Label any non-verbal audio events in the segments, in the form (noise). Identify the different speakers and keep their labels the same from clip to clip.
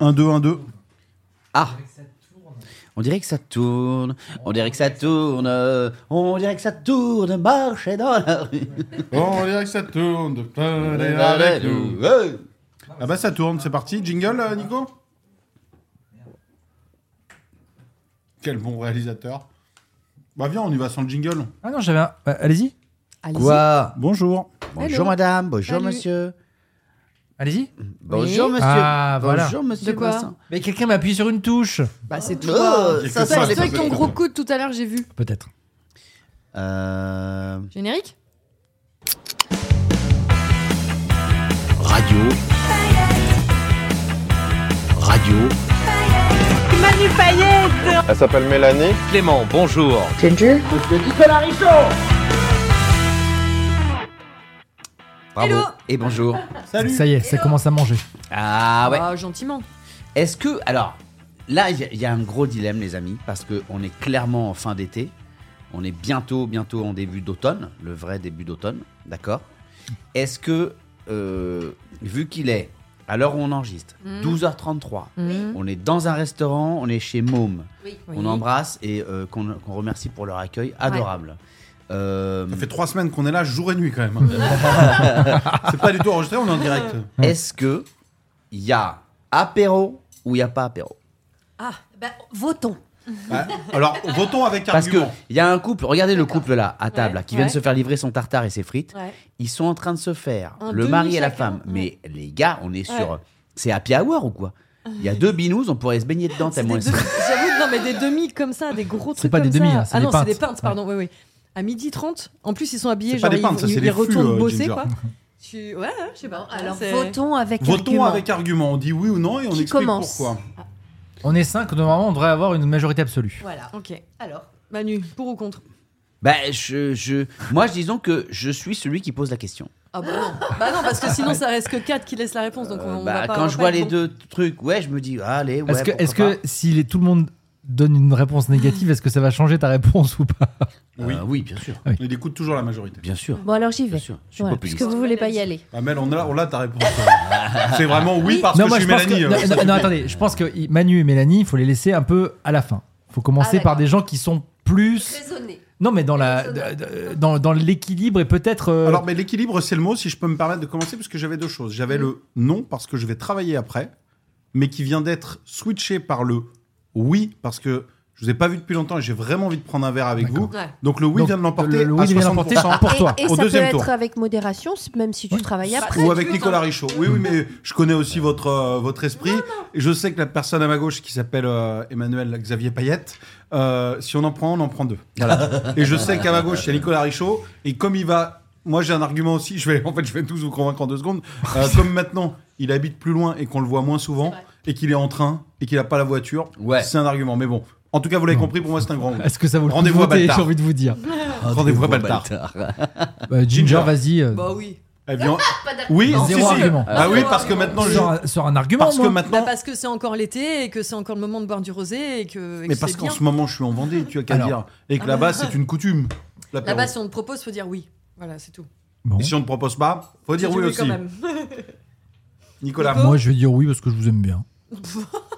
Speaker 1: 1, 2, 1, 2.
Speaker 2: Ah On dirait que ça tourne, on dirait que ça tourne, on dirait que ça tourne, marchez dans la rue.
Speaker 1: On dirait que ça tourne. Ah
Speaker 2: Hey
Speaker 1: bah ça tourne, c'est parti. Jingle, euh, Nico Quel bon réalisateur. Bah viens, on y va sans le jingle.
Speaker 3: Ah non, j'avais un. bah, Allez-y.
Speaker 2: Quoi
Speaker 1: Bonjour.
Speaker 2: Bonjour
Speaker 4: Hello.
Speaker 2: madame, bonjour
Speaker 4: Salut.
Speaker 2: monsieur.
Speaker 3: Allez-y.
Speaker 1: Mm.
Speaker 2: Bonjour monsieur.
Speaker 3: Ah, voilà.
Speaker 2: Bonjour monsieur
Speaker 4: De quoi
Speaker 2: Vincent.
Speaker 3: Mais quelqu'un m'appuie sur une touche.
Speaker 4: Bah, c'est
Speaker 2: Oh,
Speaker 4: toi.
Speaker 2: ça
Speaker 4: Toi,
Speaker 2: sent
Speaker 4: avec
Speaker 2: les
Speaker 4: ton gros coude tout à l'heure, j'ai vu.
Speaker 3: Peut-être.
Speaker 2: Euh,
Speaker 4: Générique
Speaker 5: Radio. Radio.
Speaker 6: Elle s'appelle Mélanie.
Speaker 5: Clément, bonjour.
Speaker 2: bravo
Speaker 4: Hello.
Speaker 2: et bonjour.
Speaker 1: Salut.
Speaker 3: Ça y est, ça commence à manger.
Speaker 2: Ah ouais.
Speaker 4: Ah, gentiment.
Speaker 2: Est-ce que alors là il y a- il y, a un gros dilemme les amis parce que on est clairement en fin d'été, on est bientôt bientôt en début d'automne, le vrai début d'automne, d'accord. Est-ce que euh, vu qu'il est à l'heure où on enregistre,
Speaker 4: Mmh.
Speaker 2: 12h33,
Speaker 4: Mhm.
Speaker 2: on est dans un restaurant, on est chez Môme,
Speaker 4: Oui.
Speaker 2: on embrasse et euh, qu'on qu'on remercie pour leur accueil adorable. Euh,
Speaker 1: Ça fait trois semaines qu'on est là, jour et nuit quand
Speaker 3: (laughs)
Speaker 1: même. c'est pas du tout enregistré, on est en direct.
Speaker 3: Bah,
Speaker 2: Est-ce que il y a apéro ou il n'y a pas apéro
Speaker 4: Ah, bah, votons.
Speaker 1: Bah, alors, votons avec
Speaker 2: Parce que
Speaker 1: argument.
Speaker 2: il y a un couple, regardez le couple là à table
Speaker 4: Ouais,
Speaker 2: là, qui vient de
Speaker 4: ouais.
Speaker 2: se faire livrer son tartare et ses frites.
Speaker 4: Ouais.
Speaker 2: Ils sont en train de se faire
Speaker 4: Un
Speaker 2: le
Speaker 4: demi
Speaker 2: mari et la
Speaker 4: chacun,
Speaker 2: femme. Mais les gars, on est sur c'est happy hour ou quoi Il y a deux binous, on pourrait se baigner dedans
Speaker 4: (laughs) C'est
Speaker 2: tellement
Speaker 4: des
Speaker 2: ils sont-
Speaker 4: demi- J'avoue, non, mais des demi comme ça, des gros trucs.
Speaker 3: C'est pas
Speaker 4: comme
Speaker 3: des demi,
Speaker 4: ça.
Speaker 3: hein, c'est
Speaker 4: Ah
Speaker 3: des
Speaker 4: non, c'est des
Speaker 3: pintes.
Speaker 4: pintes, pardon, oui, oui. À midi 30, en plus, ils sont habillés,
Speaker 1: C'est pas
Speaker 4: genre,
Speaker 1: des pintes, ça,
Speaker 4: ils,
Speaker 1: c'est
Speaker 4: ils
Speaker 1: des
Speaker 4: retournent
Speaker 1: flux, euh,
Speaker 4: bosser,
Speaker 1: Ginger. (laughs)
Speaker 4: quoi. Tu... Ouais, ouais, je sais pas.
Speaker 7: Alors
Speaker 4: Ah, c'est-
Speaker 7: votons avec
Speaker 1: Votons
Speaker 7: argument.
Speaker 1: avec argument. On dit oui ou non et on
Speaker 7: Qui
Speaker 1: explique
Speaker 7: commence
Speaker 1: pourquoi.
Speaker 3: On est 5, normalement, on devrait avoir une majorité absolue.
Speaker 7: Voilà.
Speaker 4: Ok.
Speaker 7: Alors,
Speaker 4: Manu, pour ou contre
Speaker 2: Bah, je, je- moi, je disons que je suis celui qui pose la question.
Speaker 4: Ah bah non. (laughs) bah non, parce que sinon, ça reste que 4 qui laissent la réponse, donc on,
Speaker 2: Euh,
Speaker 4: on
Speaker 2: bah,
Speaker 4: va pas... on
Speaker 2: quand
Speaker 4: va
Speaker 2: je
Speaker 4: pas
Speaker 2: vois
Speaker 4: être
Speaker 2: les
Speaker 4: bon.
Speaker 2: deux trucs, ouais, je me dis ah, allez, ouais.
Speaker 3: Est-ce que,
Speaker 2: pourquoi
Speaker 3: est-ce que si les- tout le monde donne une réponse négative, est-ce que ça va changer ta réponse ou pas
Speaker 2: pas.
Speaker 1: Oui.
Speaker 2: Euh, oui, bien sûr,
Speaker 1: Il écoute toujours la majorité.
Speaker 2: bien sûr,
Speaker 7: bon alors j'y
Speaker 2: bien
Speaker 7: vais.
Speaker 2: sûr. Je suis
Speaker 7: Voilà, parce
Speaker 2: populiste.
Speaker 7: que vous voulez pas y aller.
Speaker 1: Ah, Mel, on a, on a ta
Speaker 3: (laughs)
Speaker 1: réponse. c'est vraiment oui parce que je suis
Speaker 3: je pense
Speaker 1: Mélanie.
Speaker 3: que,
Speaker 1: euh,
Speaker 3: non,
Speaker 1: c'est
Speaker 3: non,
Speaker 1: super.
Speaker 3: non, attendez, je pense que i- Manu et Mélanie, il faut les laisser un peu à la fin. faut commencer
Speaker 7: Ah,
Speaker 3: par
Speaker 7: d'accord.
Speaker 3: des gens qui sont plus...
Speaker 7: Raisonner.
Speaker 3: Non, mais dans la d- d- dans, dans l'équilibre et peut-être. euh,
Speaker 1: Alors, mais l'équilibre, c'est le mot, si je peux me permettre de commencer, parce que j'avais deux choses.
Speaker 3: Mm.
Speaker 1: J'avais le non, parce que je vais travailler après, mais qui vient d'être switché par le oui, parce que je vous ai pas vu depuis longtemps et j'ai vraiment envie de prendre un verre avec vous.
Speaker 4: Ouais.
Speaker 1: Donc, le oui
Speaker 3: Donc,
Speaker 1: vient de
Speaker 3: le-
Speaker 1: l'emporter
Speaker 3: le
Speaker 1: à
Speaker 3: oui vient de l'emporter
Speaker 1: 60%.
Speaker 3: pour toi.
Speaker 7: Et,
Speaker 1: Au
Speaker 7: ça
Speaker 1: deuxième
Speaker 7: peut
Speaker 1: tour. Bah.
Speaker 7: être avec modération, même si tu travailles après.
Speaker 1: Ou avec Nicolas Richaud. Oui, oui, mais je connais aussi votre, euh, votre esprit. Et je sais que la personne à ma gauche qui s'appelle euh, Emmanuel Xavier Payette, euh, si on en prend un, on en prend deux.
Speaker 3: (laughs)
Speaker 1: Voilà. et je sais qu'à ma gauche, il y a Nicolas Richaud. Et comme il va. Moi, j'ai un argument aussi. Je vais, en fait, je vais tous vous convaincre en deux secondes.
Speaker 3: (laughs)
Speaker 1: Euh, comme maintenant, il habite plus loin et qu'on le voit moins souvent, et qu'il est en train et qu'il n'a pas la voiture,
Speaker 2: Ouais.
Speaker 1: c'est un argument. Mais bon, en tout cas, vous l'avez compris, pour moi, c'est un
Speaker 3: (laughs)
Speaker 1: grand oui.
Speaker 3: Est-ce que ça vaut le coup de
Speaker 1: Rendez-vous à
Speaker 3: voter
Speaker 1: Baltar.
Speaker 3: J'ai envie de vous dire.
Speaker 1: Rendez-vous à Baltar.
Speaker 3: Bah, Ginger,
Speaker 1: Ginger.
Speaker 3: vas-y. euh,
Speaker 4: Bah oui. (laughs)
Speaker 1: Eh bien, oui,
Speaker 3: Non,
Speaker 1: si,
Speaker 3: zéro
Speaker 1: si.
Speaker 3: argument.
Speaker 1: Ah oui, parce que
Speaker 4: Zéro
Speaker 1: maintenant, je-
Speaker 3: sors, un- sors un argument.
Speaker 1: parce que
Speaker 3: moi.
Speaker 4: Bah
Speaker 1: maintenant,
Speaker 4: parce que c'est encore l'été et que c'est encore le moment de boire du rosé et que, et que
Speaker 1: Mais
Speaker 4: c'est
Speaker 1: parce qu'en
Speaker 4: bien.
Speaker 1: ce moment, je suis en Vendée, tu as qu'à
Speaker 3: Alors.
Speaker 1: dire. Et que là-bas, c'est une coutume. l'apéro.
Speaker 4: Là-bas, si on te propose, faut dire oui. Voilà, c'est tout.
Speaker 3: Bon.
Speaker 1: Et si on ne propose pas, faut dire
Speaker 4: Tu
Speaker 1: oui
Speaker 4: dis
Speaker 1: aussi.
Speaker 4: quand (laughs) même.
Speaker 1: Nicolas,
Speaker 3: Ah, Moi, je vais dire oui parce que je vous aime bien.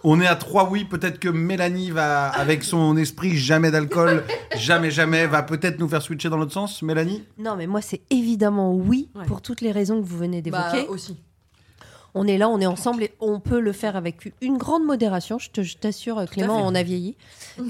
Speaker 1: on est à trois oui. Peut-être que Mélanie va, avec son esprit
Speaker 4: (laughs)
Speaker 1: jamais d'alcool, jamais, jamais, va peut-être nous faire switcher dans l'autre sens. Mélanie
Speaker 7: Non, mais moi, c'est évidemment oui
Speaker 4: Ouais.
Speaker 7: pour toutes les raisons que vous venez
Speaker 4: Bah,
Speaker 7: d'évoquer.
Speaker 4: (laughs) aussi.
Speaker 7: on est là, on est ensemble et on peut le faire avec une grande modération. Je te- je t'assure, Clément,
Speaker 4: fait.
Speaker 7: on a
Speaker 4: (laughs)
Speaker 7: vieilli.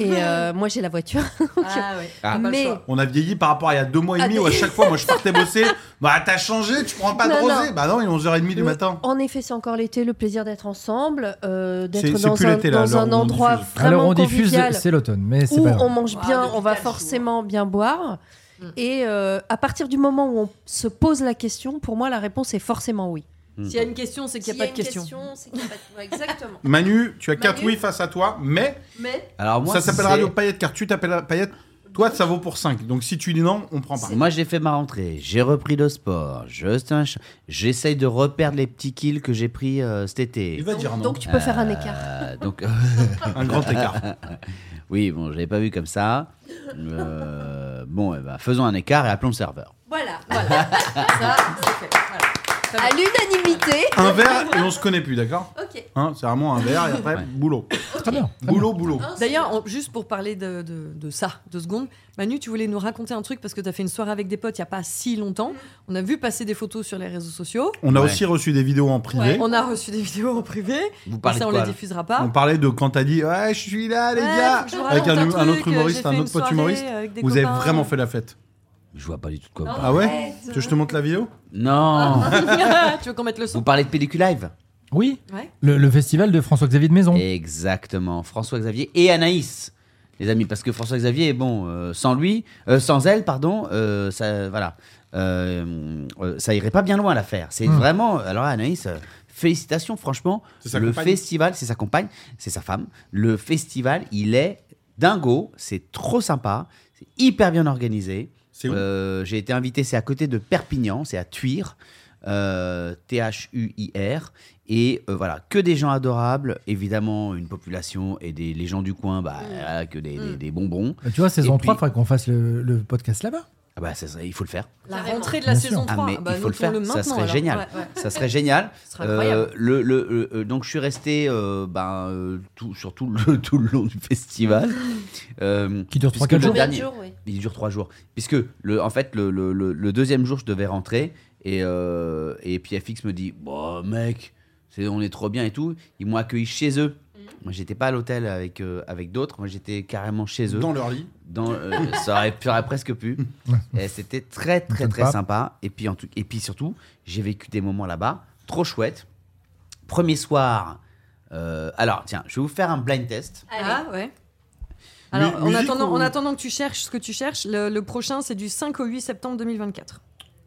Speaker 7: Et euh, moi, j'ai la voiture.
Speaker 4: Ah ouais.
Speaker 2: Ah.
Speaker 4: T'as pas le
Speaker 7: Mais-
Speaker 4: choix.
Speaker 1: On a vieilli par rapport à il y a deux mois et
Speaker 7: Ah,
Speaker 1: demi
Speaker 7: mais-
Speaker 1: où à chaque fois, moi, je partais bosser.
Speaker 4: (laughs)
Speaker 1: Bah, t'as changé, tu prends pas de
Speaker 7: Non,
Speaker 1: rosé.
Speaker 7: non.
Speaker 1: Bah non, il est 11h30 du
Speaker 7: Le-
Speaker 1: matin.
Speaker 7: En effet, c'est encore l'été, le plaisir d'être ensemble, euh,
Speaker 1: C'est-
Speaker 7: d'être
Speaker 1: c'est
Speaker 7: dans
Speaker 1: plus
Speaker 7: un,
Speaker 1: l'été,
Speaker 7: dans
Speaker 1: là, l'heure
Speaker 7: un
Speaker 1: où on
Speaker 7: endroit
Speaker 1: diffuse.
Speaker 7: vraiment
Speaker 3: Alors, on diffuse,
Speaker 7: convivial
Speaker 3: Eh, c'est l'automne, mais c'est
Speaker 7: où
Speaker 3: pas grave.
Speaker 7: on mange
Speaker 4: Ah,
Speaker 7: bien,
Speaker 4: depuis
Speaker 7: on va
Speaker 4: quatre jours.
Speaker 7: forcément bien boire.
Speaker 4: Mm.
Speaker 7: Et euh, à partir du moment où on se pose la question, pour moi, la réponse est forcément oui.
Speaker 2: Hmm.
Speaker 4: S'il y a une question, c'est qu'il n'y a pas de question.
Speaker 7: c'est qu'il n'y a pas de Exactement.
Speaker 1: Manu, tu as quatre
Speaker 7: Manu.
Speaker 1: oui face à toi, mais
Speaker 7: (laughs) Mais
Speaker 2: Alors moi,
Speaker 1: ça s'appelle
Speaker 2: c'est-
Speaker 1: Radio Paillette car tu t'appelles Paillette. Toi, ça vaut pour 5. Donc si tu dis non, on prend pas.
Speaker 2: Moi, j'ai fait ma rentrée, j'ai repris le sport, je- j'essaye de reperdre les petits kills que j'ai pris euh, cet été.
Speaker 1: Il va dire non.
Speaker 7: donc tu peux faire un écart.
Speaker 2: Euh, donc, (laughs)
Speaker 1: Un grand écart.
Speaker 2: oui, bon, je l'avais pas vu comme ça. Euh, bon, eh ben, faisons un écart et appelons le serveur.
Speaker 7: Voilà. (laughs)
Speaker 4: Voilà. Ça, c'est fait. Voilà.
Speaker 7: À l'unanimité.
Speaker 1: Un verre et on se connaît plus, d'accord
Speaker 7: Ok.
Speaker 1: Hein, C'est vraiment un verre et après,
Speaker 2: Ouais.
Speaker 1: boulot.
Speaker 3: Très bien.
Speaker 1: Boulot, boulot.
Speaker 4: D'ailleurs, on- juste pour parler de, de- de ça, deux secondes, Manu, tu voulais nous raconter un truc parce que tu as fait une soirée avec des potes il n'y a pas si longtemps. On a vu passer des photos sur les réseaux sociaux.
Speaker 1: On a
Speaker 2: Ouais.
Speaker 1: aussi reçu des vidéos en privé.
Speaker 4: On a reçu des vidéos en privé.
Speaker 2: Vous
Speaker 4: Mais
Speaker 2: parlez
Speaker 4: ça, on
Speaker 2: de quoi
Speaker 4: les
Speaker 2: là
Speaker 4: diffusera pas. (laughs)
Speaker 1: On parlait de quand t'as dit Ouais, je suis là, les
Speaker 4: Ouais,
Speaker 1: gars
Speaker 4: faut que je vous
Speaker 1: Avec un,
Speaker 4: raconte
Speaker 1: un autre
Speaker 4: truc, j'ai
Speaker 1: humoriste,
Speaker 4: fait
Speaker 1: un
Speaker 4: une
Speaker 1: autre pote
Speaker 4: soirée
Speaker 1: humoriste.
Speaker 4: avec des
Speaker 1: Vous avez
Speaker 4: copains.
Speaker 1: vraiment fait la fête.
Speaker 2: Je vois pas du tout de quoi. vous
Speaker 4: Non.
Speaker 2: parlez.
Speaker 1: Ah ouais Tu veux que je te montre la vidéo
Speaker 2: Non
Speaker 4: (laughs) tu veux qu'on mette le
Speaker 2: Vous
Speaker 4: son
Speaker 2: parlez de Pellicule Live
Speaker 3: Oui,
Speaker 4: Ouais.
Speaker 3: le, le festival de François-Xavier de Maison.
Speaker 2: Exactement. François-Xavier et Anaïs, les amis, parce que François-Xavier, bon, euh, sans lui, euh, sans elle, pardon, euh, ça, voilà, Euh, euh, ça irait pas bien loin l'affaire. C'est
Speaker 3: Mm.
Speaker 2: vraiment. Alors Anaïs, euh, félicitations, franchement.
Speaker 1: C'est sa
Speaker 2: Le
Speaker 1: compagne.
Speaker 2: festival, c'est sa compagne, c'est sa femme. Le festival, il est dingo. C'est trop sympa. C'est hyper bien organisé.
Speaker 1: C'est où
Speaker 2: Euh, J'ai été invité, c'est à côté de Perpignan, c'est à Thuir, euh, T-H-U-I-R. Et euh, voilà, que des gens adorables, évidemment, une population et des, les gens du coin, bah, voilà, que des, des- des bonbons.
Speaker 3: Bah, tu vois, saison
Speaker 2: Et
Speaker 3: 3, il
Speaker 2: puis-
Speaker 3: faudrait qu'on fasse le, le podcast là-bas.
Speaker 2: Ah bah, ça serait- il faut le faire.
Speaker 4: La rentrée de la
Speaker 3: Bien
Speaker 4: saison
Speaker 3: sûr.
Speaker 2: Ah,
Speaker 4: 3.
Speaker 2: mais
Speaker 4: bah,
Speaker 2: il faut le faire,
Speaker 4: notons-le
Speaker 2: ça
Speaker 4: maintenant,
Speaker 2: serait
Speaker 4: alors.
Speaker 2: génial.
Speaker 4: Ouais, ouais.
Speaker 2: Ça serait génial.
Speaker 4: Ce serait incroyable.
Speaker 2: Euh, le, le- le- euh, donc je suis resté euh, ben, euh, tout, sur tout le, (laughs) tout le long du
Speaker 4: (laughs)
Speaker 2: festival. Euh,
Speaker 3: Qui dure trois,
Speaker 2: puisque
Speaker 3: quatre
Speaker 2: le
Speaker 3: jours.
Speaker 2: dernier- il dure trois jours. Puisque, le, en fait, le, le- le- le deuxième jour, je devais rentrer. Et, euh, et puis FX me dit Bon, mec, c'est, on est trop bien et tout. Ils m'ont accueilli chez eux.
Speaker 4: Mm.
Speaker 2: Moi, j'étais pas à l'hôtel avec, euh, avec d'autres. Moi, j'étais carrément chez eux.
Speaker 1: Dans leur lit.
Speaker 2: Dans, euh, ça, aurait, ça aurait presque pu. Et c'était très, très,
Speaker 3: M'étonne
Speaker 2: très
Speaker 3: pas.
Speaker 2: sympa. Et puis, en tout, et puis surtout, j'ai vécu des moments là-bas trop chouettes. Premier soir. euh, alors, tiens, je vais vous faire un blind test.
Speaker 4: Ah ouais. Alors, en
Speaker 1: musique
Speaker 4: attendant,
Speaker 1: ou-
Speaker 4: en attendant que tu cherches ce que tu cherches, le, le prochain c'est du 5 au 8 septembre 2024.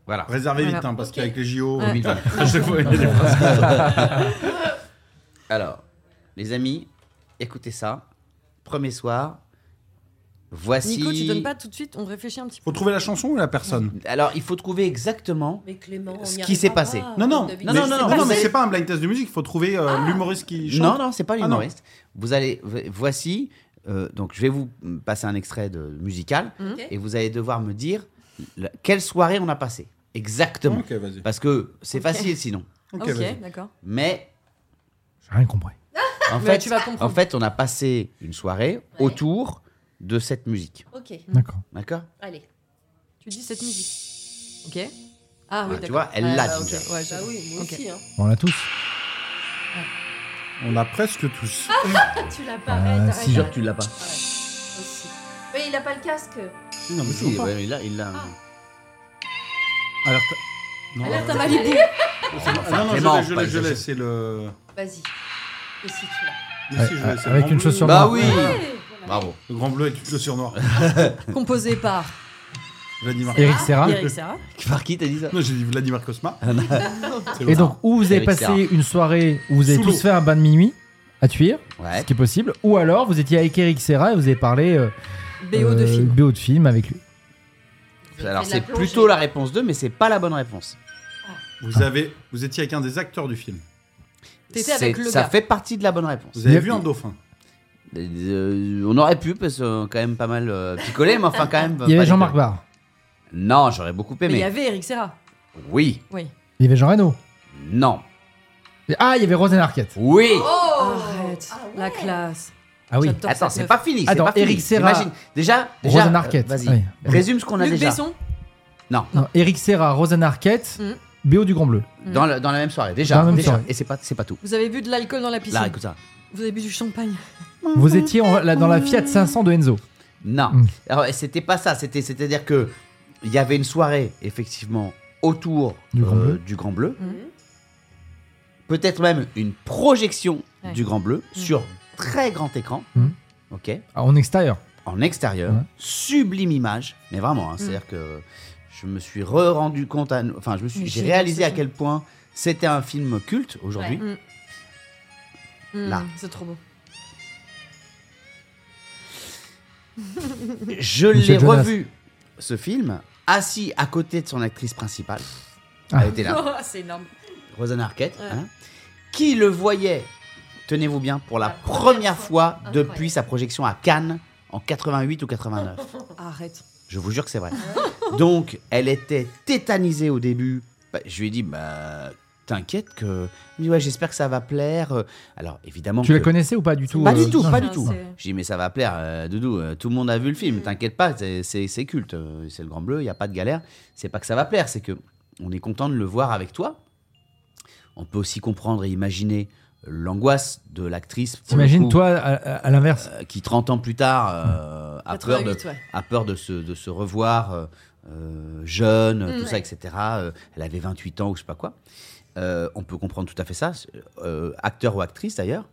Speaker 2: Voilà.
Speaker 1: Réservez vite,
Speaker 4: Voilà.
Speaker 1: hein, parce
Speaker 7: Ok.
Speaker 1: qu'avec les JO,
Speaker 4: Ouais.
Speaker 1: à chaque fois, il y a des phrases.
Speaker 2: Alors, les amis, écoutez ça. Premier soir, voici.
Speaker 4: Nico, tu donnes pas tout de suite, on réfléchit un petit peu.
Speaker 1: Faut trouver la chanson ou la personne
Speaker 2: Alors, il faut trouver exactement.
Speaker 7: Mais Clément,
Speaker 2: Ce qui s'est passé.
Speaker 1: Non, non,
Speaker 2: Non,
Speaker 1: mais-
Speaker 2: non, non, non,
Speaker 1: mais
Speaker 2: c'est-
Speaker 1: c'est pas un blind test de musique, faut trouver euh, l'humoriste qui chante.
Speaker 2: Non, non, c'est pas
Speaker 1: Ah, non.
Speaker 2: l'humoriste. Vous allez, v- voici. euh, donc, je vais vous mm, passer un extrait de musical
Speaker 4: Mhm.
Speaker 7: Ok.
Speaker 2: et vous allez devoir me dire la- quelle soirée on a passé exactement.
Speaker 1: Ok, vas-y.
Speaker 2: Parce que c'est facile sinon.
Speaker 1: Ok,
Speaker 4: ok,
Speaker 1: vas-y.
Speaker 4: d'accord.
Speaker 2: Mais
Speaker 3: J'ai rien compris.
Speaker 2: en
Speaker 4: Mais
Speaker 2: fait,
Speaker 4: tu vas comprendre.
Speaker 2: en fait, on a passé une soirée
Speaker 7: Ouais.
Speaker 2: autour de cette musique.
Speaker 7: Ok,
Speaker 4: Mm.
Speaker 3: D'accord.
Speaker 2: D'accord.
Speaker 7: allez.
Speaker 4: Tu dis cette musique. Ok. Ah
Speaker 2: Ouais,
Speaker 4: oui, d'accord.
Speaker 2: tu vois, elle
Speaker 4: Ouais,
Speaker 2: l'a
Speaker 4: bah,
Speaker 2: déjà.
Speaker 4: ok, ouais, je-
Speaker 7: Ah oui, hein.
Speaker 4: moi aussi,
Speaker 3: Bon, on l'a tous.
Speaker 1: On l'a presque tous.
Speaker 7: Tu l'as pas,
Speaker 3: Ah,
Speaker 7: arrête,
Speaker 3: si.
Speaker 7: arrête,
Speaker 2: tu l'as pas.
Speaker 7: arrête, aussi. Mais il a pas le casque.
Speaker 1: Non, mais c'est
Speaker 2: Si,
Speaker 1: pas.
Speaker 2: ouais, il l'a, il l'a.
Speaker 1: Alerte. Non,
Speaker 4: Alerte
Speaker 1: euh,
Speaker 4: à Malibu.
Speaker 1: Ah, non, non, je
Speaker 2: Clément,
Speaker 1: l'ai, je
Speaker 2: pas
Speaker 1: l'ai, je l'ai,
Speaker 2: exagéré.
Speaker 1: c'est le.
Speaker 7: Vas-y. Et si tu l'as.
Speaker 1: Mais si, je l'ai,
Speaker 3: Euh,
Speaker 1: c'est le
Speaker 3: avec
Speaker 1: grand
Speaker 3: une
Speaker 1: bleu.
Speaker 3: chaussure
Speaker 2: Bah
Speaker 3: noire.
Speaker 2: oui.
Speaker 7: voilà.
Speaker 2: Bravo.
Speaker 1: Le grand bleu avec une chaussure noire.
Speaker 4: Composé par
Speaker 1: Vladimir.
Speaker 3: Eric Serra.
Speaker 4: Eric Serra.
Speaker 2: Par qui t'as dit ça
Speaker 1: Non, j'ai dit Vladimir Cosma. C'est
Speaker 3: Et
Speaker 1: l'autre.
Speaker 3: donc, ou vous avez
Speaker 2: Eric
Speaker 3: passé
Speaker 2: Serra.
Speaker 3: une soirée où vous avez
Speaker 1: Sous l'eau.
Speaker 3: tous fait un bain de minuit à Tuir,
Speaker 2: Ouais.
Speaker 3: ce qui est possible, ou alors vous étiez avec Eric Serra et vous avez parlé euh,
Speaker 4: BO de
Speaker 3: euh,
Speaker 4: film.
Speaker 3: BO de film avec lui.
Speaker 7: Vous avez
Speaker 2: Alors
Speaker 7: fait de
Speaker 2: c'est
Speaker 7: la plongée.
Speaker 2: plutôt la réponse 2, mais c'est pas la bonne réponse.
Speaker 3: Ah.
Speaker 1: Vous, avez, vous étiez avec un des acteurs du film.
Speaker 4: T'étais avec
Speaker 2: C'est-
Speaker 4: le
Speaker 2: ça
Speaker 4: gars.
Speaker 2: fait partie de la bonne réponse.
Speaker 1: Vous avez
Speaker 3: Mais-
Speaker 1: vu un dauphin.
Speaker 2: Euh, on aurait pu, parce qu'on a quand même pas mal euh, picolé, mais enfin quand même.
Speaker 3: (laughs) Il y
Speaker 2: pas
Speaker 3: avait Jean-Marc Barr,
Speaker 2: déconner. Non, j'aurais beaucoup
Speaker 4: Mais il y
Speaker 2: aimé.
Speaker 4: avait Eric Serra.
Speaker 2: Oui,
Speaker 4: Oui.
Speaker 3: il y avait Jean Reno.
Speaker 2: non,
Speaker 3: Ah, il y avait Rosen Arquette.
Speaker 2: oui.
Speaker 4: Arrête.
Speaker 7: Oh. Ah ouais.
Speaker 4: La classe.
Speaker 3: Ah oui.
Speaker 4: J'adore
Speaker 2: Attends,
Speaker 4: Oh, cette
Speaker 2: c'est
Speaker 4: meuf.
Speaker 2: pas fini. c'est
Speaker 3: Attends,
Speaker 2: pas fini.
Speaker 3: Éric Serra.
Speaker 2: Imagine. Déjà, déjà.
Speaker 3: Rosen Arquette,
Speaker 2: euh, Vas-y.
Speaker 3: oui.
Speaker 2: Résume ce qu'on a
Speaker 4: Luc
Speaker 2: déjà.
Speaker 4: Besson.
Speaker 2: Non,
Speaker 3: Non, Eric Serra, Rosen Arquette,
Speaker 4: Mhm.
Speaker 3: BO du Grand Bleu.
Speaker 2: dans, la- dans la même soirée. Déjà.
Speaker 3: Dans la même
Speaker 2: déjà.
Speaker 3: soirée.
Speaker 2: Et c'est pas, c'est pas tout.
Speaker 4: Vous avez bu de l'alcool dans la piscine.
Speaker 2: Là, écoute ça.
Speaker 4: Vous avez bu du champagne.
Speaker 3: Vous étiez en- là, dans la Fiat 500 de Enzo.
Speaker 2: Non.
Speaker 3: Mm.
Speaker 2: Alors, c'était pas ça. C'était, c'est-à-dire que il y avait une soirée effectivement autour euh,
Speaker 3: Du Grand Bleu.
Speaker 2: du Grand Bleu.
Speaker 4: Mm.
Speaker 2: Peut-être même une projection
Speaker 4: Ouais.
Speaker 2: du Grand Bleu
Speaker 4: Mm.
Speaker 2: sur très grand écran.
Speaker 3: Mm.
Speaker 2: Ok.
Speaker 3: Ah, En extérieur.
Speaker 2: en extérieur,
Speaker 3: Ouais.
Speaker 2: sublime image, mais vraiment, hein, c'est-à-dire que je me suis re-rendu compte, à- enfin, je me suis,
Speaker 7: Mais
Speaker 2: j'ai
Speaker 7: j'ai
Speaker 2: réalisé à
Speaker 7: l'impression.
Speaker 2: quel point c'était un film culte aujourd'hui.
Speaker 4: Mm. Mm,
Speaker 2: Là.
Speaker 4: C'est trop beau.
Speaker 2: Je
Speaker 3: Michel
Speaker 2: l'ai
Speaker 3: Mm-hmm. Jonas.
Speaker 2: revu, ce film, assis à côté de son actrice principale.
Speaker 3: Ah.
Speaker 2: Elle était là,
Speaker 4: Oh, c'est énorme.
Speaker 2: Rosanna Arquette,
Speaker 4: Ouais.
Speaker 2: hein, qui le voyait, tenez-vous bien, pour la,
Speaker 7: La
Speaker 2: première,
Speaker 7: première
Speaker 2: fois,
Speaker 7: fois.
Speaker 2: depuis sa projection à Cannes en 88 ou (laughs) 89.
Speaker 4: Arrête.
Speaker 2: Je vous jure que c'est vrai. Donc, elle était tétanisée au début. Bah, je lui ai dit, bah, t'inquiète que. Elle me dit, ouais, j'espère que ça va plaire. Euh, Alors, évidemment.
Speaker 3: Tu la
Speaker 2: que-
Speaker 3: connaissais ou pas du tout
Speaker 2: Pas
Speaker 3: euh,
Speaker 2: du tout,
Speaker 3: non,
Speaker 2: pas
Speaker 3: je-
Speaker 2: du tout.
Speaker 4: c'est-
Speaker 2: J'ai dit, mais ça va plaire, euh, Doudou. euh, tout le monde a vu le
Speaker 4: Mm.
Speaker 2: film, t'inquiète pas, c'est- c'est c'est culte. euh, C'est le grand bleu, il n'y a pas de galère. C'est pas que ça va plaire, c'est que on est content de le voir avec toi. On peut aussi comprendre et imaginer l'angoisse de l'actrice. pour le
Speaker 3: T'imagines,
Speaker 2: coup,
Speaker 3: toi, à, à- à l'inverse,
Speaker 2: euh, Qui 30 ans plus tard euh, a peur de
Speaker 4: 88, ouais.
Speaker 2: a peur de se, de se revoir euh, euh, jeune,
Speaker 4: Mm,
Speaker 2: tout ça,
Speaker 4: ouais.
Speaker 2: etc. Euh, elle avait 28 ans ou je sais pas quoi. Euh, on peut comprendre tout à fait ça, euh, acteur ou actrice d'ailleurs.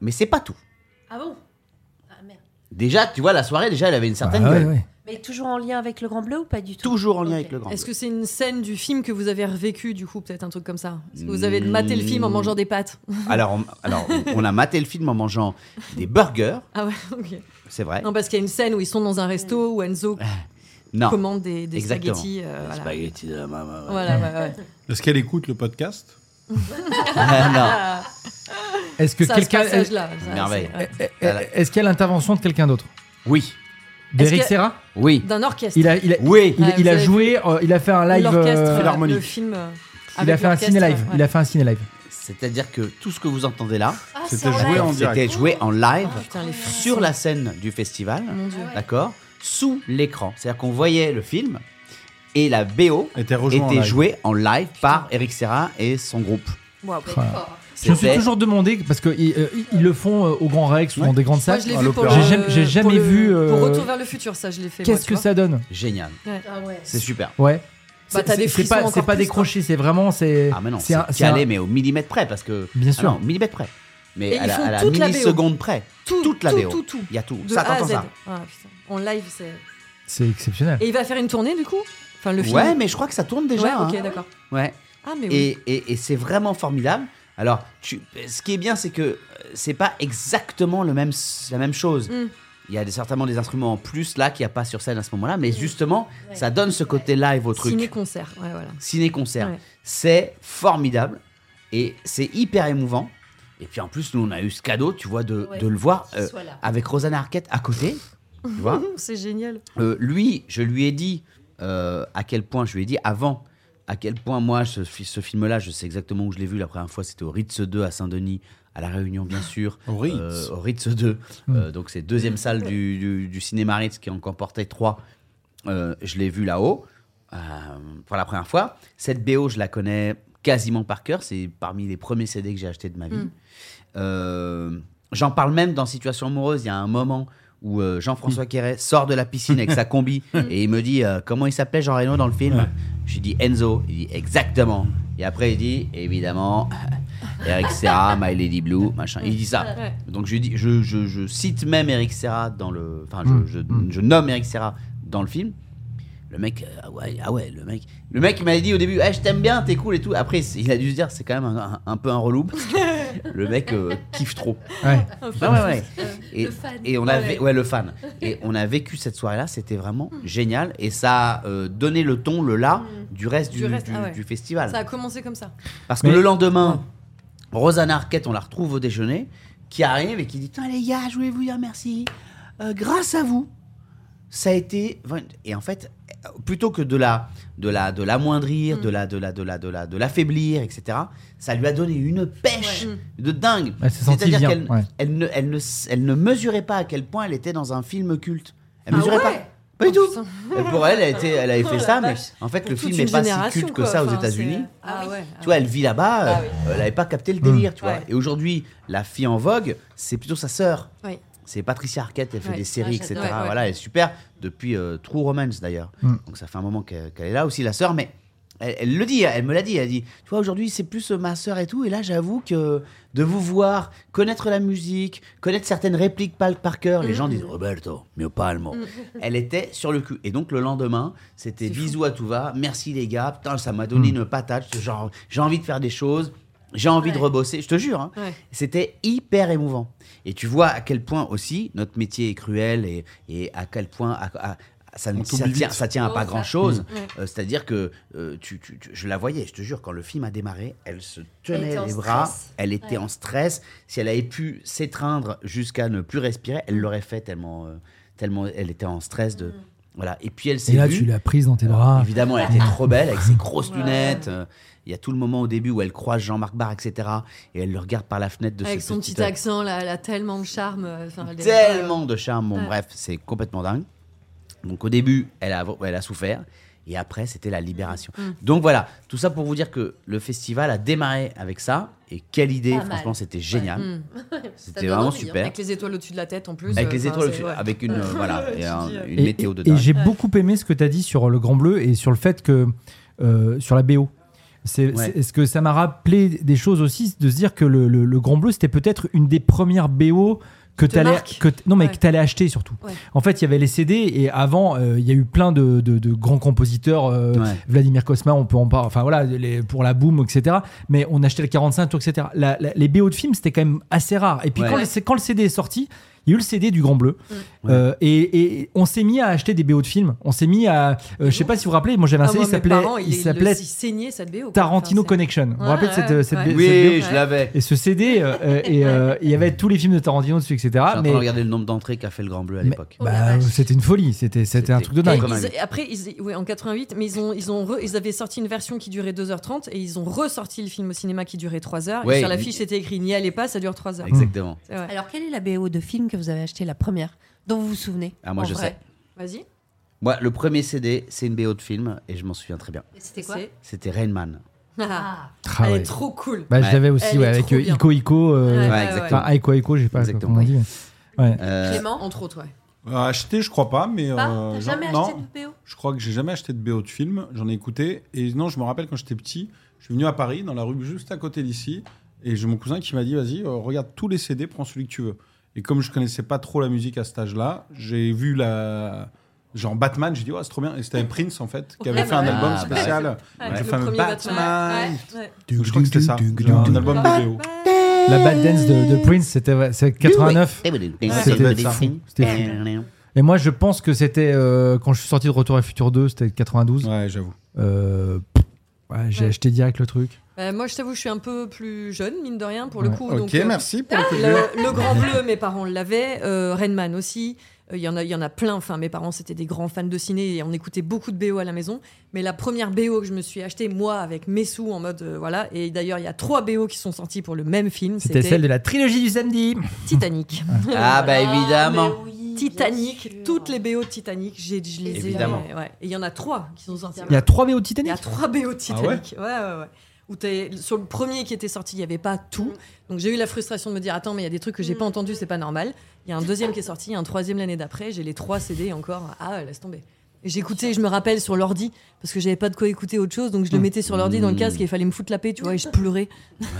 Speaker 2: Mais c'est pas tout.
Speaker 7: Ah bon Ah merde.
Speaker 2: Déjà, tu vois, la soirée, déjà, elle avait une certaine
Speaker 3: Bah ouais,
Speaker 2: gueule.
Speaker 3: ouais.
Speaker 7: Mais toujours en lien avec le Grand Bleu ou pas du tout
Speaker 2: Toujours en lien
Speaker 7: Ok.
Speaker 2: avec le grand.
Speaker 4: Est-ce
Speaker 2: bleu.
Speaker 4: que c'est une scène du film que vous avez revécu, du coup, peut-être un truc comme ça Est-ce que vous avez maté le film en
Speaker 2: Mm.
Speaker 4: mangeant des pâtes
Speaker 2: (laughs) Alors, on, alors, on- on a maté le film en mangeant des burgers,
Speaker 4: Ah ouais, (laughs) ok.
Speaker 2: c'est vrai.
Speaker 4: Non, parce qu'il y a une scène où ils sont dans un resto où Enzo
Speaker 3: Ah
Speaker 2: Non.
Speaker 4: commande des, des
Speaker 2: Exactement.
Speaker 4: spaghettis. euh,
Speaker 2: Des
Speaker 4: voilà.
Speaker 2: spaghettis de la maman, ouais.
Speaker 4: Voilà, ouais, ouais.
Speaker 1: Est-ce qu'elle écoute le podcast
Speaker 2: Ah,
Speaker 3: Est-ce que
Speaker 4: ça, ce
Speaker 3: quelqu'un. Est-ce
Speaker 4: passage-là. ça,
Speaker 2: Merveille.
Speaker 4: c'est- ouais.
Speaker 3: est-ce qu'il y a l'intervention de quelqu'un d'autre
Speaker 2: non. Oui,
Speaker 3: D'Eric
Speaker 4: que-
Speaker 3: Serra
Speaker 2: oui,
Speaker 4: D'un orchestre.
Speaker 3: Il a, il a,
Speaker 2: oui.
Speaker 3: il,
Speaker 4: Ouais,
Speaker 3: il
Speaker 4: vous
Speaker 3: a
Speaker 4: avez
Speaker 3: joué, euh, il a fait un live.
Speaker 4: L'orchestre,
Speaker 3: euh,
Speaker 4: euh,
Speaker 1: Philharmonique.
Speaker 4: Le film. euh,
Speaker 3: il a
Speaker 4: avec
Speaker 3: fait un
Speaker 4: l'orchestre,
Speaker 3: ciné live.
Speaker 4: ouais.
Speaker 3: Il a fait un ciné live.
Speaker 2: C'est-à-dire que tout ce que vous entendez là,
Speaker 7: Ah,
Speaker 1: C'était
Speaker 7: c'est en
Speaker 1: joué
Speaker 7: live.
Speaker 1: en- direct.
Speaker 2: c'était joué en live
Speaker 4: Oh, putain, les frissons.
Speaker 2: sur la scène du festival,
Speaker 4: Mon Dieu.
Speaker 2: d'accord Sous l'écran. C'est-à-dire qu'on voyait le film et la BO
Speaker 1: Elle était rejointe. en
Speaker 2: était
Speaker 1: live.
Speaker 2: jouée en live par Eric Serra et son groupe.
Speaker 4: Waouh.
Speaker 3: Je me suis
Speaker 2: C'était-
Speaker 3: toujours demandé, parce qu'ils ils le font euh, au Grand Rex ou
Speaker 1: Ouais.
Speaker 3: dans des grandes
Speaker 4: Moi,
Speaker 3: salles.
Speaker 4: je l'ai
Speaker 1: à
Speaker 4: vu pour
Speaker 1: l'opéra.
Speaker 3: J'ai
Speaker 4: le-
Speaker 3: jamais- j'ai
Speaker 4: pour
Speaker 3: jamais
Speaker 4: le-
Speaker 3: vu, euh,
Speaker 4: Pour Retour vers le futur, ça, je l'ai fait.
Speaker 3: Qu'est-ce
Speaker 4: moi,
Speaker 3: que
Speaker 4: tu vois.
Speaker 3: ça donne
Speaker 2: Génial,
Speaker 7: Ah ouais.
Speaker 2: c'est super.
Speaker 3: Ouais.
Speaker 4: Bah, t'as des
Speaker 3: C'est- c'est
Speaker 4: frissons
Speaker 3: pas, c'est
Speaker 4: encore
Speaker 3: pas
Speaker 4: plus,
Speaker 3: décroché, c'est vraiment. C'est
Speaker 2: Ah mais non,
Speaker 3: c'est
Speaker 2: c'est
Speaker 3: un- c'est
Speaker 2: calé
Speaker 3: un-
Speaker 2: mais au millimètre près parce que
Speaker 3: Bien
Speaker 2: Ah
Speaker 3: sûr.
Speaker 2: non, millimètre près. Mais
Speaker 4: Et
Speaker 2: à
Speaker 4: ils
Speaker 2: la,
Speaker 4: font
Speaker 2: à la
Speaker 4: toute la BO.
Speaker 2: milliseconde près,
Speaker 4: Tout,
Speaker 2: toute la
Speaker 4: tout,
Speaker 2: BO.
Speaker 4: Tout, tout.
Speaker 2: il y a tout.
Speaker 4: De
Speaker 2: ça,
Speaker 4: A à
Speaker 2: t'entends
Speaker 4: Z.
Speaker 2: ça.
Speaker 4: Ah, putain. En live, c'est.
Speaker 3: C'est exceptionnel.
Speaker 4: Et il va faire une tournée, du coup Enfin, le film.
Speaker 2: Ouais, mais je crois que ça tourne déjà.
Speaker 4: Ouais, ok,
Speaker 2: hein.
Speaker 4: d'accord.
Speaker 2: Ouais.
Speaker 4: Ah, mais oui.
Speaker 2: Et, et- et c'est vraiment formidable. Alors, tu, ce qui est bien, c'est que euh, c'est pas exactement le même, la même chose.
Speaker 4: Mm.
Speaker 2: Il y a des- certainement des instruments en plus là qu'il n'y a pas sur scène à ce moment-là,
Speaker 4: Mm.
Speaker 2: mais justement, ça donne ce côté live au truc.
Speaker 4: Ciné-concert, ouais, voilà.
Speaker 2: ciné-concert.
Speaker 4: Ouais.
Speaker 2: C'est formidable et c'est hyper émouvant. Et puis en plus, nous, on a eu ce cadeau, tu vois, de,
Speaker 7: Ouais.
Speaker 2: de le voir
Speaker 7: Qu'il
Speaker 2: euh,
Speaker 7: soit là.
Speaker 2: avec Rosanna Arquette à côté. Tu
Speaker 7: (laughs)
Speaker 2: vois
Speaker 4: (laughs) C'est génial.
Speaker 2: Euh, Lui, je lui ai dit euh, à quel point, je lui ai dit avant, à quel point moi, ce, fi- ce film-là, je sais exactement où je l'ai vu la première fois, c'était au Ritz 2 à Saint-Denis, à La Réunion,
Speaker 7: (laughs)
Speaker 2: bien sûr.
Speaker 1: Au Ritz.
Speaker 2: Euh, au Ritz 2. Euh, donc, c'est deuxième salle du, du, du cinéma Ritz qui en comportait trois. Euh, je l'ai vu là-haut euh, pour la première fois. Cette BO, je la connais quasiment par cœur. C'est parmi les premiers CD que j'ai acheté de ma vie. Euh, J'en parle même dans Situation amoureuse. Il y a un moment où euh, Jean-François Quéret sort de la piscine avec sa combi et il me dit euh, comment il s'appelait Jean Reno dans le film. Je lui dis Enzo. Il dit exactement. Et après il dit évidemment (laughs) Eric Serra, My Lady Blue, machin. Il dit ça.
Speaker 4: Ouais.
Speaker 2: Donc je lui dis, je, je- je cite même Eric Serra dans le, enfin je-
Speaker 3: Mm.
Speaker 2: je, je nomme Eric Serra dans le film. Le mec, euh, ah ouais, ah ouais, le mec, le mec il m'avait dit au début, Eh, je t'aime bien, t'es cool et tout. Après, c'est- il a dû se dire, c'est quand même un, un- un peu un relou. parce que le mec euh, kiffe trop.
Speaker 3: Ouais.
Speaker 2: Ouais, ouais, ouais. (laughs) Et,
Speaker 7: le fan.
Speaker 2: et on a, vé- ouais, le fan. Et on a vécu cette soirée-là, c'était vraiment génial. Et ça a euh, donné le ton, le là, du reste du,
Speaker 4: Du reste,
Speaker 2: du-
Speaker 4: ah ouais.
Speaker 2: du festival.
Speaker 4: Ça a commencé comme ça.
Speaker 2: Parce
Speaker 3: Mais-
Speaker 2: que le lendemain, Rosanna Arquette, on la retrouve au déjeuner, qui arrive et qui dit Tiens, les gars, je voulais vous dire merci. Euh, grâce à vous, ça a été. Et en fait, plutôt que de la de la de
Speaker 4: Mm.
Speaker 2: l'amoindrir, de la de la de la de la de l'affaiblir, etc. Ça lui a donné une pêche de dingue.
Speaker 3: Elle s'est sentie
Speaker 2: C'est-à-dire
Speaker 3: bien,
Speaker 2: qu'elle
Speaker 3: ouais.
Speaker 2: elle ne elle ne elle ne mesurait pas à quel point elle était dans un film culte. Elle
Speaker 4: Ah
Speaker 2: mesurait
Speaker 4: ouais
Speaker 2: pas. Pas du tout.
Speaker 4: putain. Oh
Speaker 2: Euh, Pour elle, elle, était, elle avait fait
Speaker 4: la
Speaker 2: ça, mais
Speaker 4: vache.
Speaker 2: en fait,
Speaker 4: Pour
Speaker 2: le
Speaker 4: toute
Speaker 2: film
Speaker 4: une
Speaker 2: n'est pas si
Speaker 4: génération,
Speaker 2: culte que
Speaker 4: quoi.
Speaker 2: ça aux
Speaker 4: Enfin, c'est-
Speaker 2: États-Unis.
Speaker 4: Ah ouais.
Speaker 2: Tu vois, elle vit là-bas, euh,
Speaker 4: Ah oui.
Speaker 2: euh, elle n'avait pas capté le délire, tu vois.
Speaker 4: Ouais.
Speaker 2: Et aujourd'hui, la fille en vogue, c'est plutôt sa sœur.
Speaker 4: Oui.
Speaker 2: C'est Patricia Arquette, elle fait
Speaker 4: Ouais.
Speaker 2: des séries,
Speaker 7: Ah,
Speaker 2: etc.
Speaker 7: j'adore.
Speaker 4: Ouais, ouais.
Speaker 2: Voilà, elle est super depuis euh, True Romance d'ailleurs.
Speaker 3: Mm.
Speaker 2: Donc ça fait un moment qu'elle qu'elle est là aussi, la sœur, mais elle, elle le dit, elle me l'a dit, elle dit, tu vois, aujourd'hui c'est plus euh, ma sœur et tout, et là j'avoue que de vous voir, connaître la musique, connaître certaines répliques par, par cœur,
Speaker 4: Mm.
Speaker 2: les gens disent Roberto, mio palmo. (laughs) Elle était sur le cul. Et donc le lendemain, c'était bisous à tout va, merci les gars, putain, ça m'a donné une patate, ce genre, j'ai envie de faire des choses, j'ai envie de rebosser, je te jure. hein.
Speaker 4: Ouais.
Speaker 2: C'était hyper émouvant. Et tu vois à quel point aussi notre métier est cruel et, et à quel point à- à- ça, ne-
Speaker 1: On
Speaker 2: ça
Speaker 1: t'oublie
Speaker 2: tient,
Speaker 1: vite.
Speaker 2: ça tient à
Speaker 4: Oh,
Speaker 2: pas
Speaker 4: ça.
Speaker 2: grand chose.
Speaker 4: Mm. Ouais.
Speaker 2: C'est-à-dire que euh, tu, tu- tu- je la voyais, je te jure, quand le film a démarré, elle se tenait
Speaker 8: était en
Speaker 2: les bras,
Speaker 8: stress.
Speaker 2: elle était
Speaker 8: Ouais.
Speaker 2: en stress. Si elle avait pu s'étreindre jusqu'à ne plus respirer, elle l'aurait fait tellement, euh, tellement elle était en stress de. Voilà. Et puis elle s'est
Speaker 3: Et là,
Speaker 2: vue.
Speaker 3: tu l'as prise dans tes bras.
Speaker 2: Évidemment, elle était trop belle avec ses grosses lunettes. Euh, Il y a tout le moment au début où elle croise Jean-Marc Barr, etc. Et elle le regarde par la fenètre de
Speaker 4: Avec
Speaker 2: ce
Speaker 4: son petit
Speaker 2: œil.
Speaker 4: accent, là, elle a tellement de charme. euh, enfin, elle est-
Speaker 2: Tellement de charme. Bon,
Speaker 4: Ouais.
Speaker 2: bref, c'est complètement dingue. Donc au début, elle a, elle a souffert. Et après, c'était la libération. Donc voilà, tout ça pour vous dire que le festival a démarré avec ça. Et quelle idée,
Speaker 8: Pas mal.
Speaker 2: franchement, c'était génial.
Speaker 4: Mm.
Speaker 2: C'était
Speaker 8: donne
Speaker 2: vraiment
Speaker 8: envie, hein.
Speaker 2: super.
Speaker 4: Avec les étoiles au-dessus de la tête en plus.
Speaker 2: Avec
Speaker 4: euh,
Speaker 2: les
Speaker 4: enfin,
Speaker 2: étoiles,
Speaker 4: c'est-
Speaker 2: au-dessus,
Speaker 4: ouais.
Speaker 2: avec une, euh, voilà, et
Speaker 4: Tu
Speaker 2: un-
Speaker 4: dis, euh,
Speaker 2: une
Speaker 3: Et-
Speaker 2: météo de
Speaker 3: Et,
Speaker 2: dingue.
Speaker 3: j'ai beaucoup aimé ce que tu as dit sur le Grand Bleu et sur le fait que euh, sur la BO. C'est
Speaker 2: Ouais.
Speaker 3: c'est- est-ce que ça m'a rappelé des choses aussi de se dire que le, le- le Grand Bleu c'était peut-être une des premières BO que
Speaker 4: Te
Speaker 3: tu allais
Speaker 4: marque.
Speaker 3: que t- non mais
Speaker 4: Ouais.
Speaker 3: que t'allais acheter surtout.
Speaker 4: Ouais.
Speaker 3: En fait, il y avait les CD et avant euh, il y a eu plein de, de- de grands compositeurs euh,
Speaker 2: Ouais.
Speaker 3: Vladimir Kosma, on peut en parler enfin voilà les- pour la boom etc. Mais on achetait le 45 tours etc. La- la- les BO de films c'était quand même assez rare. Et puis
Speaker 2: Ouais.
Speaker 3: quand, le, quand le CD est sorti, il y a eu le CD du Grand Bleu. Euh, et, et on s'est mis à acheter des BO de films. On s'est mis à. euh, je sais pas si vous vous rappelez, moi j'avais un
Speaker 4: Ah,
Speaker 3: CD
Speaker 4: moi,
Speaker 3: qui
Speaker 4: mes
Speaker 3: s'appelait-
Speaker 4: parents,
Speaker 3: il
Speaker 4: ils-
Speaker 3: s'appelait
Speaker 4: ils saignaient cette BO. quoi.
Speaker 3: Tarantino
Speaker 4: Enfin, c'est-
Speaker 3: Connection. Vous vous
Speaker 4: Ouais,
Speaker 3: rappelez de cette,
Speaker 4: ouais,
Speaker 3: cette-
Speaker 4: ouais.
Speaker 3: cette
Speaker 2: Oui,
Speaker 3: BO
Speaker 2: je l'avais.
Speaker 3: Et ce CD, euh, euh, et euh, il y avait tous les films de Tarantino dessus, etc.
Speaker 2: J'ai en train
Speaker 3: Mais
Speaker 2: de regarder le nombre d'entrées qu'a fait le Grand Bleu à
Speaker 3: Mais-
Speaker 4: Oh,
Speaker 2: l'époque.
Speaker 3: bah, c'était une folie, c'était c'était un
Speaker 2: C'était
Speaker 3: truc de
Speaker 4: Et
Speaker 3: dingue.
Speaker 2: comme un
Speaker 4: ils-
Speaker 2: huit.
Speaker 4: après, ils, ouais, en 88, mais ils, ont, ils, ont re- ils avaient sorti une version qui durait 2h30 et ils ont ressorti le film au cinéma qui durait 3h.
Speaker 2: Ouais,
Speaker 4: et sur
Speaker 2: il-
Speaker 4: l'affiche, c'était écrit N'y allez pas, ça dure 3h.
Speaker 2: Exactement.
Speaker 7: Alors, quelle est la BO de film que vous avez acheté, la première, dont vous vous souvenez
Speaker 2: Ah, moi,
Speaker 7: en
Speaker 2: je
Speaker 7: vrai
Speaker 2: sais.
Speaker 4: Vas-y.
Speaker 2: Moi, le premier CD, c'est une BO de film et je m'en souviens très bien.
Speaker 8: Et C'était quoi
Speaker 4: C'est- (laughs)
Speaker 2: C'était Rain Man.
Speaker 4: Ah,
Speaker 3: Ah
Speaker 4: Elle
Speaker 3: ouais.
Speaker 4: est trop cool.
Speaker 3: Bah, je
Speaker 2: Ouais.
Speaker 3: l'avais aussi
Speaker 4: Elle
Speaker 3: ouais,
Speaker 4: est
Speaker 3: avec
Speaker 4: trop
Speaker 3: euh,
Speaker 4: bien.
Speaker 3: Ico Ico. euh,
Speaker 4: Ouais,
Speaker 2: ouais,
Speaker 3: Enfin,
Speaker 2: exactement.
Speaker 3: Ico Ico, je sais pas
Speaker 2: Exactement.
Speaker 3: comment on dit. mais- Ouais.
Speaker 2: Euh,
Speaker 8: Clément
Speaker 4: Entre autres, ouais.
Speaker 1: Euh, acheté, je crois pas, mais.
Speaker 8: Pas
Speaker 1: euh,
Speaker 8: T'as
Speaker 1: genre-
Speaker 8: jamais
Speaker 1: non,
Speaker 8: acheté de BO
Speaker 1: je crois que j'ai jamais acheté de BO de film. J'en ai écouté. Et non, je me rappelle quand j'étais petit, je suis venu à Paris, dans la rue juste à côté d'ici, et j'ai mon cousin qui m'a dit vas-y, euh, regarde tous les CD, prends celui que tu veux. Et comme je connaissais pas trop la musique à cet âge-là, j'ai vu la. Genre Batman, j'ai dit, ouais, c'est trop bien. Et c'était Prince, en fait, qui avait
Speaker 4: Ah,
Speaker 1: fait un
Speaker 4: bah,
Speaker 1: album
Speaker 2: bah,
Speaker 1: spécial.
Speaker 4: Ouais,
Speaker 1: Avec le
Speaker 4: le
Speaker 1: fameux
Speaker 4: premier
Speaker 1: Batman.
Speaker 4: Ouais, ouais.
Speaker 1: Je crois que c'était ça. Un album de BO.
Speaker 3: La Bad Dance de, de Prince, c'était ouais, c'est 89.
Speaker 2: Eh,
Speaker 1: ça devait être ça.
Speaker 3: C'était Et moi, je pense que c'était euh, quand je suis sorti de Retour à Futur 2, c'était 92.
Speaker 1: Ouais, j'avoue.
Speaker 3: Euh, pff, ouais, j'ai
Speaker 4: Ouais.
Speaker 3: acheté direct le truc.
Speaker 4: Euh, moi, je t'avoue, je suis un peu plus jeune, mine de rien, pour le
Speaker 3: Ouais.
Speaker 4: coup.
Speaker 1: Ok,
Speaker 4: donc, euh,
Speaker 1: merci pour le coup de gueule.
Speaker 4: Le, le Grand Bleu, mes parents l'avaient. Euh, Rainman aussi. Euh, Il y en a, il y en a plein. Enfin, mes parents c'était des grands fans de ciné et on écoutait beaucoup de BO à la maison. Mais la première BO que je me suis achetée, moi, avec mes sous, en mode euh, voilà. Et d'ailleurs, il y a trois BO qui sont sortis pour le même film.
Speaker 3: C'était
Speaker 4: C'était
Speaker 3: celle de la trilogie du samedi.
Speaker 4: Titanic.
Speaker 2: (laughs) Ah bah évidemment.
Speaker 4: Titanic. Toutes les BO de Titanic, j'ai, je les ai-
Speaker 2: Évidemment.
Speaker 4: ouais. Et il y en a trois qui sont sortis.
Speaker 3: Il y a trois BO de Titanic.
Speaker 4: Il y a trois BO de Titanic. ouais, ouais, ouais. Où t'es- sur le premier qui était sorti, il n'y avait pas tout. Donc j'ai eu la frustration de me dire Attends, mais il y a des trucs que j'ai pas entendus, c'est pas normal. Il y a un deuxième qui est sorti, il y a un troisième l'année d'après. J'ai les trois CD encore. Ah, laisse tomber. Et J'écoutais, je me rappelle, sur l'ordi, parce que j'avais pas de quoi écouter autre chose, donc je le mettais sur l'ordi dans le
Speaker 2: Mm.
Speaker 4: casque et il fallait me foutre la paix, tu vois, et je pleurais.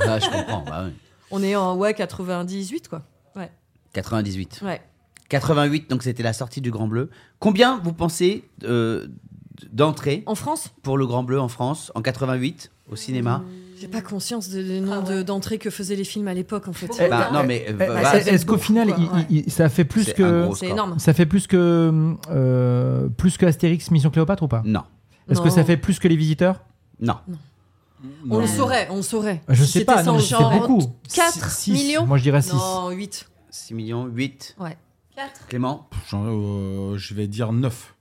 Speaker 2: Ah, je comprends. bah oui.
Speaker 4: On est en, ouais, 98, quoi.
Speaker 2: 98.
Speaker 4: Ouais.
Speaker 2: 88, donc c'était la sortie du Grand Bleu. Combien vous pensez euh, d'entrées
Speaker 4: En France,
Speaker 2: pour le Grand Bleu en France en 88 au cinéma
Speaker 4: j'ai pas conscience de- du nombre de- d'entrées que faisaient les films à l'époque, en fait.
Speaker 8: Beaucoup.
Speaker 2: Bah, Non mais euh,
Speaker 3: Eh,
Speaker 2: va-
Speaker 3: est- Est-ce qu'au final,
Speaker 4: quoi,
Speaker 3: il-
Speaker 4: ouais.
Speaker 3: il- il- ça fait plus
Speaker 2: hein. c'est un
Speaker 3: que
Speaker 2: gros
Speaker 4: C'est
Speaker 2: score.
Speaker 4: énorme.
Speaker 3: ça fait plus que euh, plus que Astérix Mission Cléopâtre ou pas
Speaker 2: Non,
Speaker 3: Est-ce que
Speaker 4: Non.
Speaker 3: ça fait plus que les visiteurs
Speaker 2: non.
Speaker 4: On le saurait, on le saurait.
Speaker 3: Je
Speaker 4: Si
Speaker 3: sais pas,
Speaker 4: c'était ça,
Speaker 3: non,
Speaker 4: on
Speaker 3: mais
Speaker 4: le
Speaker 3: c'est
Speaker 4: saurait.
Speaker 3: beaucoup.
Speaker 4: Quatre
Speaker 3: Six- six.
Speaker 4: millions
Speaker 3: Moi je dirais 6.
Speaker 4: Non, 8.
Speaker 2: 6 millions 8.
Speaker 4: Ouais.
Speaker 8: 4
Speaker 2: Clément
Speaker 1: Pff, j'en- euh, je vais dire 9.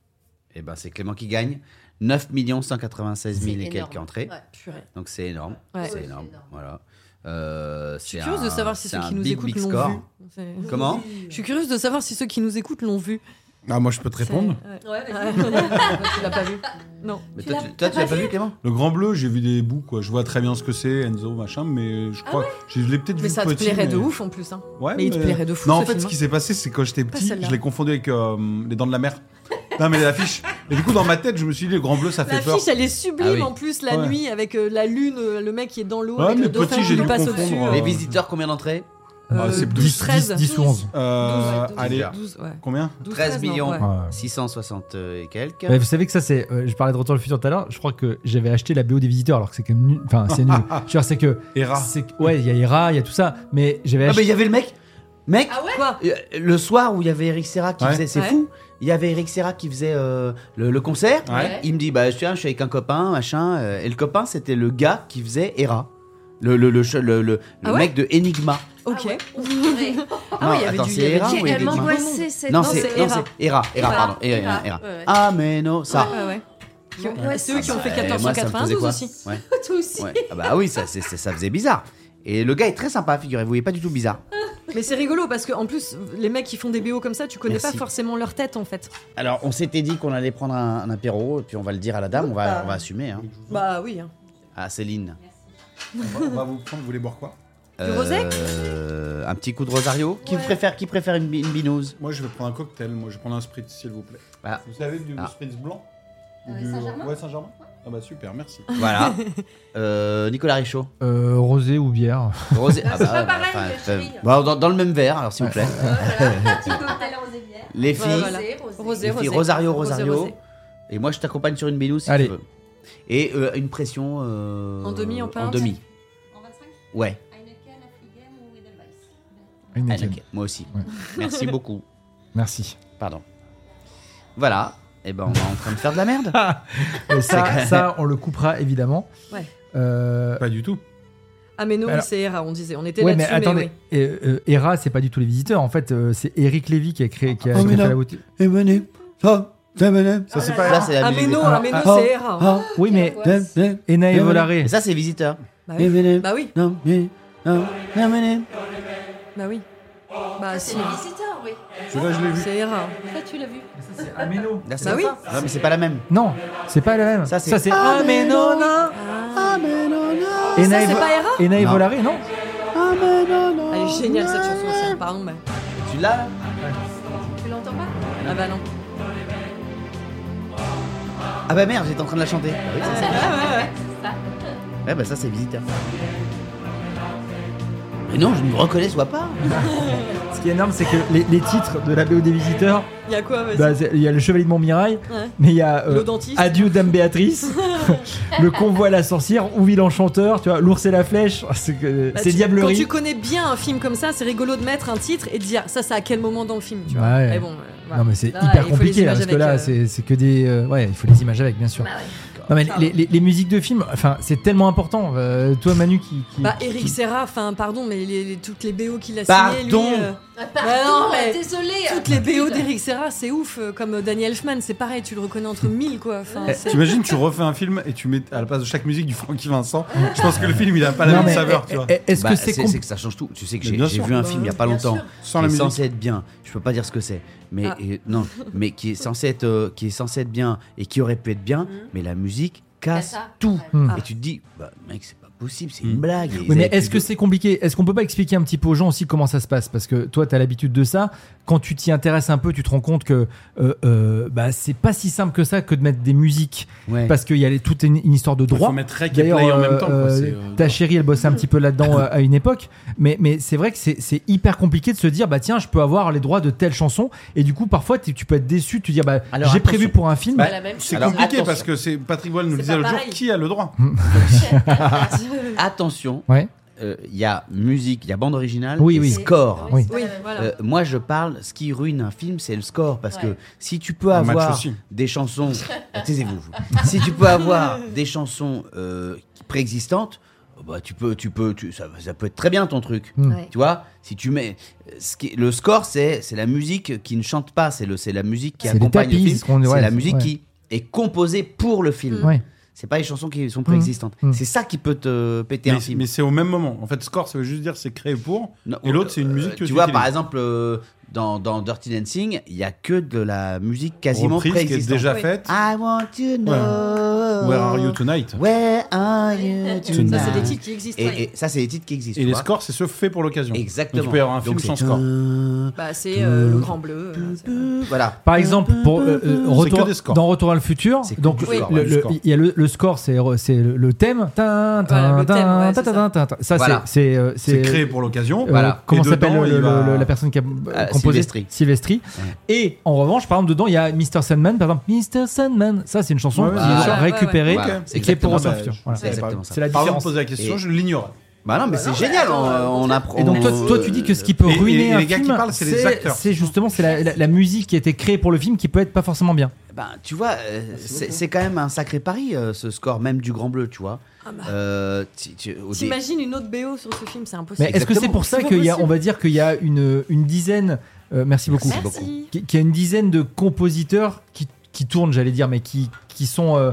Speaker 2: Eh ben c'est Clément qui gagne. 9 196 000 et quelques entrées.
Speaker 4: Purée.
Speaker 2: Donc c'est énorme.
Speaker 4: Ouais.
Speaker 2: C'est
Speaker 8: Ouais,
Speaker 2: énorme.
Speaker 8: c'est énorme.
Speaker 2: Voilà. Euh,
Speaker 4: Je suis
Speaker 2: c'est
Speaker 4: curieuse de
Speaker 2: un-
Speaker 4: savoir si
Speaker 2: c'est
Speaker 4: ceux
Speaker 2: un
Speaker 4: qui nous
Speaker 2: big,
Speaker 4: écoutent
Speaker 2: big
Speaker 4: l'ont
Speaker 2: score.
Speaker 4: vu. C'est-
Speaker 2: Comment
Speaker 4: Je suis curieuse de savoir si ceux qui nous écoutent l'ont vu.
Speaker 1: Ah, moi, je peux te répondre.
Speaker 4: C'est- ouais.
Speaker 8: Ouais,
Speaker 4: Ouais. (laughs)
Speaker 8: vas-y.
Speaker 4: tu l'as pas vu Non.
Speaker 2: Mais toi, tu, toi, tu l'as pas vu, Clément
Speaker 1: Le Grand Bleu, j'ai vu des bouts, quoi. Je vois très bien ce que c'est, Enzo, machin, mais je crois. je l'ai peut-être vu.
Speaker 4: Ah Mais ça te
Speaker 1: petit,
Speaker 4: plairait de
Speaker 1: mais-
Speaker 4: ouf en plus. hein.
Speaker 1: Ouais,
Speaker 4: Mais il te plairait de fou,
Speaker 1: Non,
Speaker 4: ce
Speaker 1: en fait,
Speaker 4: film,
Speaker 1: ce qui
Speaker 4: hein.
Speaker 1: s'est passé, c'est quand j'étais petit,
Speaker 4: celle-là.
Speaker 1: je l'ai confondu avec euh, Les Dents de la Mer. Non, mais l'affiche. Et du coup, dans ma tête, je me suis dit, le grand bleu, ça fait peur.
Speaker 4: L'affiche, elle est sublime
Speaker 2: Ah oui.
Speaker 4: en plus la
Speaker 1: Ouais.
Speaker 4: nuit avec euh, la lune, euh, le mec qui est dans l'eau.
Speaker 1: Ouais,
Speaker 4: avec
Speaker 1: mais
Speaker 4: le dauphin
Speaker 1: petit, j'ai
Speaker 4: qui
Speaker 1: dû
Speaker 4: lui passe
Speaker 1: confondre,
Speaker 4: au-dessus. euh,
Speaker 1: euh,
Speaker 2: Les visiteurs, combien d'entrées
Speaker 1: Bah, c'est plus
Speaker 3: 10,
Speaker 4: 13,
Speaker 3: 10, 10 ou 11.
Speaker 1: Euh,
Speaker 4: 12, 12,
Speaker 1: allez,
Speaker 4: 12, ouais.
Speaker 1: combien
Speaker 4: 12,
Speaker 2: 13
Speaker 4: non,
Speaker 2: millions.
Speaker 4: ouais.
Speaker 3: Ouais.
Speaker 2: 660 euh, et
Speaker 1: Bah,
Speaker 2: quelques.
Speaker 3: Ouais, vous savez que ça, c'est. euh, je parlais de Retour vers le futur tout à l'heure. Je crois que j'avais acheté la BO des visiteurs, alors que c'est quand même nul. Enfin,
Speaker 2: (laughs)
Speaker 3: c'est nul. Je veux dire, c'est que.
Speaker 1: Et rare.
Speaker 3: c'est que- Ouais, il y a Hera, il y a tout ça. Mais j'avais
Speaker 2: Ah, mais
Speaker 3: acheté.
Speaker 2: il y avait le mec Mec
Speaker 4: Ah ouais Quoi
Speaker 2: Euh, Le soir où il y avait Eric Serra qui
Speaker 1: Ouais.
Speaker 2: faisait, c'est
Speaker 4: Ouais.
Speaker 2: fou, il y avait Eric Serra qui faisait euh, le, le concert.
Speaker 1: Ouais.
Speaker 2: Il me dit, bah tiens, je suis avec un copain, machin. euh, Et le copain, c'était le gars qui faisait Hera. Le, le, le, che- le, le-
Speaker 4: Ah
Speaker 2: le
Speaker 4: ouais
Speaker 2: mec de Enigma.
Speaker 4: Ok.
Speaker 8: Ah ouais. Oh, purée.
Speaker 4: Ah ouais, il y avait
Speaker 2: attends,
Speaker 4: du- il y
Speaker 2: c'est
Speaker 4: avait
Speaker 2: Hera
Speaker 4: du-
Speaker 2: ou
Speaker 8: Elle
Speaker 2: Enigma
Speaker 8: m'angoissait cette.
Speaker 2: Non,
Speaker 4: Non,
Speaker 2: c'est
Speaker 4: c'est
Speaker 2: non,
Speaker 4: Hera.
Speaker 2: c'est Hera. Hera,
Speaker 8: Hera.
Speaker 2: pardon. Hera,
Speaker 8: Hera,
Speaker 2: Hera.
Speaker 8: ouais, ouais.
Speaker 2: Ah, mais non, ça.
Speaker 4: Ouais, ouais.
Speaker 8: Qui ont-
Speaker 4: Ah Ouais, c'est eux qui ont fait
Speaker 2: Eh, moi, ça me faisait
Speaker 4: 1492
Speaker 2: quoi
Speaker 4: (laughs) aussi.
Speaker 2: Ouais.
Speaker 8: Toi aussi.
Speaker 2: Ouais. Ah bah oui, ça, c'est- c'est- ça faisait bizarre. Et le gars est très sympa, figurez-vous, il est pas du tout bizarre.
Speaker 4: Mais c'est rigolo parce que en plus les mecs qui font des BO comme ça, tu connais
Speaker 2: Merci.
Speaker 4: pas forcément leur tête en fait.
Speaker 2: Alors, on s'était dit qu'on allait prendre un, un apéro, et puis on va le dire à la dame, on va, on va assumer. Hein.
Speaker 4: Bah oui. hein.
Speaker 2: Ah, Céline.
Speaker 1: On va- on va vous prendre, vous voulez boire quoi
Speaker 4: Du rosé
Speaker 2: Euh, Un petit coup de Rosario Qui
Speaker 8: Ouais.
Speaker 2: préfère, qui préfère une, bi- une
Speaker 4: (laughs)
Speaker 2: binouse
Speaker 1: Moi, je vais prendre un cocktail. Moi, je vais prendre un spritz, s'il vous plaît.
Speaker 2: Ah.
Speaker 1: Vous savez, du
Speaker 2: Ah.
Speaker 1: spritz blanc Ou
Speaker 8: Euh,
Speaker 1: du-
Speaker 8: Saint-Germain
Speaker 1: Ah Ouais, Saint-Germain Ah bah super, merci.
Speaker 2: Voilà. Euh, Nicolas Richaud.
Speaker 3: Euh, rosé ou bière.
Speaker 2: Rosé.
Speaker 4: Ah,
Speaker 2: ah
Speaker 8: Bah, c'est pas pareil, chérie.
Speaker 2: bah, dans, dans le même verre, alors s'il vous plaît. Les filles,
Speaker 4: Ouais, voilà.
Speaker 8: Rosé, rosé.
Speaker 4: Rosé,
Speaker 2: les filles,
Speaker 4: rosé.
Speaker 2: Rosario,
Speaker 4: Rosé,
Speaker 2: Rosario.
Speaker 4: rosé.
Speaker 2: Et moi, je t'accompagne sur une binouse si
Speaker 3: Allez.
Speaker 2: tu veux. Et euh, une pression. euh,
Speaker 4: En demi, en
Speaker 2: En
Speaker 4: pinte
Speaker 2: demi. Ouais. Ah,
Speaker 3: Heineken.
Speaker 2: ok. Moi aussi.
Speaker 3: Ouais.
Speaker 2: Merci beaucoup.
Speaker 3: Merci.
Speaker 2: Pardon. Voilà. Et ben, on est en train de faire de la merde.
Speaker 3: Et ça, ça, on le coupera évidemment.
Speaker 4: Ouais.
Speaker 3: Euh,
Speaker 1: Pas du tout.
Speaker 4: Ah mais non,
Speaker 3: Alors-
Speaker 4: oui, c'est Hera, on disait, on était
Speaker 3: ouais, mais
Speaker 4: là-dessus mais,
Speaker 3: attendez,
Speaker 4: oui.
Speaker 3: et, euh, Hera, c'est pas du tout les visiteurs. En fait, euh, c'est Eric Lévy qui a créé, qui a, qui a fait la boutique.
Speaker 2: Et venez.
Speaker 1: Ça, c'est pas.
Speaker 2: Ça, c'est la
Speaker 4: Ah mais
Speaker 2: musique.
Speaker 4: non,
Speaker 3: Ah,
Speaker 4: ah mais non,
Speaker 3: ah,
Speaker 4: c'est Hera.
Speaker 3: Oui, mais Ena et Volare.
Speaker 2: Et ça, c'est visiteur. Hein
Speaker 4: Bah
Speaker 3: ah,
Speaker 4: oui.
Speaker 2: venez.
Speaker 4: Bah oui,
Speaker 2: Non, mais. Non, non, venez.
Speaker 4: bah oui. Bah si,
Speaker 8: C'est les visiteurs, oui.
Speaker 1: Celui-là, je l'ai vu.
Speaker 4: c'est Hera.
Speaker 8: Ça, tu l'as vu.
Speaker 2: Là, c'est
Speaker 4: Bah oui.
Speaker 2: Non, mais c'est pas la même.
Speaker 3: Non, c'est pas la même.
Speaker 2: Ça, c'est-
Speaker 3: Ah, mais non, non. Ena
Speaker 4: Ça,
Speaker 3: et
Speaker 4: c'est
Speaker 3: Vo-
Speaker 4: pas Hera
Speaker 3: Ena et
Speaker 2: Non.
Speaker 3: Volare, non
Speaker 4: Elle est géniale cette chanson aussi, pardon mais.
Speaker 2: Tu l'as là
Speaker 8: Tu l'entends pas
Speaker 4: Ah bah non.
Speaker 2: Ah bah merde, j'étais en train de la chanter. Bah oui, ça, c'est- Ouais, bah ça, c'est visiteur. Mais non, je ne me reconnais soit pas.
Speaker 3: Ce qui est énorme, c'est que les, les titres de la BO des visiteurs,
Speaker 4: Il y a quoi vas-y
Speaker 3: bah, c'est- il y a le Chevalier de Montmirail,
Speaker 4: Ouais.
Speaker 3: mais il y a euh,
Speaker 4: Le dentiste.
Speaker 3: Adieu Dame
Speaker 4: (laughs)
Speaker 3: Béatrice, le Convoi à la sorcière, Ouville l'enchanteur, tu vois, l'ours et la flèche, Oh, c'est que-
Speaker 4: Bah,
Speaker 3: c'est
Speaker 4: tu- Quand
Speaker 3: diablerie.
Speaker 4: tu connais bien un film comme ça, c'est rigolo de mettre un titre et de dire ça, ça à quel moment dans le film, tu vois.
Speaker 3: Ouais.
Speaker 4: Mais bon, euh, voilà.
Speaker 3: Non mais c'est
Speaker 4: Là, il
Speaker 3: hyper
Speaker 4: faut les
Speaker 3: compliqué là,
Speaker 4: images
Speaker 3: parce que
Speaker 4: avec,
Speaker 3: là
Speaker 4: euh, Bah
Speaker 3: c'est c'est que des euh, ouais il faut les images avec bien sûr. non mais les, les- les musiques de films enfin c'est tellement important Euh, toi Manu qui, qui-
Speaker 4: Bah Eric Serra, enfin pardon, mais les, les- toutes les BO qu'il a
Speaker 2: Pardon.
Speaker 4: signées, lui, euh,
Speaker 8: Ah,
Speaker 4: non,
Speaker 8: Pardon,
Speaker 4: mais-
Speaker 8: désolé.
Speaker 4: toutes les BO d'Eric Serra, c'est ouf. euh, Comme euh, Danny Elfman, c'est pareil, tu le reconnais entre mille quoi. Enfin, (laughs) c'est-
Speaker 1: T'imagines, tu refais un film et tu mets à la place de chaque musique du Francky Vincent. Je pense que le film, il a pas la
Speaker 3: Non,
Speaker 1: même
Speaker 3: mais-
Speaker 1: saveur, tu vois.
Speaker 3: Eh, Est-ce
Speaker 2: Bah,
Speaker 3: que c'est
Speaker 2: c'est
Speaker 3: compl-
Speaker 2: c'est que ça change tout. Tu sais que
Speaker 1: Mais
Speaker 2: j'ai
Speaker 1: bien
Speaker 2: j'ai
Speaker 1: sûr.
Speaker 2: vu un film il y a pas longtemps.
Speaker 1: Sans la
Speaker 2: qui est
Speaker 1: musique.
Speaker 2: censé être bien. Je peux pas dire ce que c'est, mais
Speaker 4: Ah.
Speaker 2: et-
Speaker 1: (laughs)
Speaker 2: non, mais qui est censé être euh, qui est censé être bien et qui aurait pu être bien,
Speaker 1: Mm-hmm.
Speaker 2: mais la musique
Speaker 8: Casse
Speaker 2: casse
Speaker 8: ça.
Speaker 2: tout.
Speaker 3: Mm.
Speaker 2: Et tu te dis, bah mec, c'est pas possible, c'est
Speaker 1: Mm.
Speaker 2: une blague. Ils
Speaker 3: Oui, mais
Speaker 2: avaient
Speaker 3: est-ce
Speaker 2: plus
Speaker 3: que
Speaker 2: de-
Speaker 3: c'est compliqué Est-ce qu'on peut pas expliquer un petit peu aux gens aussi comment ça se passe Parce que toi, tu as l'habitude de ça. Quand tu t'y intéresses un peu, tu te rends compte que euh, euh, bah, c'est pas si simple que ça que de mettre des musiques.
Speaker 2: Ouais.
Speaker 3: Parce qu'il y a les- toute une, une histoire de
Speaker 1: Faut
Speaker 3: droit.
Speaker 1: mettre Rec et
Speaker 3: D'ailleurs,
Speaker 1: Play en
Speaker 3: euh,
Speaker 1: même temps. quoi,
Speaker 3: euh,
Speaker 1: c'est, euh,
Speaker 3: ta chérie, elle bossait un petit
Speaker 1: (laughs)
Speaker 3: peu là-dedans euh, à une époque. Mais, mais c'est vrai que c'est c'est hyper compliqué de se dire, bah tiens, je peux avoir les droits de telle chanson. Et du coup, parfois, tu tu peux être déçu, tu dis, bah
Speaker 2: Alors,
Speaker 3: j'ai
Speaker 2: attention.
Speaker 3: prévu pour un film.
Speaker 1: Bah,
Speaker 8: la même
Speaker 1: C'est
Speaker 8: chose.
Speaker 1: compliqué
Speaker 2: Alors,
Speaker 1: parce que c'est Patrick Boyle nous
Speaker 4: C'est
Speaker 1: le disait
Speaker 4: pas
Speaker 1: le jour
Speaker 4: pareil.
Speaker 1: qui a le droit.
Speaker 2: Attention,
Speaker 3: Ouais.
Speaker 2: euh, il y a musique, il y a bande originale,
Speaker 3: Oui,
Speaker 2: et
Speaker 3: oui.
Speaker 2: score.
Speaker 3: Oui.
Speaker 4: Oui, voilà.
Speaker 2: Euh, moi, je parle. Ce qui ruine un film, c'est le score, parce que
Speaker 8: Ouais.
Speaker 2: si tu peux
Speaker 1: Un match
Speaker 2: avoir
Speaker 1: aussi.
Speaker 2: des chansons, (laughs) taisez-vous. vous. si tu peux avoir des chansons euh, préexistantes, bah tu peux, tu peux, tu- ça, ça peut être très bien ton truc.
Speaker 3: Mm.
Speaker 8: Ouais.
Speaker 2: Tu vois, si tu mets, ce qui, le score, c'est, c'est la musique qui ne chante pas, c'est le, c'est la musique qui
Speaker 3: C'est les
Speaker 2: accompagne
Speaker 3: tapis,
Speaker 2: le film,
Speaker 3: ce qu'on-
Speaker 2: c'est
Speaker 3: ouais,
Speaker 2: la
Speaker 3: c'est-
Speaker 2: musique
Speaker 3: ouais.
Speaker 2: qui est composée pour le film.
Speaker 8: Mm.
Speaker 3: Ouais.
Speaker 2: C'est pas les chansons qui sont préexistantes.
Speaker 3: Mm.
Speaker 2: C'est ça qui peut te péter
Speaker 1: Mais,
Speaker 2: un film.
Speaker 1: mais c'est au même moment. En fait, score, ça veut juste dire c'est créé pour.
Speaker 2: Non, euh,
Speaker 1: Et l'autre, c'est une musique que
Speaker 2: tu
Speaker 1: tu
Speaker 2: vois,
Speaker 1: utilises.
Speaker 2: par exemple, euh, dans, dans Dirty Dancing, il y a que de la musique quasiment
Speaker 1: Reprise qui est
Speaker 2: préexistante.
Speaker 1: déjà
Speaker 4: Oui.
Speaker 1: faite.
Speaker 2: I want to know
Speaker 1: Where are you tonight
Speaker 4: (laughs)
Speaker 2: Where are you
Speaker 1: tu nous
Speaker 4: Ça,
Speaker 1: as-
Speaker 4: c'est des titres qui existent. ouais.
Speaker 2: Et, et ça, c'est des titres qui existent.
Speaker 1: Et
Speaker 2: tu
Speaker 1: les
Speaker 2: vois.
Speaker 1: scores, c'est ceux faits pour l'occasion.
Speaker 2: Exactement.
Speaker 1: Donc, il peut y avoir un
Speaker 2: Donc,
Speaker 1: film
Speaker 2: c'est-
Speaker 1: sans score.
Speaker 4: Bah, c'est euh, le Grand Bleu. euh, c'est-
Speaker 2: Voilà.
Speaker 3: Par exemple, pour, euh, euh, retour,
Speaker 1: que des scores.
Speaker 3: dans Retour à le futur,
Speaker 2: C'est que
Speaker 3: donc
Speaker 2: du
Speaker 3: le-
Speaker 2: score,
Speaker 3: le-
Speaker 1: ouais, du
Speaker 3: le-
Speaker 1: score.
Speaker 3: il y a le, le score, c'est c'est le, le thème. Tin, tin,
Speaker 4: Voilà, le
Speaker 3: tin,
Speaker 4: thème, ouais,
Speaker 3: tin,
Speaker 4: c'est
Speaker 3: tin,
Speaker 4: ça.
Speaker 3: tin, tin. Ça,
Speaker 2: Voilà.
Speaker 3: c'est- c'est euh,
Speaker 1: C'est créé pour l'occasion.
Speaker 3: euh,
Speaker 2: Voilà.
Speaker 3: Comment
Speaker 1: Et
Speaker 3: s'appelle
Speaker 1: dedans,
Speaker 3: le-
Speaker 1: il
Speaker 3: le-
Speaker 1: va-
Speaker 3: le- la personne qui a euh,
Speaker 2: Ah,
Speaker 3: composé
Speaker 2: Silvestri.
Speaker 3: Silvestri. Et en revanche, par exemple, dedans, il y a Mr. Sandman. Par exemple, Mr. Sandman, ça, c'est une chanson
Speaker 1: Ouais,
Speaker 3: qu'ils
Speaker 1: ouais,
Speaker 3: ont
Speaker 2: ouais, ouais,
Speaker 3: récupérée
Speaker 2: Voilà.
Speaker 3: et qui est
Speaker 2: Exactement.
Speaker 3: pour Retour à
Speaker 1: Bah,
Speaker 3: le futur.
Speaker 1: je-
Speaker 3: Voilà.
Speaker 2: C'est exactement ça.
Speaker 3: C'est la
Speaker 1: Pardon de
Speaker 3: différence.
Speaker 1: poser la question,
Speaker 2: Et-
Speaker 1: je l'ignorais.
Speaker 2: Bah non, mais c'est génial. On, on apprend.
Speaker 3: Et donc toi, toi, tu dis que ce qui peut
Speaker 1: Et- et-
Speaker 3: ruiner
Speaker 1: et
Speaker 3: un
Speaker 1: les gars qui
Speaker 3: film,
Speaker 1: parlent, c'est les acteurs.
Speaker 3: c'est justement c'est la, la- la musique qui a été créée pour le film qui peut être pas forcément bien.
Speaker 2: Bah, tu vois, euh, c'est c'est quand même un sacré pari, euh, ce score, même du Grand Bleu, tu vois.
Speaker 4: Ah bah.
Speaker 2: Euh, tu- tu- au dé-
Speaker 4: T'imagines une autre BO sur ce film, c'est
Speaker 3: Mais
Speaker 4: impossible.
Speaker 3: est-ce que c'est pour ça
Speaker 4: C'est pas
Speaker 3: qu'il y a, on
Speaker 4: possible.
Speaker 3: va dire qu'il y a une, une dizaine, euh, merci beaucoup,
Speaker 4: Merci.
Speaker 3: qui- qu'il y a une dizaine de compositeurs qui, qui tournent, j'allais dire, mais qui, qui sont euh,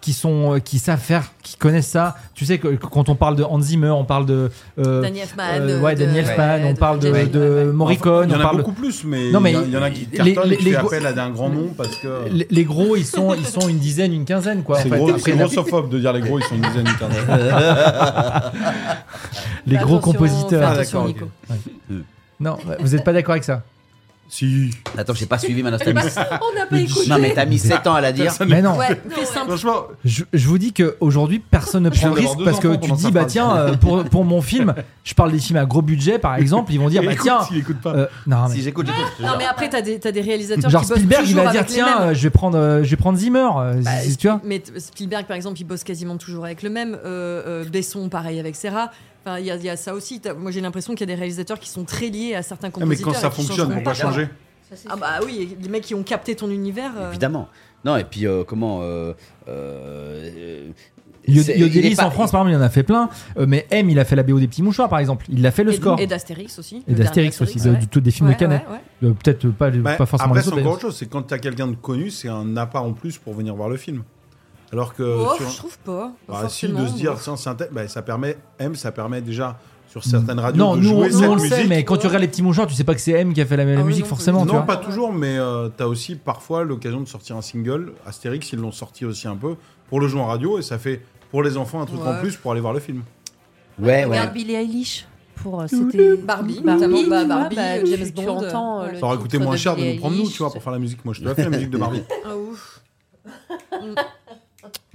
Speaker 3: qui sont euh, qui savent faire, qui connaissent ça. Tu sais que que quand on parle de Hans Zimmer, on parle de euh,
Speaker 4: Danny Elfman.
Speaker 3: euh,
Speaker 4: de-
Speaker 3: ouais, Danny
Speaker 4: de-
Speaker 3: Elfman,
Speaker 4: ouais,
Speaker 3: on parle de,
Speaker 4: James-
Speaker 3: de
Speaker 4: ouais, ouais.
Speaker 3: Morricone,
Speaker 1: Il y en
Speaker 3: on
Speaker 1: a
Speaker 3: parle
Speaker 1: beaucoup plus, mais
Speaker 3: Non, mais
Speaker 1: il y en a- il y en a qui
Speaker 3: les-
Speaker 1: cartonnent et
Speaker 3: les-
Speaker 1: qui fait
Speaker 3: les-
Speaker 1: appel à d'un grand nom parce que.
Speaker 3: les, les gros, ils sont ils sont une dizaine, une quinzaine quoi. en
Speaker 1: C'est
Speaker 3: fait.
Speaker 1: gros-
Speaker 3: Après,
Speaker 1: c'est
Speaker 3: la-
Speaker 1: grossophobe de dire les gros, ils sont une dizaine d'internet.
Speaker 3: les
Speaker 4: Fais
Speaker 3: gros
Speaker 4: attention,
Speaker 3: compositeurs.
Speaker 4: fais
Speaker 1: Ah,
Speaker 4: attention,
Speaker 1: d'accord,
Speaker 4: Nico.
Speaker 1: ok.
Speaker 3: Non, vous n'êtes pas d'accord avec ça
Speaker 1: Si.
Speaker 2: Attends, j'ai pas suivi
Speaker 4: (laughs)
Speaker 2: ma nostalgie.
Speaker 4: On
Speaker 7: Bah,
Speaker 4: n'a pas écouté.
Speaker 2: non, mais t'as mis 7 ans à la dire.
Speaker 1: Ah,
Speaker 3: Mais non.
Speaker 4: Ouais, fais simple.
Speaker 1: Franchement,
Speaker 3: Je, je vous dis qu'aujourd'hui, personne ne prend
Speaker 1: viens
Speaker 3: le
Speaker 1: d'avoir
Speaker 3: risque
Speaker 1: deux
Speaker 3: parce que
Speaker 1: enfants
Speaker 3: tu
Speaker 1: pendant
Speaker 3: dis,
Speaker 1: sa
Speaker 3: bah
Speaker 1: phrase.
Speaker 3: tiens, euh, pour, pour mon film, je parle des films à gros budget par exemple, ils vont dire,
Speaker 1: il
Speaker 3: bah
Speaker 1: écoute,
Speaker 3: tiens,
Speaker 1: il écoute pas.
Speaker 3: euh, non, mais-
Speaker 2: Si j'écoute, j'écoute. je te
Speaker 4: Non,
Speaker 2: jure.
Speaker 4: mais après, t'as des, t'as des réalisateurs
Speaker 3: genre
Speaker 4: qui bossent
Speaker 3: Spielberg, il
Speaker 4: toujours
Speaker 3: va dire,
Speaker 4: avec les
Speaker 3: tiens,
Speaker 4: mêmes.
Speaker 3: euh, je, vais prendre, euh, je vais prendre Zimmer, euh,
Speaker 4: Bah,
Speaker 3: si- si tu vois.
Speaker 4: Mais t- Spielberg, par exemple, il bosse quasiment toujours avec le même. Euh, euh, Besson, pareil avec Serra. Enfin, il y, a- il y a ça aussi. T'as- Moi, j'ai l'impression qu'il y a des réalisateurs qui sont très liés à certains
Speaker 1: Ah, mais
Speaker 4: compositeurs.
Speaker 1: quand ça
Speaker 4: et qui
Speaker 1: fonctionne,
Speaker 4: changeront
Speaker 1: on va
Speaker 4: pas, quoi.
Speaker 1: changer.
Speaker 4: Ah bah oui, les mecs qui ont capté ton univers.
Speaker 7: Ah,
Speaker 4: euh,
Speaker 2: Évidemment. Non, et puis euh, comment. euh, euh,
Speaker 3: Yod-
Speaker 2: c'est- il est
Speaker 3: Yodelis
Speaker 2: pas-
Speaker 3: en France, par exemple, il en a fait plein, euh, mais M, il a fait la BO des petits mouchoirs par exemple, il a fait le
Speaker 4: et-
Speaker 3: score.
Speaker 4: Et d'Astérix aussi.
Speaker 3: Et
Speaker 4: le
Speaker 3: d'Astérix
Speaker 4: dernier
Speaker 3: aussi,
Speaker 4: Astérix,
Speaker 3: de- de- tous des films
Speaker 4: ouais.
Speaker 3: de Canet.
Speaker 4: Ouais, ouais, ouais.
Speaker 3: Euh, Peut-être pas, les-
Speaker 1: Bah,
Speaker 3: pas forcément
Speaker 1: après,
Speaker 3: les
Speaker 1: c'est
Speaker 3: autres.
Speaker 1: encore
Speaker 3: d'ailleurs.
Speaker 1: autre chose. C'est quand t'as quelqu'un de connu, c'est un appart en plus pour venir voir le film. Alors que.
Speaker 4: Oh,
Speaker 1: Euh, sur-
Speaker 4: je trouve pas. pas
Speaker 1: Bah, si,
Speaker 4: forcément.
Speaker 1: de se dire, tiens, c'est un thème, bah, ça permet, M, ça permet déjà sur certaines radios
Speaker 3: Non,
Speaker 1: de
Speaker 3: nous,
Speaker 1: jouer
Speaker 3: on- nous,
Speaker 1: cette
Speaker 3: on le
Speaker 1: musique.
Speaker 3: sait, mais quand tu regardes les petits mouchoirs, tu sais pas que c'est M qui a fait la, la
Speaker 4: Ah oui,
Speaker 3: musique
Speaker 4: non,
Speaker 3: forcément. tu
Speaker 1: non,
Speaker 3: vois.
Speaker 1: pas toujours, mais euh, t'as aussi parfois l'occasion de sortir un single. Astérix, ils l'ont sorti aussi un peu pour le jouer en radio et ça fait pour les enfants un truc
Speaker 4: Ouais.
Speaker 1: en plus pour aller voir le film.
Speaker 2: Ouais, ouais.
Speaker 7: Regarde Billie Eilish pour euh, c'était
Speaker 4: Barbie,
Speaker 7: Barbie,
Speaker 4: notamment,
Speaker 7: tu
Speaker 4: bah,
Speaker 7: vois,
Speaker 4: Barbie,
Speaker 7: bah,
Speaker 4: euh,
Speaker 7: tu-
Speaker 4: James
Speaker 7: tu
Speaker 4: Bond,
Speaker 7: entends, euh,
Speaker 4: ouais.
Speaker 7: le
Speaker 1: Ça aurait coûté
Speaker 7: titre
Speaker 1: moins
Speaker 7: de
Speaker 1: cher de
Speaker 7: Billie
Speaker 1: nous prendre, nous,
Speaker 7: Eilish.
Speaker 1: tu vois, pour faire la musique. Moi, je te
Speaker 3: (laughs)
Speaker 1: la fais, la musique de Barbie.
Speaker 4: Ah ouf.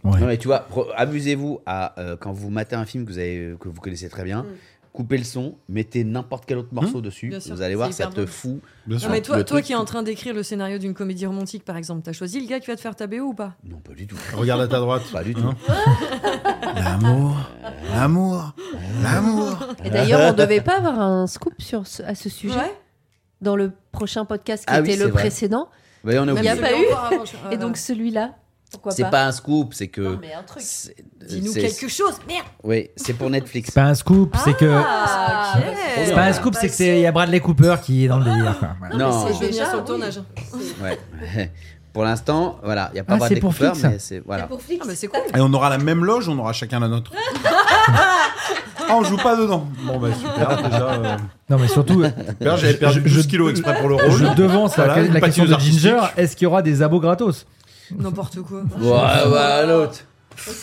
Speaker 3: Ouais.
Speaker 2: Non, mais tu vois, pro- amusez-vous à euh, quand vous matez un film que vous, avez, que vous connaissez très
Speaker 7: Mm.
Speaker 2: bien, coupez le son, mettez n'importe quel
Speaker 3: Hein
Speaker 2: autre morceau dessus,
Speaker 4: Bien sûr,
Speaker 2: vous allez
Speaker 4: c'est
Speaker 2: voir, ça
Speaker 4: hyper
Speaker 2: te
Speaker 4: bon.
Speaker 2: fout.
Speaker 1: Bien
Speaker 4: Non,
Speaker 1: sûr.
Speaker 4: mais toi,
Speaker 2: le
Speaker 4: toi
Speaker 2: truc-
Speaker 4: qui es en train d'écrire le scénario d'une comédie romantique, par exemple, t'as choisi le gars qui va te faire ta BO ou pas
Speaker 2: Non, pas du tout.
Speaker 1: Regarde
Speaker 2: (laughs)
Speaker 1: à ta droite.
Speaker 2: Pas du tout.
Speaker 1: Hein L'amour, l'amour, l'amour.
Speaker 7: Et d'ailleurs, on devait pas avoir un scoop sur ce- à ce sujet
Speaker 4: Ouais.
Speaker 7: dans le prochain podcast qui
Speaker 2: Ah oui,
Speaker 7: était
Speaker 2: c'est
Speaker 7: le
Speaker 2: vrai.
Speaker 7: précédent
Speaker 2: Ouais, on a
Speaker 7: Il y
Speaker 2: oublié.
Speaker 7: a pas eu.
Speaker 4: eu.
Speaker 7: et donc celui-là. Pourquoi
Speaker 2: C'est
Speaker 7: pas,
Speaker 2: pas un scoop, c'est que.
Speaker 7: Non, mais un truc.
Speaker 2: c'est-
Speaker 4: Dis-nous
Speaker 2: c'est-
Speaker 4: quelque chose, merde
Speaker 2: Oui, c'est
Speaker 7: (laughs)
Speaker 2: pour Netflix.
Speaker 3: C'est pas un scoop, c'est que.
Speaker 4: Ah, ok.
Speaker 3: C'est pas un scoop, c'est que c'est il y a Bradley Cooper qui est dans le délire. quoi. Voilà.
Speaker 2: Non,
Speaker 4: Je vais venir sur le
Speaker 7: oui.
Speaker 4: tournage.
Speaker 2: ouais. (laughs) Pour l'instant, voilà, il n'y a
Speaker 3: Ah,
Speaker 2: pas
Speaker 3: c'est
Speaker 2: Bradley
Speaker 3: pour
Speaker 2: Cooper,
Speaker 3: Flix.
Speaker 2: mais c'est. Voilà.
Speaker 8: Pour Flix.
Speaker 4: Ah, mais c'est cool.
Speaker 1: Et on aura la même loge, on aura chacun la nôtre. ah, on joue pas dedans. Bon, bah super, déjà. euh,
Speaker 3: Non, mais surtout,
Speaker 1: super, J'avais perdu
Speaker 3: Je- je-
Speaker 1: 12 kilos exprès pour le rôle.
Speaker 3: je devance la-
Speaker 1: Oh, Voilà,
Speaker 3: la,
Speaker 1: une
Speaker 3: question de
Speaker 1: patineuse
Speaker 3: Ginger
Speaker 1: artistique.
Speaker 3: est-ce qu'il y aura des abos gratos
Speaker 4: N'importe quoi.
Speaker 2: Ouais, ouais, l'autre.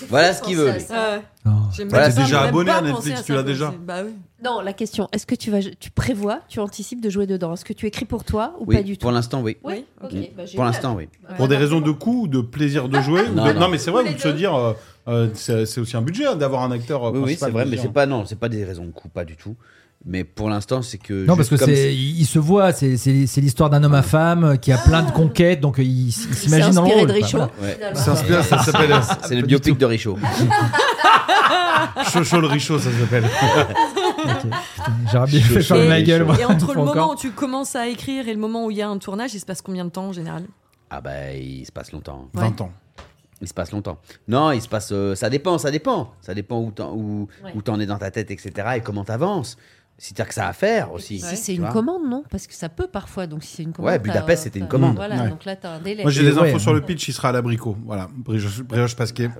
Speaker 2: Voilà ce qu'il veut, lui.
Speaker 4: Ah ouais.
Speaker 3: Oh.
Speaker 4: J'aime
Speaker 2: Voilà,
Speaker 4: même
Speaker 2: t'es
Speaker 4: pas-
Speaker 1: Bah, déjà
Speaker 4: même
Speaker 1: abonné
Speaker 4: pas
Speaker 1: à Netflix,
Speaker 4: penser ça,
Speaker 1: tu l'as
Speaker 4: quoi.
Speaker 1: déjà.
Speaker 4: C'est- Bah oui.
Speaker 7: Non, la question, est-ce que tu vas tu prévois, tu anticipes de jouer dedans Est-ce que tu écris pour toi ou pas
Speaker 2: Oui,
Speaker 7: du
Speaker 2: pour
Speaker 7: tout
Speaker 2: l'instant, oui.
Speaker 4: Oui,
Speaker 7: ok,
Speaker 2: Mm.
Speaker 7: bah,
Speaker 2: Pour
Speaker 7: génial.
Speaker 2: l'instant, oui.
Speaker 4: Euh,
Speaker 1: Pour des raisons de coût, ou de plaisir de jouer. ou de- Non,
Speaker 2: Non, non.
Speaker 1: mais c'est vrai, ou de se dire, euh, euh, c'est c'est aussi un budget d'avoir un acteur. euh,
Speaker 2: Oui, oui, Oh,
Speaker 1: principal,
Speaker 2: c'est vrai,
Speaker 1: de
Speaker 2: mais
Speaker 1: dire.
Speaker 2: c'est pas non, c'est pas des raisons de coup, pas du tout. Mais pour l'instant, c'est que
Speaker 3: Non, parce
Speaker 2: juste
Speaker 3: que
Speaker 2: comme
Speaker 3: c'est, il il se voit, c'est, c'est, c'est l'histoire d'un homme à femme euh, qui a plein de conquêtes, donc euh, il, s- il s'imagine dans le
Speaker 7: inspiré
Speaker 3: rôle.
Speaker 7: de
Speaker 3: quoi.
Speaker 7: Richaud.
Speaker 2: c'est- ouais.
Speaker 1: C'est inspiré, ça s'appelle.
Speaker 2: C'est le biopic de Richaud.
Speaker 1: Chocho le Richaud, ça s'appelle.
Speaker 3: Voilà. Ok. Putain, J'aurais bien fait fermer ma gueule. moi.
Speaker 4: Et entre le
Speaker 3: Encore.
Speaker 4: moment où tu commences à écrire et le moment où il y a un tournage, il se passe combien de temps en général
Speaker 2: (laughs) Ah bah, il se passe longtemps.
Speaker 1: 20 ans.
Speaker 2: Il se passe longtemps. Non, il se passe. euh, ça dépend, ça dépend. Ça dépend où t'en, où,
Speaker 7: Ouais.
Speaker 2: où t'en es dans ta tête, etc. Et comment t'avances. Si t'as que ça à faire aussi.
Speaker 7: Si
Speaker 2: tu
Speaker 7: c'est une
Speaker 2: vois.
Speaker 7: commande, non Parce que ça peut parfois. Donc si c'est une commande.
Speaker 2: Ouais,
Speaker 7: t'as-
Speaker 2: Budapest, c'était une
Speaker 7: t'as-
Speaker 2: commande.
Speaker 7: Voilà,
Speaker 1: Ouais.
Speaker 7: donc là, t'as un délai.
Speaker 1: Moi, j'ai
Speaker 3: Et
Speaker 1: des infos
Speaker 4: hein.
Speaker 3: ouais.
Speaker 1: sur le pitch, il sera à l'abricot. Voilà, brioche, brioche
Speaker 2: (laughs)
Speaker 1: pasquet.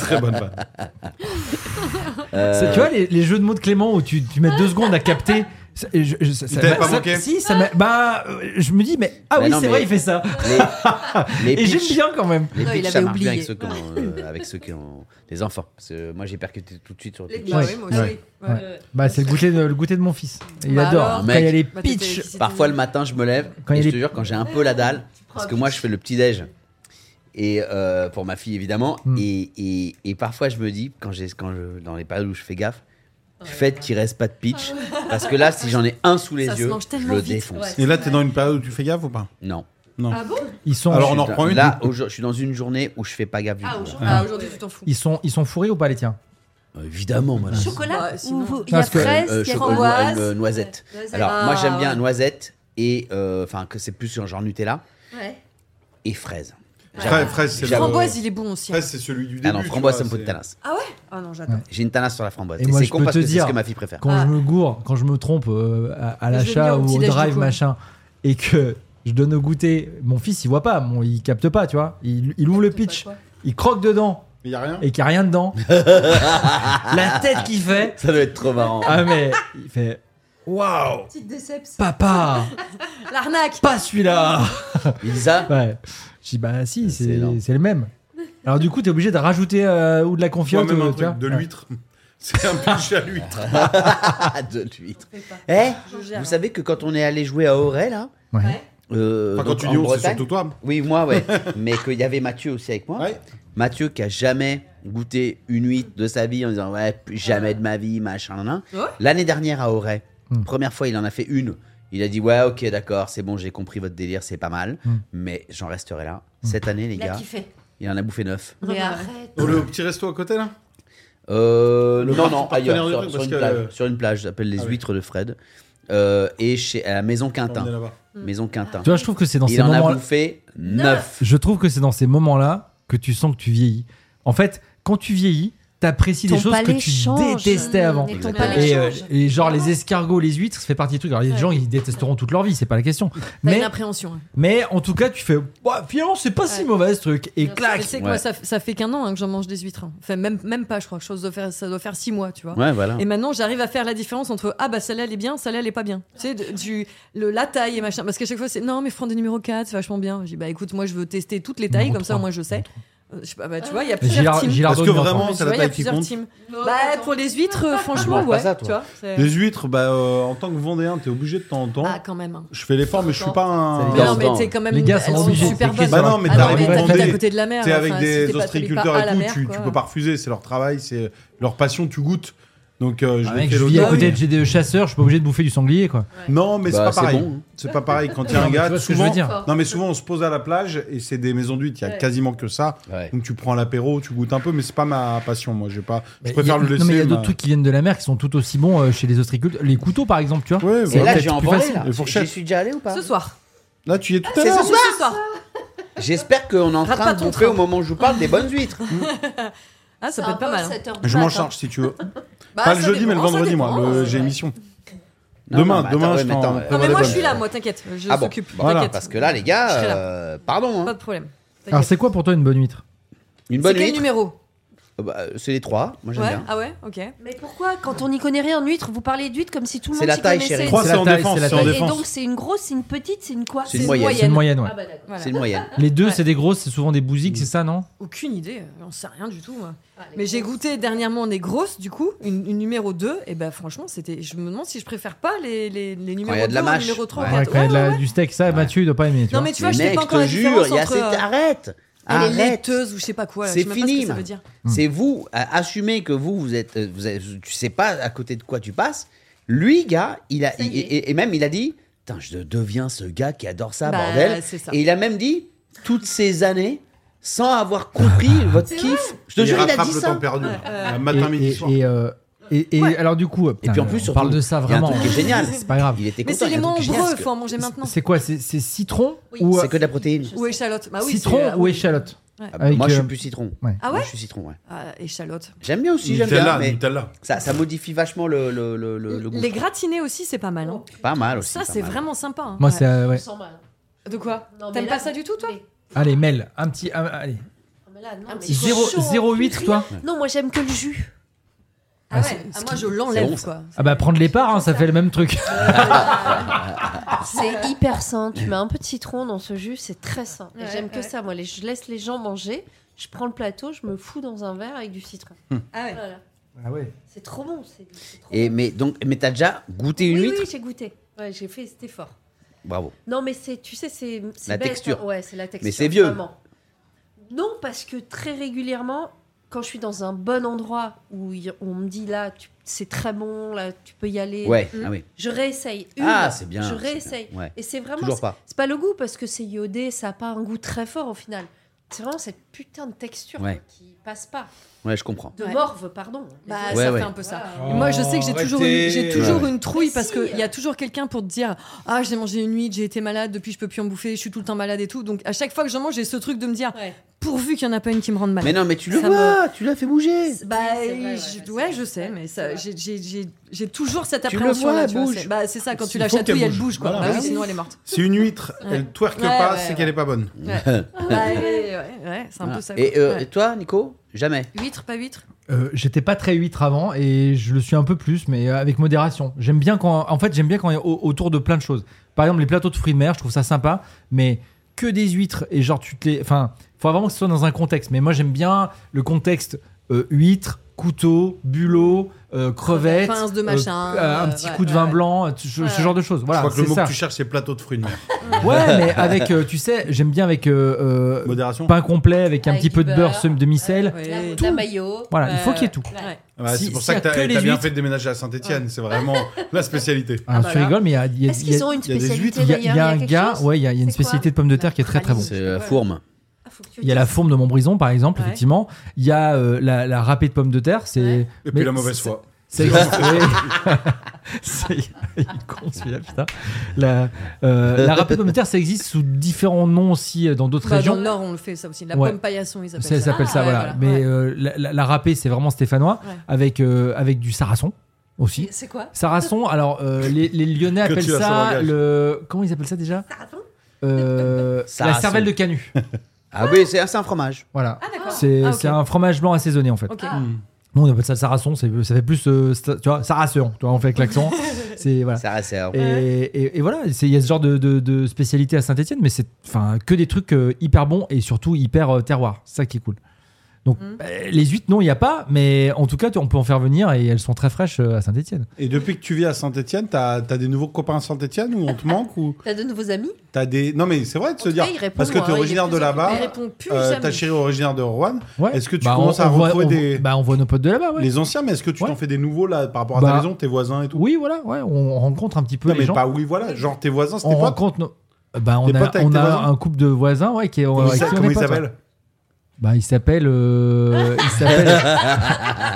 Speaker 1: Très bonne vanne.
Speaker 2: Euh,
Speaker 3: C'est- tu vois, les, les jeux de mots de Clément où tu, tu mets deux secondes à capter Ça- je- je- ça- ça-
Speaker 1: t'avait
Speaker 3: bah,
Speaker 1: pas
Speaker 3: ça-
Speaker 1: manqué
Speaker 3: Si, ça m'a- bah, euh, je me dis, mais ah
Speaker 2: Bah
Speaker 3: oui,
Speaker 2: non,
Speaker 3: c'est
Speaker 2: mais-
Speaker 3: vrai, il fait ça. (laughs)
Speaker 2: Les, les
Speaker 3: Et j'aime
Speaker 2: pitchs-
Speaker 3: bien quand même.
Speaker 2: Les
Speaker 7: Non,
Speaker 2: pitchs,
Speaker 7: il
Speaker 2: ça
Speaker 7: avait
Speaker 2: marche bien
Speaker 7: oublié.
Speaker 2: avec ceux qui ont, euh, avec ceux qui
Speaker 7: (laughs)
Speaker 2: ont les enfants. Parce que moi, j'ai percuté tout de suite sur le
Speaker 8: Les
Speaker 2: pitch.
Speaker 8: gars,
Speaker 4: bah
Speaker 3: Ouais.
Speaker 8: oui, moi aussi.
Speaker 3: Ouais.
Speaker 8: Ouais.
Speaker 3: Ouais.
Speaker 4: Euh,
Speaker 3: Bah, c'est le goûter, de, le goûter de mon fils. Il
Speaker 4: Bah
Speaker 3: adore.
Speaker 4: alors
Speaker 3: quand
Speaker 2: Mec.
Speaker 3: il y a les
Speaker 4: Bah, t'étais-
Speaker 3: pitchs.
Speaker 4: c'était-
Speaker 2: Parfois, le matin, je me lève.
Speaker 3: Quand
Speaker 2: et
Speaker 3: il
Speaker 2: je
Speaker 3: est-
Speaker 2: te jure, quand j'ai un peu la dalle, parce que moi, je fais le petit-déj. Et euh, pour ma fille, évidemment.
Speaker 3: Hmm.
Speaker 2: Et, et- et parfois, je me dis, quand j'ai, quand je, dans les périodes où je fais gaffe, faites qu'il reste pas de pitch. Parce que là, si j'en ai un sous les
Speaker 4: Ça se
Speaker 2: yeux,
Speaker 4: mange
Speaker 2: je
Speaker 4: tellement
Speaker 2: le
Speaker 4: vite.
Speaker 2: défonce.
Speaker 1: Et là, t'es dans une période où tu fais gaffe ou pas
Speaker 2: Non.
Speaker 8: Ah bon
Speaker 3: Ils sont,
Speaker 1: Alors,
Speaker 2: Je
Speaker 1: on en
Speaker 2: suis
Speaker 1: reprend
Speaker 2: dans-
Speaker 1: une
Speaker 2: Là, aujourd'hui- je suis dans une journée où je fais pas gaffe du
Speaker 8: Ah,
Speaker 2: tout. hein.
Speaker 8: aujourd'hui,
Speaker 4: Ah,
Speaker 8: ah,
Speaker 4: aujourd'hui,
Speaker 8: aujourd'hui,
Speaker 4: tu t'en fous.
Speaker 3: ils, sont, ils sont fourrés ou pas, les tiens
Speaker 2: Euh, Évidemment, voilà.
Speaker 7: Chocolat
Speaker 4: Bah,
Speaker 7: ou
Speaker 4: sinon-
Speaker 7: vous- Il y a
Speaker 3: Parce que,
Speaker 7: fraise,
Speaker 2: Euh,
Speaker 7: il y a
Speaker 2: chocolat,
Speaker 7: framboise.
Speaker 2: euh, noisette.
Speaker 8: Noisette.
Speaker 2: Alors,
Speaker 4: Ah,
Speaker 2: moi, j'aime bien
Speaker 4: ouais.
Speaker 2: noisette et euh, enfin que c'est plus un genre Nutella
Speaker 8: Ouais.
Speaker 2: et fraise.
Speaker 1: Fra- Fraise, c'est
Speaker 2: J'avoue.
Speaker 1: le-
Speaker 4: Framboise, il est bon aussi. hein.
Speaker 1: Fraise, c'est celui du début.
Speaker 2: Ah non,
Speaker 1: tu
Speaker 2: framboise,
Speaker 1: vois,
Speaker 2: ça me fout
Speaker 1: c'est-
Speaker 2: de talasse.
Speaker 4: Ah non, j'adore.
Speaker 3: Ouais.
Speaker 2: J'ai une talasse sur la framboise.
Speaker 3: Et
Speaker 2: Et,
Speaker 3: moi,
Speaker 2: c'est
Speaker 3: je
Speaker 2: con
Speaker 3: peux
Speaker 2: parce
Speaker 3: te
Speaker 2: que c'est
Speaker 3: dire-
Speaker 2: ce que ma fille préfère.
Speaker 3: Quand
Speaker 4: Ah.
Speaker 3: je me gourre, quand je me trompe euh, à, à
Speaker 4: Je vais
Speaker 3: l'achat
Speaker 4: venir au
Speaker 3: ou au
Speaker 4: petit-déj, du
Speaker 3: drive,
Speaker 4: coup.
Speaker 3: machin, et que je donne au goûter, mon fils, il voit pas, mon- il capte pas, tu vois. Il, il ouvre le pitch, il croque dedans
Speaker 1: Il y a rien
Speaker 3: et qu'il n'y a
Speaker 2: (laughs)
Speaker 3: rien dedans. La tête qu'il fait.
Speaker 2: Ça doit être trop marrant.
Speaker 3: Ah, mais il fait Waouh
Speaker 8: Petite déception.
Speaker 3: Papa
Speaker 4: L'arnaque
Speaker 3: Pas celui-là
Speaker 2: Il dit ça
Speaker 3: Ouais. Je dis bah si,
Speaker 2: Ah, C'est
Speaker 3: c'est
Speaker 2: énorme.
Speaker 3: c'est le même. Alors du coup, t'es obligé de rajouter euh, ou de la
Speaker 1: Tu vois,
Speaker 3: confiance
Speaker 1: même
Speaker 3: ou
Speaker 1: un
Speaker 3: tu vois.
Speaker 1: truc de
Speaker 3: Ouais.
Speaker 1: l'huître. (laughs) C'est un pitch à
Speaker 2: Euh,
Speaker 1: l'huître.
Speaker 2: de l'huître.
Speaker 8: Je fais pas.
Speaker 2: Eh,
Speaker 8: Je gère.
Speaker 2: vous savez que quand on est allé jouer à Auray, là,
Speaker 3: Ouais.
Speaker 8: Ouais.
Speaker 2: euh,
Speaker 1: Enfin, quand
Speaker 2: donc
Speaker 1: tu
Speaker 2: en
Speaker 1: dis on, c'est
Speaker 2: Bretagne- Ah.
Speaker 1: surtout toi.
Speaker 2: Oui, moi,
Speaker 1: (laughs)
Speaker 2: ouais. Mais qu'il y avait Mathieu aussi avec moi.
Speaker 1: Ouais.
Speaker 2: Mathieu qui a jamais goûté une huître de sa vie en disant ouais plus jamais de ma vie machin nan, nan.
Speaker 4: Ouais.
Speaker 2: l'année dernière à Auray
Speaker 3: Hmm.
Speaker 2: première fois il en a fait une il a dit ouais ok d'accord c'est bon j'ai compris votre délire c'est pas mal
Speaker 3: Hmm.
Speaker 2: mais j'en resterai là cette année les
Speaker 8: Il a
Speaker 2: gars
Speaker 8: kiffé.
Speaker 2: il en a bouffé neuf
Speaker 7: Mais arrête.
Speaker 1: Oh, le petit resto à côté, là
Speaker 2: euh,
Speaker 1: Le
Speaker 2: non non
Speaker 1: partenaire
Speaker 2: ailleurs
Speaker 1: du
Speaker 2: sur,
Speaker 1: truc,
Speaker 2: sur
Speaker 1: parce
Speaker 2: une
Speaker 1: que-
Speaker 2: plage sur une plage ça s'appelle les
Speaker 1: Ah oui.
Speaker 2: huîtres de Fred Euh, et chez à la maison
Speaker 1: On est
Speaker 2: Quintin Hmm.
Speaker 1: là-bas.
Speaker 2: maison Quintin
Speaker 3: Tu vois, je trouve que c'est dans
Speaker 2: il
Speaker 3: ces
Speaker 2: en a
Speaker 3: moments-là.
Speaker 2: bouffé neuf
Speaker 3: Je trouve que c'est dans ces moments-là que tu sens que tu vieillis. En fait, quand tu vieillis, t'apprécies des
Speaker 7: Ton
Speaker 3: choses que
Speaker 7: palais
Speaker 3: tu
Speaker 7: change.
Speaker 3: détestais avant.
Speaker 7: Et ton
Speaker 2: Exactement.
Speaker 7: palais
Speaker 3: Et, euh,
Speaker 7: change.
Speaker 3: et genre les escargots, les huîtres, ça fait partie des trucs. Alors il y a des gens qui détesteront toute leur vie, c'est pas la question.
Speaker 4: T'as une
Speaker 3: Mais,
Speaker 4: appréhension. hein.
Speaker 3: mais en tout cas, tu fais bah, finalement c'est pas si
Speaker 8: Ouais.
Speaker 3: mauvais ce truc.
Speaker 8: Bien
Speaker 3: Et
Speaker 8: sûr.
Speaker 4: Mais
Speaker 3: clac.
Speaker 4: tu sais que
Speaker 2: Ouais.
Speaker 4: moi, ça, ça fait qu'un an hein, que j'en mange des huîtres. hein. Enfin, même, même pas, je crois. Chose doit faire, ça doit faire six mois, tu vois.
Speaker 2: ouais voilà
Speaker 1: Ah.
Speaker 4: Et maintenant, j'arrive à faire la différence entre ah bah celle-là elle est bien, celle-là elle est pas bien. Tu sais, de- du, le, la taille et machin. Parce qu'à chaque fois, c'est non, mais franc de numéro 4, c'est vachement bien. J'ai dit, bah écoute, moi je veux tester toutes les tailles,
Speaker 3: Numéro
Speaker 4: comme ça
Speaker 3: trois.
Speaker 4: au moins je sais. Euh, je sais pas, bah, tu vois, il y a plusieurs
Speaker 3: Gilard-
Speaker 4: teams.
Speaker 3: Gilardo
Speaker 1: Parce que
Speaker 3: numéro trois.
Speaker 1: vraiment,
Speaker 4: Tu
Speaker 1: c'est
Speaker 4: vois,
Speaker 1: la
Speaker 4: il y a
Speaker 1: taille qui
Speaker 4: plusieurs
Speaker 1: compte.
Speaker 4: teams.
Speaker 8: Non,
Speaker 4: Bah,
Speaker 8: attends.
Speaker 4: pour les huîtres,
Speaker 1: Ah,
Speaker 4: euh, franchement,
Speaker 2: bois pas
Speaker 4: ouais.
Speaker 2: ça, toi.
Speaker 4: tu vois, c'est-
Speaker 1: Les huîtres, bah, euh, en tant que Vendéen, t'es obligé de temps en temps.
Speaker 4: ah, quand même. hein.
Speaker 1: Je fais l'effort, mais je suis pas un.
Speaker 2: Ça
Speaker 4: Mais
Speaker 2: Dans-
Speaker 4: non, mais
Speaker 2: dans-
Speaker 4: t'es quand même.
Speaker 3: Les gars sont
Speaker 4: elles
Speaker 3: obligés de
Speaker 4: super
Speaker 3: cliquer
Speaker 4: bonnes.
Speaker 3: sur
Speaker 1: Bah non, mais
Speaker 4: Ah
Speaker 1: t'arrives
Speaker 4: non, mais
Speaker 1: en
Speaker 4: t'habites à
Speaker 1: Vendée.
Speaker 4: côté de la mer.
Speaker 1: T'es avec
Speaker 4: enfin, si t'es
Speaker 1: des
Speaker 4: pas- t'habites pas à
Speaker 1: ostréiculteurs
Speaker 4: la
Speaker 1: et
Speaker 4: mer,
Speaker 1: tout, tu, tu
Speaker 4: quoi.
Speaker 1: peux pas refuser, c'est leur travail, c'est leur passion, tu goûtes. Donc euh, je
Speaker 3: Ah,
Speaker 1: l'ai
Speaker 3: mec,
Speaker 1: fait
Speaker 3: je
Speaker 1: l'autre
Speaker 3: vis à
Speaker 1: jour.
Speaker 3: côté de GDE chasseur, je suis pas obligé de bouffer du sanglier quoi.
Speaker 1: Non, mais
Speaker 2: Bah,
Speaker 1: c'est
Speaker 2: c'est
Speaker 1: pas pareil.
Speaker 2: bon, hein.
Speaker 1: C'est pas pareil. Quand il y a
Speaker 3: Non,
Speaker 1: un
Speaker 3: mais tu
Speaker 1: gars,
Speaker 3: vois ce que je
Speaker 1: souvent-
Speaker 3: veux dire.
Speaker 1: non mais souvent on se pose à la plage et c'est des maisons d'huîtres, il y a
Speaker 8: Ouais.
Speaker 1: quasiment que ça.
Speaker 2: Ouais.
Speaker 1: Donc tu prends l'apéro, tu goûtes un peu, mais c'est pas ma passion. Moi, j'ai pas.
Speaker 3: Mais
Speaker 1: Je préfère
Speaker 3: il y a-
Speaker 1: le laisser. euh,
Speaker 3: Non, mais il y a
Speaker 1: ma-
Speaker 3: d'autres trucs qui viennent de la mer qui sont tout aussi bons euh, chez les ostriculteurs. Les couteaux, par exemple, tu vois.
Speaker 1: Ouais,
Speaker 2: et
Speaker 1: voilà.
Speaker 2: là
Speaker 3: peut-être
Speaker 2: j'ai en
Speaker 3: plus
Speaker 2: Boré
Speaker 3: facile.
Speaker 2: là
Speaker 1: Les fourchettes.
Speaker 2: j'y suis déjà allé ou pas
Speaker 4: Ce soir.
Speaker 1: Là, tu y es tout à
Speaker 4: Ah, C'est
Speaker 1: l'heure.
Speaker 4: ce soir.
Speaker 2: J'espère qu'on est en
Speaker 4: Rate
Speaker 2: train
Speaker 4: pas
Speaker 2: de
Speaker 4: ton
Speaker 2: bouffer
Speaker 4: train.
Speaker 2: au moment où je vous parle des bonnes huîtres.
Speaker 4: Ah, ça peut être pas mal. hein.
Speaker 1: Je m'en charge si tu veux.
Speaker 4: Bah,
Speaker 1: pas le jeudi, mais le vendredi, moi. le- J'ai émission.
Speaker 2: Non,
Speaker 1: Demain,
Speaker 2: non, mais
Speaker 1: demain,
Speaker 2: attends,
Speaker 1: je
Speaker 2: mais
Speaker 1: t'en-
Speaker 2: attends,
Speaker 1: t'en
Speaker 4: Non,
Speaker 1: vas
Speaker 4: mais
Speaker 1: les
Speaker 4: moi je
Speaker 1: bonnes.
Speaker 4: suis là, moi, t'inquiète. Je
Speaker 2: Ah bon,
Speaker 4: s'occupe.
Speaker 2: voilà,
Speaker 4: t'inquiète.
Speaker 2: parce que là, les gars,
Speaker 4: Je serai là.
Speaker 2: euh, pardon. hein.
Speaker 4: Pas de problème.
Speaker 3: Alors,
Speaker 4: T'inquiète.
Speaker 3: c'est quoi pour toi une bonne huître
Speaker 2: Une
Speaker 4: C'est
Speaker 2: bonne
Speaker 4: quel
Speaker 2: huître,
Speaker 4: numéro
Speaker 2: euh, bah, euh, c'est les trois. Moi, j'aime
Speaker 4: Ouais.
Speaker 2: bien.
Speaker 4: Ah ouais, ok.
Speaker 7: Mais pourquoi, quand on n'y connaît rien en huître, vous parlez d'huître comme si tout le
Speaker 2: C'est
Speaker 7: monde
Speaker 2: la
Speaker 7: s'y
Speaker 2: taille,
Speaker 7: connaissait
Speaker 2: chérie.
Speaker 1: Trois,
Speaker 3: C'est
Speaker 1: c'est
Speaker 3: la
Speaker 1: en
Speaker 3: taille,
Speaker 1: défense.
Speaker 3: c'est la
Speaker 1: C'est en
Speaker 3: taille.
Speaker 7: Et donc,
Speaker 1: défense.
Speaker 7: c'est une grosse, c'est une petite, c'est une quoi
Speaker 2: C'est une moyenne.
Speaker 3: C'est une moyenne, ouais.
Speaker 8: Ah bah d'accord.
Speaker 4: Voilà.
Speaker 2: C'est une moyenne.
Speaker 3: Les deux,
Speaker 4: Ouais.
Speaker 3: c'est des grosses, c'est souvent des bousiques, c'est ça, non
Speaker 4: Aucune idée, euh, j'en sais rien du tout. Moi.
Speaker 8: Ah, les
Speaker 4: Mais j'ai
Speaker 8: gros.
Speaker 4: goûté dernièrement des grosses, du coup, une, une numéro 2, et ben franchement, c'était. Je me demande si je préfère pas les, les, les numéros
Speaker 2: il y a de la
Speaker 4: 2,
Speaker 2: mâche.
Speaker 4: numéro 3
Speaker 2: Ouais.
Speaker 4: ou 4.
Speaker 3: quand il y a de la- du steak, ça,
Speaker 2: Ouais.
Speaker 3: Mathieu, il doit pas aimer. Tu
Speaker 4: Non,
Speaker 3: vois.
Speaker 4: mais tu vois, je sais
Speaker 2: mec,
Speaker 4: pas
Speaker 2: je
Speaker 4: encore
Speaker 2: te
Speaker 4: la
Speaker 2: jure,
Speaker 4: différence
Speaker 2: il y a
Speaker 4: entre.
Speaker 2: cette...
Speaker 4: euh,
Speaker 2: Arrête
Speaker 4: Elle est
Speaker 2: Arrête
Speaker 4: laiteuse ou je sais pas quoi. là,
Speaker 2: C'est
Speaker 4: je sais même pas ce que
Speaker 2: fini,
Speaker 4: ça
Speaker 2: man.
Speaker 4: veut dire.
Speaker 1: Hmm.
Speaker 2: C'est vous, euh, assumez que vous, vous êtes, euh, vous êtes- Tu sais pas à côté de quoi tu passes. Lui, gars, il a.
Speaker 8: Ça y
Speaker 2: il-
Speaker 8: est.
Speaker 2: et, et même, il a dit Putain, je deviens ce gars qui adore ça,
Speaker 4: Bah,
Speaker 2: bordel.
Speaker 4: c'est ça.
Speaker 2: Et il a même dit Toutes ces années, sans avoir
Speaker 1: (laughs)
Speaker 2: compris votre kiff. Je te
Speaker 1: Il
Speaker 2: jure, il a
Speaker 1: rattrape
Speaker 2: dit
Speaker 1: le
Speaker 2: ça.
Speaker 1: temps perdu.
Speaker 4: Ouais, ouais.
Speaker 1: là.
Speaker 3: Et-
Speaker 1: Matin,
Speaker 3: et-
Speaker 1: midi, soir.
Speaker 3: Et, euh, et- et alors, du coup,
Speaker 2: Et puis en plus,
Speaker 3: on
Speaker 2: surtout,
Speaker 3: parle de ça
Speaker 2: il y a un
Speaker 3: vraiment.
Speaker 2: truc qui est génial.
Speaker 3: C'est pas grave.
Speaker 2: Il était
Speaker 4: Mais
Speaker 2: content.
Speaker 4: c'est
Speaker 2: il y a
Speaker 4: les
Speaker 2: un truc génial,
Speaker 4: nombreux,
Speaker 2: parce
Speaker 4: faut en manger maintenant.
Speaker 3: C'est quoi C'est c'est citron
Speaker 8: Oui.
Speaker 3: ou euh,
Speaker 2: que- C'est que de la protéine.
Speaker 8: Je
Speaker 4: Ou
Speaker 8: sais.
Speaker 4: échalote. Bah hein. oui, c'est-
Speaker 3: citron
Speaker 2: euh,
Speaker 4: ah
Speaker 3: ou
Speaker 4: oui.
Speaker 3: échalote
Speaker 2: Ah,
Speaker 3: Avec,
Speaker 2: moi, je
Speaker 3: euh,
Speaker 2: suis plus citron.
Speaker 4: Ah
Speaker 2: Moi,
Speaker 4: ouais
Speaker 2: je suis citron, ouais.
Speaker 4: Ah, Échalote.
Speaker 2: J'aime bien aussi, j'aime bien,
Speaker 1: Nutella,
Speaker 2: mais
Speaker 1: Nutella.
Speaker 2: ça, ça modifie vachement le, le, le, le- le goût.
Speaker 4: Les gratinés aussi, c'est pas mal. hein.
Speaker 2: Pas mal Ah, aussi.
Speaker 4: Ça,
Speaker 2: pas
Speaker 4: c'est
Speaker 2: mal.
Speaker 4: vraiment sympa. hein.
Speaker 3: Moi,
Speaker 4: Ouais.
Speaker 3: c'est. euh,
Speaker 8: Je
Speaker 3: ouais.
Speaker 8: me sens mal.
Speaker 4: De quoi
Speaker 8: Non, mais
Speaker 4: T'aimes
Speaker 8: là-
Speaker 4: pas ça du tout, toi
Speaker 8: mais-
Speaker 3: Allez, Mel, un petit. un- allez.
Speaker 8: Ah, mais là, non, mais-
Speaker 3: Zéro-
Speaker 7: chaud,
Speaker 3: 0,8,
Speaker 7: rien.
Speaker 3: toi
Speaker 7: Non, moi j'aime que le jus.
Speaker 4: Ah
Speaker 3: c'est-
Speaker 4: ouais, ah, moi je
Speaker 2: c'est
Speaker 4: l'enlève
Speaker 2: ouf.
Speaker 4: quoi.
Speaker 3: Ah bah prendre les parts, hein, ça fait le même truc.
Speaker 7: C'est hyper sain. Tu mets un peu de citron dans ce jus, c'est très sain. Et
Speaker 8: Ouais,
Speaker 7: J'aime que
Speaker 8: ouais.
Speaker 7: ça. Moi, les- je laisse les gens manger. Je prends le plateau, je me fous dans un verre avec du citron.
Speaker 4: Ah ouais.
Speaker 7: Voilà.
Speaker 3: Ah ouais.
Speaker 7: C'est trop bon. C'est c'est trop
Speaker 2: Et
Speaker 7: bon.
Speaker 2: mais donc, mais t'as déjà goûté une
Speaker 7: oui,
Speaker 2: huître
Speaker 7: oui, j'ai goûté. Ouais, j'ai fait cet effort.
Speaker 2: Bravo.
Speaker 7: Non, mais c'est, tu sais, c'est c'est
Speaker 2: La
Speaker 7: bête,
Speaker 2: texture.
Speaker 7: hein. Ouais, c'est la texture.
Speaker 2: c'est vieux.
Speaker 7: vraiment. Non, parce que très régulièrement, quand je suis dans un bon endroit où il- on me dit là, tu- c'est très bon, là, tu peux y aller.
Speaker 2: Ouais.
Speaker 4: mm.
Speaker 2: Ah oui.
Speaker 7: Je réessaye. Une,
Speaker 2: Ah, c'est bien.
Speaker 7: Je
Speaker 2: c'est bien.
Speaker 7: réessaye.
Speaker 2: Ouais.
Speaker 7: Et c'est vraiment,
Speaker 2: Toujours
Speaker 7: c'est
Speaker 2: pas.
Speaker 7: c'est pas le goût parce que c'est iodé, ça a pas un goût très fort au final. C'est vraiment cette putain de texture
Speaker 2: Ouais.
Speaker 7: qui passe pas.
Speaker 2: Ouais, je comprends.
Speaker 7: De
Speaker 4: Ouais.
Speaker 7: morve, pardon.
Speaker 4: Bah,
Speaker 2: Ouais,
Speaker 4: ça
Speaker 2: ouais.
Speaker 4: fait un peu ça.
Speaker 7: Ah.
Speaker 4: Et Moi, je sais que j'ai
Speaker 1: Oh,
Speaker 4: toujours, une, j'ai
Speaker 1: arrêtez.
Speaker 4: toujours
Speaker 2: Ouais, ouais.
Speaker 4: une trouille parce
Speaker 7: Mais
Speaker 4: qu'il
Speaker 7: si.
Speaker 4: y a toujours quelqu'un pour te dire Ah, j'ai mangé une nuit, j'ai été malade, depuis je peux plus en bouffer, je suis tout le temps malade et tout. Donc, à chaque fois que j'en mange, j'ai ce truc de me dire
Speaker 7: Ouais.
Speaker 4: Pourvu qu'il y en a pas une qui me rende malade.
Speaker 2: Mais non, mais tu le
Speaker 4: Ah. Ça
Speaker 2: vois, tu l'as fait bouger.
Speaker 4: Bah,
Speaker 7: c'est vrai, ouais,
Speaker 4: je-
Speaker 7: ouais,
Speaker 4: ouais,
Speaker 7: c'est
Speaker 4: je
Speaker 7: vrai.
Speaker 4: sais, mais ça,
Speaker 7: C'est vrai.
Speaker 4: j'ai- j'ai- j'ai j'ai toujours cette
Speaker 2: Tu le
Speaker 4: appréhension
Speaker 2: vois,
Speaker 4: là.
Speaker 2: elle
Speaker 4: tu vois,
Speaker 2: bouge.
Speaker 4: c'est- Bah, c'est ça, quand tu
Speaker 1: Il
Speaker 4: la
Speaker 1: faut
Speaker 4: chatouilles,
Speaker 1: qu'elle
Speaker 4: elle
Speaker 1: bouge.
Speaker 4: bouge quoi.
Speaker 1: Voilà.
Speaker 4: Bah oui,
Speaker 1: Ouais.
Speaker 4: sinon elle est
Speaker 1: (laughs)
Speaker 4: morte.
Speaker 1: Si une huître, elle twerque
Speaker 4: Ouais,
Speaker 1: pas,
Speaker 4: ouais,
Speaker 1: c'est
Speaker 4: ouais.
Speaker 1: qu'elle est pas bonne.
Speaker 4: Ouais, Bah, ouais, ouais, ouais, c'est un
Speaker 2: Voilà.
Speaker 4: peu ça.
Speaker 2: Et
Speaker 4: quoi.
Speaker 2: euh,
Speaker 4: Ouais.
Speaker 2: et toi, Nico Jamais.
Speaker 4: Huître, pas huître
Speaker 3: Euh, J'étais pas très huître avant et je le suis un peu plus, mais euh, avec modération. J'aime bien quand, en fait, j'aime bien quand il y a au- autour de plein de choses. Par exemple, les plateaux de fruits de mer, je trouve ça sympa, mais que des huîtres et genre tu te les, enfin, faut vraiment que ce soit dans un contexte. Mais moi, j'aime bien le contexte euh, huître, couteau, bulot, euh, crevette,
Speaker 4: Pince de machin,
Speaker 3: euh, un
Speaker 4: euh,
Speaker 3: petit
Speaker 4: ouais,
Speaker 3: coup de
Speaker 4: ouais,
Speaker 3: vin
Speaker 4: ouais.
Speaker 3: blanc, euh, ce, ce genre de choses. Voilà,
Speaker 1: je crois que le
Speaker 3: c'est
Speaker 1: mot
Speaker 3: ça.
Speaker 1: que tu cherches, c'est plateau de fruits de mer. (laughs)
Speaker 3: Ouais, mais avec, euh, tu sais, j'aime bien avec euh, euh,
Speaker 1: Modération
Speaker 3: pain complet, avec un
Speaker 7: Avec
Speaker 3: petit
Speaker 7: du
Speaker 3: peu de beurre,
Speaker 7: beurre.
Speaker 3: semi- demi-sel.
Speaker 4: Ouais.
Speaker 7: La,
Speaker 3: Tout.
Speaker 7: la maillot.
Speaker 3: Voilà, il faut
Speaker 7: euh,
Speaker 3: qu'il y ait tout.
Speaker 7: ouais.
Speaker 1: Ouais,
Speaker 3: Si-
Speaker 1: c'est pour
Speaker 3: s'il
Speaker 1: ça
Speaker 3: y a
Speaker 1: que t'as
Speaker 3: que les
Speaker 1: t'as bien
Speaker 3: huîtres.
Speaker 1: fait de déménager à Saint-Etienne. C'est vraiment la spécialité.
Speaker 3: Ah,
Speaker 4: bah
Speaker 3: tu
Speaker 4: là.
Speaker 3: rigoles, mais il y a, il y a-
Speaker 7: Est-ce
Speaker 3: il y a-
Speaker 7: qu'ils ont une
Speaker 1: il y a des
Speaker 7: spécialité
Speaker 3: Il y a,
Speaker 7: d'ailleurs
Speaker 3: il y a un
Speaker 7: quelque
Speaker 3: gars,
Speaker 7: chose
Speaker 3: ouais, il y a, il y a une
Speaker 7: C'est quoi
Speaker 3: spécialité de pommes de terre qui est très très bon.
Speaker 7: praliné.
Speaker 2: C'est la fourme.
Speaker 7: Ah, faut que tu
Speaker 3: Il y a la
Speaker 7: utilises.
Speaker 3: fourme de Montbrison par exemple,
Speaker 4: Ouais.
Speaker 3: effectivement. Il y a euh, la, la râpée de pommes de terre, c'est.
Speaker 7: Ouais.
Speaker 1: Et
Speaker 3: mais
Speaker 1: puis la mauvaise
Speaker 3: c'est-
Speaker 1: foi.
Speaker 3: C'est
Speaker 1: (laughs)
Speaker 3: oui. C'est- (laughs) il est con celui-là, putain. La, euh, la râpée de pommes de terre, ça existe sous différents noms aussi euh, dans d'autres
Speaker 4: Bah,
Speaker 3: régions.
Speaker 4: Dans le Nord, on le fait ça aussi. La
Speaker 3: Ouais.
Speaker 4: pomme paillasson, ils appellent
Speaker 3: Ça s'appelle ça,
Speaker 4: Ah, ouais,
Speaker 3: voilà. Mais
Speaker 4: Ouais.
Speaker 3: euh, la, la- la râpée, c'est vraiment stéphanois,
Speaker 4: Ouais.
Speaker 3: avec, euh, avec du sarrasin aussi.
Speaker 7: C'est quoi
Speaker 3: Sarrasin, alors euh, les, les Lyonnais
Speaker 1: Que
Speaker 3: appellent
Speaker 1: tu as sur
Speaker 3: ça
Speaker 1: bagage.
Speaker 3: le. Comment ils appellent ça déjà Euh, La
Speaker 2: Sarrasin.
Speaker 3: cervelle
Speaker 1: (laughs)
Speaker 3: de canut.
Speaker 2: Ah oui, c'est c'est un fromage.
Speaker 3: Voilà.
Speaker 4: d'accord.
Speaker 3: C'est
Speaker 4: Ah, ok.
Speaker 3: c'est un fromage blanc assaisonné en fait.
Speaker 4: Ok.
Speaker 3: Nous on appelle ça sarrason, c'est- ça fait plus, euh, sta- tu vois, sarrasin, tu vois, on fait
Speaker 4: (laughs)
Speaker 3: avec l'accent. c'est voilà.
Speaker 2: Ça euh, réserve.
Speaker 3: Et, et- et voilà, c'est- il y a ce genre de, de- de spécialité à Saint-Etienne, mais c'est enfin que des trucs euh, hyper bons et surtout hyper euh, terroir. C'est ça qui est cool. Donc
Speaker 4: Mm.
Speaker 3: bah, les huîtres, non, il n'y a pas, mais en tout cas, tu- on peut en faire venir et elles sont très fraîches euh, à Saint-Etienne.
Speaker 1: Et depuis que tu vis à Saint-Etienne, t'as as des nouveaux copains à Saint-Etienne ou on te manque ou
Speaker 7: T'as de nouveaux amis
Speaker 1: t'as des Non mais c'est vrai de
Speaker 7: En
Speaker 1: se
Speaker 7: tout
Speaker 1: dire
Speaker 7: cas, il répond,
Speaker 1: parce que
Speaker 7: hein,
Speaker 1: t'es
Speaker 7: il est
Speaker 1: originaire
Speaker 7: plus
Speaker 1: de
Speaker 7: occupé.
Speaker 1: là-bas,
Speaker 4: Elle répond plus
Speaker 1: euh,
Speaker 4: jamais.
Speaker 1: ta chérie est originaire de Rouen.
Speaker 3: Ouais.
Speaker 1: Est-ce que tu
Speaker 3: Bah,
Speaker 1: commences à
Speaker 3: voit-
Speaker 1: retrouver
Speaker 3: on voit-
Speaker 1: des
Speaker 3: bah, on voit nos potes de là-bas, ouais.
Speaker 1: les anciens Mais est-ce que tu
Speaker 3: Ouais.
Speaker 1: t'en fais des nouveaux là par rapport à
Speaker 3: Bah,
Speaker 1: ta maison, tes voisins et tout
Speaker 3: Oui, voilà, ouais, on rencontre un petit peu
Speaker 1: Non
Speaker 3: les
Speaker 1: mais
Speaker 3: gens.
Speaker 1: pas oui voilà, genre tes voisins,
Speaker 3: on
Speaker 1: c'était pas
Speaker 3: rencontre nos- Bah, on
Speaker 1: Tes
Speaker 3: a,
Speaker 1: potes avec
Speaker 3: on
Speaker 1: tes
Speaker 3: a
Speaker 1: voisins
Speaker 3: un couple de voisins ouais, qui est
Speaker 1: Comment
Speaker 3: avec
Speaker 1: ils
Speaker 3: qui on
Speaker 1: comment
Speaker 3: est
Speaker 1: ils
Speaker 3: potes, ouais.
Speaker 1: s'appellent
Speaker 3: Bah, il s'appelle.
Speaker 1: (laughs)
Speaker 3: euh, il s'appelle.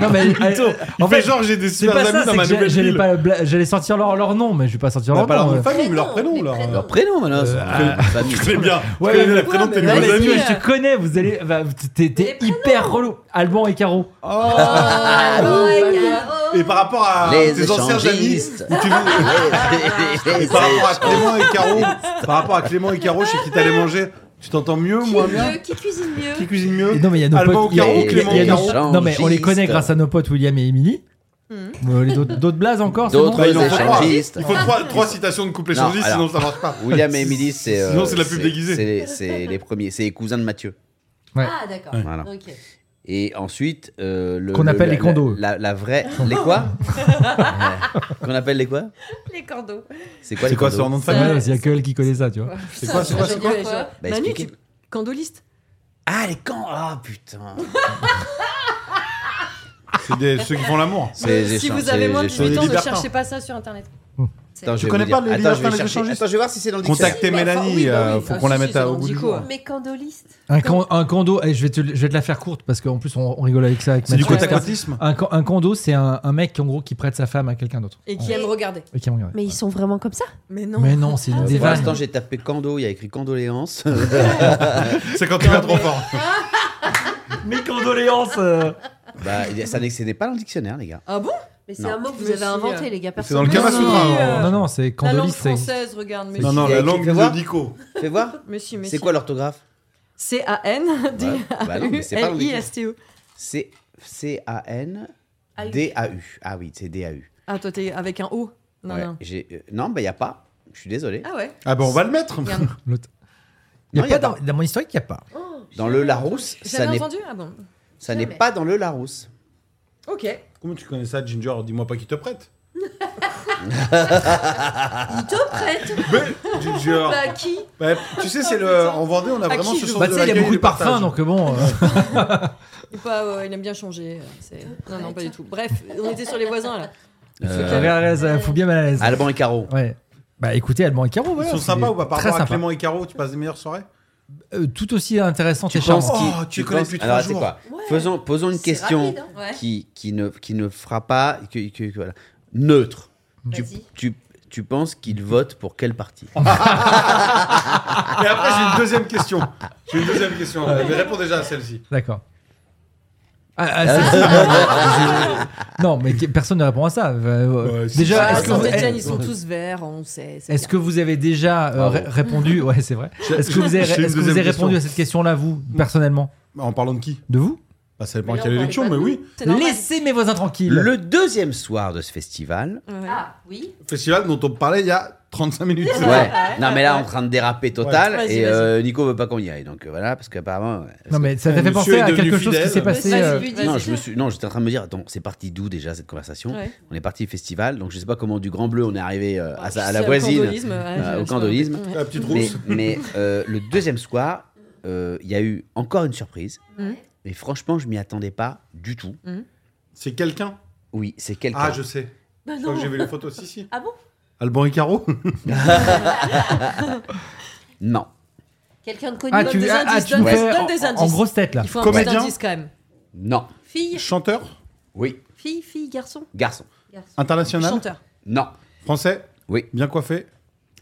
Speaker 3: non, mais. euh,
Speaker 1: En
Speaker 3: en
Speaker 1: fait
Speaker 3: fait,
Speaker 1: genre j'ai des
Speaker 3: c'est
Speaker 1: super
Speaker 3: pas ça,
Speaker 1: amis dans
Speaker 3: c'est
Speaker 1: ma
Speaker 3: que j'ai-
Speaker 1: nouvelle
Speaker 3: j'allais
Speaker 1: ville.
Speaker 3: pas bla- j'allais sortir leur, leur nom, mais je vais pas sortir
Speaker 1: On n'a
Speaker 3: leur
Speaker 1: pas leur
Speaker 3: nom. euh.
Speaker 1: nom de
Speaker 3: ouais.
Speaker 1: famille, mais leur
Speaker 7: Prénom,
Speaker 1: prénom
Speaker 7: les
Speaker 1: leur
Speaker 7: prénoms.
Speaker 2: Leur prénom maintenant. c'est leur prénom de
Speaker 1: (laughs)
Speaker 2: famille.
Speaker 1: Je connais bien. Je
Speaker 3: Ouais,
Speaker 1: connais bien
Speaker 3: ouais.
Speaker 1: les prénoms de tes
Speaker 4: Ouais,
Speaker 3: Non,
Speaker 4: mais
Speaker 1: nouveaux
Speaker 3: mais
Speaker 4: les
Speaker 1: amis.
Speaker 3: si,
Speaker 4: amis,
Speaker 3: je
Speaker 4: euh.
Speaker 3: te connais, vous allez. bah, T'es t'es hyper relou. Alban et Caro.
Speaker 7: Ah, bon, ouais, y a- oh.
Speaker 1: Et par rapport à
Speaker 2: Les
Speaker 1: tes anciens amis,
Speaker 2: échangistes.
Speaker 1: où tu veux- Et par rapport à Clément et Caro, par rapport à Clément et Caro, chez qui t'allais manger, tu t'entends mieux,
Speaker 7: Qui
Speaker 1: moins
Speaker 7: mieux,
Speaker 1: bien
Speaker 7: Qui cuisine mieux
Speaker 1: Qui cuisine (laughs) mieux
Speaker 3: Non, mais il y a nos
Speaker 1: Alban
Speaker 3: potes. il y a-
Speaker 1: Caro,
Speaker 3: il y a-
Speaker 1: Clément
Speaker 3: il y a nos-
Speaker 2: Caro.
Speaker 3: Non, mais on les connaît grâce à nos potes William et Emily.
Speaker 4: Mhm.
Speaker 3: Euh, les D'autres d'autres blazes encore c'est
Speaker 2: D'autres
Speaker 3: bon
Speaker 1: Bah, il en faut trois.
Speaker 2: échangistes.
Speaker 1: Il faut trois, trois citations de couple
Speaker 2: Non,
Speaker 1: échangiste,
Speaker 2: alors.
Speaker 1: sinon ça marche pas.
Speaker 2: William et Emily, c'est. euh,
Speaker 1: Sinon, c'est de la pub déguisée.
Speaker 2: c'est les- C'est les premiers. C'est les cousins de Mathieu.
Speaker 7: Ah, d'accord.
Speaker 2: Voilà.
Speaker 7: Ok.
Speaker 2: Et ensuite, euh, le-
Speaker 3: Qu'on
Speaker 2: le-
Speaker 3: appelle
Speaker 2: la-
Speaker 3: les condos.
Speaker 2: La, la vraie. Les quoi Euh, Qu'on appelle les quoi
Speaker 8: Les cordeaux.
Speaker 2: C'est quoi
Speaker 1: C'est
Speaker 2: les
Speaker 1: quoi,
Speaker 2: condos
Speaker 1: c'est leur nom de
Speaker 3: Ouais,
Speaker 1: famille
Speaker 3: ouais, Il y a que elle qui connaît ça, tu vois.
Speaker 1: C'est quoi, c'est quoi, c'est quoi
Speaker 4: Ouais, genre,
Speaker 2: Bah,
Speaker 4: Manu,
Speaker 2: expliquez.
Speaker 4: tu candoliste
Speaker 2: Ah, les camps Ah, putain
Speaker 1: C'est des- ceux qui font l'amour.
Speaker 2: C'est- j'ai
Speaker 4: Si
Speaker 2: chan-
Speaker 4: vous avez
Speaker 2: j'ai-
Speaker 4: moins de
Speaker 2: j'ai
Speaker 4: 18
Speaker 2: changé.
Speaker 4: ans, ne
Speaker 1: Libertin.
Speaker 4: cherchez pas ça sur internet.
Speaker 2: Attends, je vais
Speaker 1: connais
Speaker 2: vous
Speaker 1: pas
Speaker 2: dire.
Speaker 1: les
Speaker 2: Attends, je vais
Speaker 1: libertins, les
Speaker 2: chercher-
Speaker 1: échangistes
Speaker 2: Attends, je vais voir si c'est dans le dictionnaire.
Speaker 1: Contactez
Speaker 7: Oui, bah,
Speaker 1: Mélanie,
Speaker 7: oui, bah
Speaker 1: euh,
Speaker 7: oui,
Speaker 1: faut
Speaker 4: bah,
Speaker 1: qu'on
Speaker 4: si,
Speaker 1: la
Speaker 4: si,
Speaker 1: mette
Speaker 4: c'est
Speaker 1: à-
Speaker 4: dans
Speaker 1: au
Speaker 4: le
Speaker 1: bout du
Speaker 4: dico,
Speaker 1: jour.
Speaker 4: hein.
Speaker 7: Mais candoliste
Speaker 3: Un, can- un condo, eh, je, vais te, le- je vais te la faire courte parce qu'on plus on, on rigole avec ça. Avec
Speaker 1: C'est du
Speaker 3: Mathieu.
Speaker 1: contactisme
Speaker 3: Un, can- un condo, c'est un, un mec en gros qui prête sa femme à quelqu'un d'autre.
Speaker 4: Et
Speaker 3: Ouais.
Speaker 4: qui aime regarder.
Speaker 3: Et qui aime regarder.
Speaker 7: Mais ils sont vraiment comme ça
Speaker 4: Mais non. Ah,
Speaker 3: Mais non, c'est une des
Speaker 2: Pour
Speaker 3: vannes.
Speaker 1: Ah,
Speaker 2: l'instant, j'ai tapé Kando, il y a écrit
Speaker 1: (laughs)
Speaker 2: condoléances.
Speaker 1: C'est quand tu vas trop fort.
Speaker 3: Mes condoléances euh.
Speaker 2: bah, il y a- ça n'excédait pas dans le dictionnaire, les gars.
Speaker 4: Ah bon
Speaker 7: Mais c'est
Speaker 2: Non.
Speaker 7: un mot que
Speaker 4: Je
Speaker 7: vous
Speaker 4: me
Speaker 7: avez
Speaker 4: suis,
Speaker 7: inventé,
Speaker 4: euh,
Speaker 7: les gars.
Speaker 1: C'est dans le
Speaker 7: Personne
Speaker 1: Kama
Speaker 7: ne
Speaker 4: Mais
Speaker 1: Sutra.
Speaker 4: si,
Speaker 1: hein.
Speaker 4: euh,
Speaker 3: Ah, Non, non, c'est
Speaker 4: La langue
Speaker 3: candoliste. ça existe.
Speaker 4: française, regarde. Mais
Speaker 1: Non,
Speaker 4: si.
Speaker 1: non,
Speaker 2: Il y a
Speaker 1: la
Speaker 2: écrit,
Speaker 1: langue
Speaker 2: fais
Speaker 1: de
Speaker 2: voir.
Speaker 1: Dico.
Speaker 2: Fais voir.
Speaker 4: Mais si, (laughs) mais
Speaker 2: C'est
Speaker 4: si.
Speaker 2: quoi
Speaker 4: (laughs)
Speaker 2: l'orthographe Bah,
Speaker 4: C-A-n (laughs)
Speaker 2: Ouais. Bah non, mais c'est pas dans le dictionnaire.
Speaker 4: D-A-U-L-I-S-T-E.
Speaker 2: C'est C-A-N.
Speaker 7: Ah, oui.
Speaker 2: DAU. Ah oui, c'est DAU.
Speaker 4: Ah, toi, t'es avec un O Non,
Speaker 2: Ouais,
Speaker 4: non.
Speaker 2: j'ai- euh, Non, bah, il n'y a pas. Je suis désolé.
Speaker 4: Ah ouais
Speaker 1: Ah ben on va le mettre. (laughs)
Speaker 4: Il y a un-
Speaker 3: L'autre. Il y a
Speaker 2: Non,
Speaker 3: pas
Speaker 2: y a
Speaker 3: dans,
Speaker 2: pas.
Speaker 3: dans mon historique, il n'y a pas.
Speaker 7: Oh,
Speaker 2: Dans le Larousse, ça
Speaker 4: J'avais
Speaker 2: n'est
Speaker 4: entendu Ah bon
Speaker 2: ça n'est
Speaker 7: Jamais.
Speaker 2: pas dans le Larousse.
Speaker 4: Ok. Il
Speaker 1: Comment tu connais ça, Ginger Dis-moi pas qui te prête.
Speaker 7: te prête
Speaker 1: Mais, Ginger.
Speaker 7: Bah, qui
Speaker 1: Bah, tu sais, c'est
Speaker 3: Ah,
Speaker 1: le. En Vendée, on a
Speaker 4: À
Speaker 1: vraiment
Speaker 4: qui
Speaker 1: ce
Speaker 4: je-
Speaker 1: sens
Speaker 3: Bah,
Speaker 1: de
Speaker 3: tu sais, il y a
Speaker 1: l'accueil
Speaker 3: beaucoup
Speaker 1: et
Speaker 3: de
Speaker 1: du partage.
Speaker 3: parfums, donc bon.
Speaker 1: (laughs)
Speaker 3: euh,
Speaker 4: est pas- ouais, ouais, il aime bien changer. euh, c'est- Non, non, pas du tout. Bref, on était sur les voisins là.
Speaker 2: Euh,
Speaker 3: regarde, ça fout bien mal à l'aise.
Speaker 2: Alban et Caro.
Speaker 3: Ouais. Bah écoutez, Alban et Caro,
Speaker 1: Ils
Speaker 3: voilà,
Speaker 1: sont
Speaker 3: c'est
Speaker 1: sympas ou pas Par
Speaker 3: Très
Speaker 1: rapport à
Speaker 3: sympa.
Speaker 1: Clément et Caro, tu passes des meilleures soirées
Speaker 3: Euh, tout aussi intéressant et
Speaker 2: penses
Speaker 3: charmant.
Speaker 1: Oh, tu les connais
Speaker 2: penses-
Speaker 1: depuis
Speaker 2: Alors,
Speaker 1: trois
Speaker 2: tu sais
Speaker 1: jours.
Speaker 2: quoi Faisons, posons une
Speaker 7: C'est
Speaker 2: question
Speaker 7: rapide, hein.
Speaker 4: Ouais.
Speaker 2: qui, qui, ne, qui ne fera pas. que- que- que- voilà. Neutre. Tu,
Speaker 7: Vas-y.
Speaker 2: tu, tu penses qu'il vote pour quel parti
Speaker 1: Ah, Et après, j'ai une deuxième question. J'ai une deuxième question. Mais réponds déjà à celle-ci.
Speaker 3: D'accord. Ah, ah, c'est- c'est- non, mais qui- personne ne répond à ça. Euh,
Speaker 1: Ouais, Ah, si,
Speaker 3: déjà,
Speaker 1: si,
Speaker 3: est-ce
Speaker 1: si.
Speaker 3: que, vous-
Speaker 4: Saint-Etienne, ils
Speaker 3: est-
Speaker 4: sont tous verts, on sait. c'est
Speaker 3: est-ce que vous avez déjà euh,
Speaker 2: Bravo.
Speaker 3: ré- répondu Ouais, c'est vrai. Est-ce que vous avez,
Speaker 1: J'ai une
Speaker 3: est-ce que vous
Speaker 1: deuxième
Speaker 3: avez répondu
Speaker 1: question.
Speaker 3: à cette question-là, vous, personnellement
Speaker 1: En parlant de qui
Speaker 3: De vous
Speaker 1: bah, Ça dépend
Speaker 7: Mais
Speaker 1: à quelle
Speaker 7: là, on
Speaker 1: élection, mais
Speaker 7: parlait pas
Speaker 1: oui.
Speaker 4: bien. C'est normal.
Speaker 3: Laissez mes voisins tranquilles.
Speaker 2: Le deuxième soir de ce festival.
Speaker 4: (laughs) Ouais.
Speaker 7: Ah, oui.
Speaker 1: Festival dont on parlait il y a 35 minutes.
Speaker 2: Ouais. non, mais là, on est en train de déraper total.
Speaker 4: Ouais. Vas-y,
Speaker 2: Et
Speaker 4: vas-y.
Speaker 2: euh, Nico veut pas qu'on y aille. Donc euh, voilà, parce qu'apparemment. ouais, parce
Speaker 3: Non,
Speaker 2: que-
Speaker 3: mais ça
Speaker 1: Euh,
Speaker 3: t'a fait
Speaker 1: monsieur
Speaker 3: penser
Speaker 1: est
Speaker 3: à
Speaker 1: devenu
Speaker 3: quelque chose qui
Speaker 1: fidèle.
Speaker 3: s'est passé.
Speaker 4: Vas-y,
Speaker 3: euh,
Speaker 4: lui dis.
Speaker 2: Non, je me suis, non, j'étais en train de me dire, attends, c'est parti d'où déjà cette conversation
Speaker 4: Ouais.
Speaker 2: On est parti au festival, donc je sais pas comment du Grand Bleu on est arrivé euh, à, sa- à
Speaker 4: C'est
Speaker 2: la
Speaker 4: au
Speaker 2: voisine,
Speaker 4: candolisme, ouais,
Speaker 2: euh,
Speaker 4: je-
Speaker 2: au
Speaker 4: je-
Speaker 2: candolisme.
Speaker 4: Ouais.
Speaker 1: La petite
Speaker 2: Mais,
Speaker 1: rousse.
Speaker 2: mais, euh, le deuxième soir, euh, il y a eu encore une surprise.
Speaker 4: Mhm.
Speaker 2: Mais franchement, je m'y attendais pas du tout.
Speaker 4: Mm.
Speaker 1: C'est quelqu'un
Speaker 2: Oui, c'est quelqu'un.
Speaker 1: Ah, je sais.
Speaker 7: Bah,
Speaker 1: Je crois
Speaker 7: non.
Speaker 1: que j'ai vu les photos. Si, si.
Speaker 7: Ah bon
Speaker 1: Alban et Caro
Speaker 2: Non.
Speaker 7: Quelqu'un de connu
Speaker 3: Ah,
Speaker 7: Donne
Speaker 3: tu,
Speaker 7: des
Speaker 3: ah, ah,
Speaker 7: indices,
Speaker 3: tu
Speaker 7: donne
Speaker 3: me
Speaker 7: des-
Speaker 3: fais
Speaker 4: donne des
Speaker 3: en, en
Speaker 4: indices.
Speaker 3: grosse tête là.
Speaker 4: Il faut un
Speaker 1: Comédien
Speaker 4: petit indice quand même.
Speaker 2: Non.
Speaker 7: Fille,
Speaker 1: Chanteur
Speaker 2: Oui.
Speaker 7: fille, fille, garçon.
Speaker 2: Garçon.
Speaker 7: garçon.
Speaker 1: International
Speaker 4: Chanteur.
Speaker 2: Non.
Speaker 1: Français
Speaker 2: Oui.
Speaker 1: Bien coiffé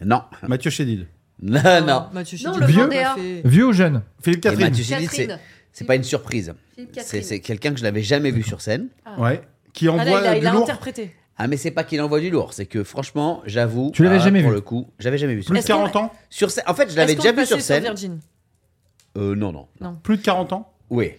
Speaker 2: Non.
Speaker 1: Mathieu Chédid.
Speaker 4: Ah,
Speaker 2: Non, non.
Speaker 4: Mathieu
Speaker 7: Non,
Speaker 4: Chédid,
Speaker 7: le
Speaker 4: Vieux.
Speaker 7: Vendéen.
Speaker 4: Fait-
Speaker 3: Vieux ou jeune
Speaker 1: Philippe
Speaker 2: Et
Speaker 1: Catherine.
Speaker 2: Mathieu Chédid, c'est-
Speaker 7: Catherine.
Speaker 2: c'est pas une surprise.
Speaker 7: Philippe
Speaker 2: C'est
Speaker 7: Catherine.
Speaker 2: c'est quelqu'un que je n'avais jamais vu sur scène.
Speaker 1: Ouais. Qui
Speaker 4: Ah là,
Speaker 1: envoie
Speaker 4: il a,
Speaker 2: euh,
Speaker 1: du
Speaker 4: il a
Speaker 1: lourd.
Speaker 4: interprété.
Speaker 2: Ah, mais c'est pas qu'il envoie du lourd. C'est que franchement, j'avoue.
Speaker 3: Tu l'avais
Speaker 2: ah,
Speaker 3: jamais
Speaker 2: pour
Speaker 3: vu.
Speaker 2: le coup, j'avais jamais vu. Sur
Speaker 1: Plus de
Speaker 4: Est-ce qu'on-
Speaker 1: 40 ans
Speaker 2: Sur scène. En fait, je l'avais
Speaker 4: Est-ce qu'on
Speaker 2: déjà
Speaker 4: le
Speaker 2: vu
Speaker 4: passait
Speaker 2: sur scène.
Speaker 4: Virgin
Speaker 2: Euh, non, non.
Speaker 1: Plus de 40 ans
Speaker 2: Oui.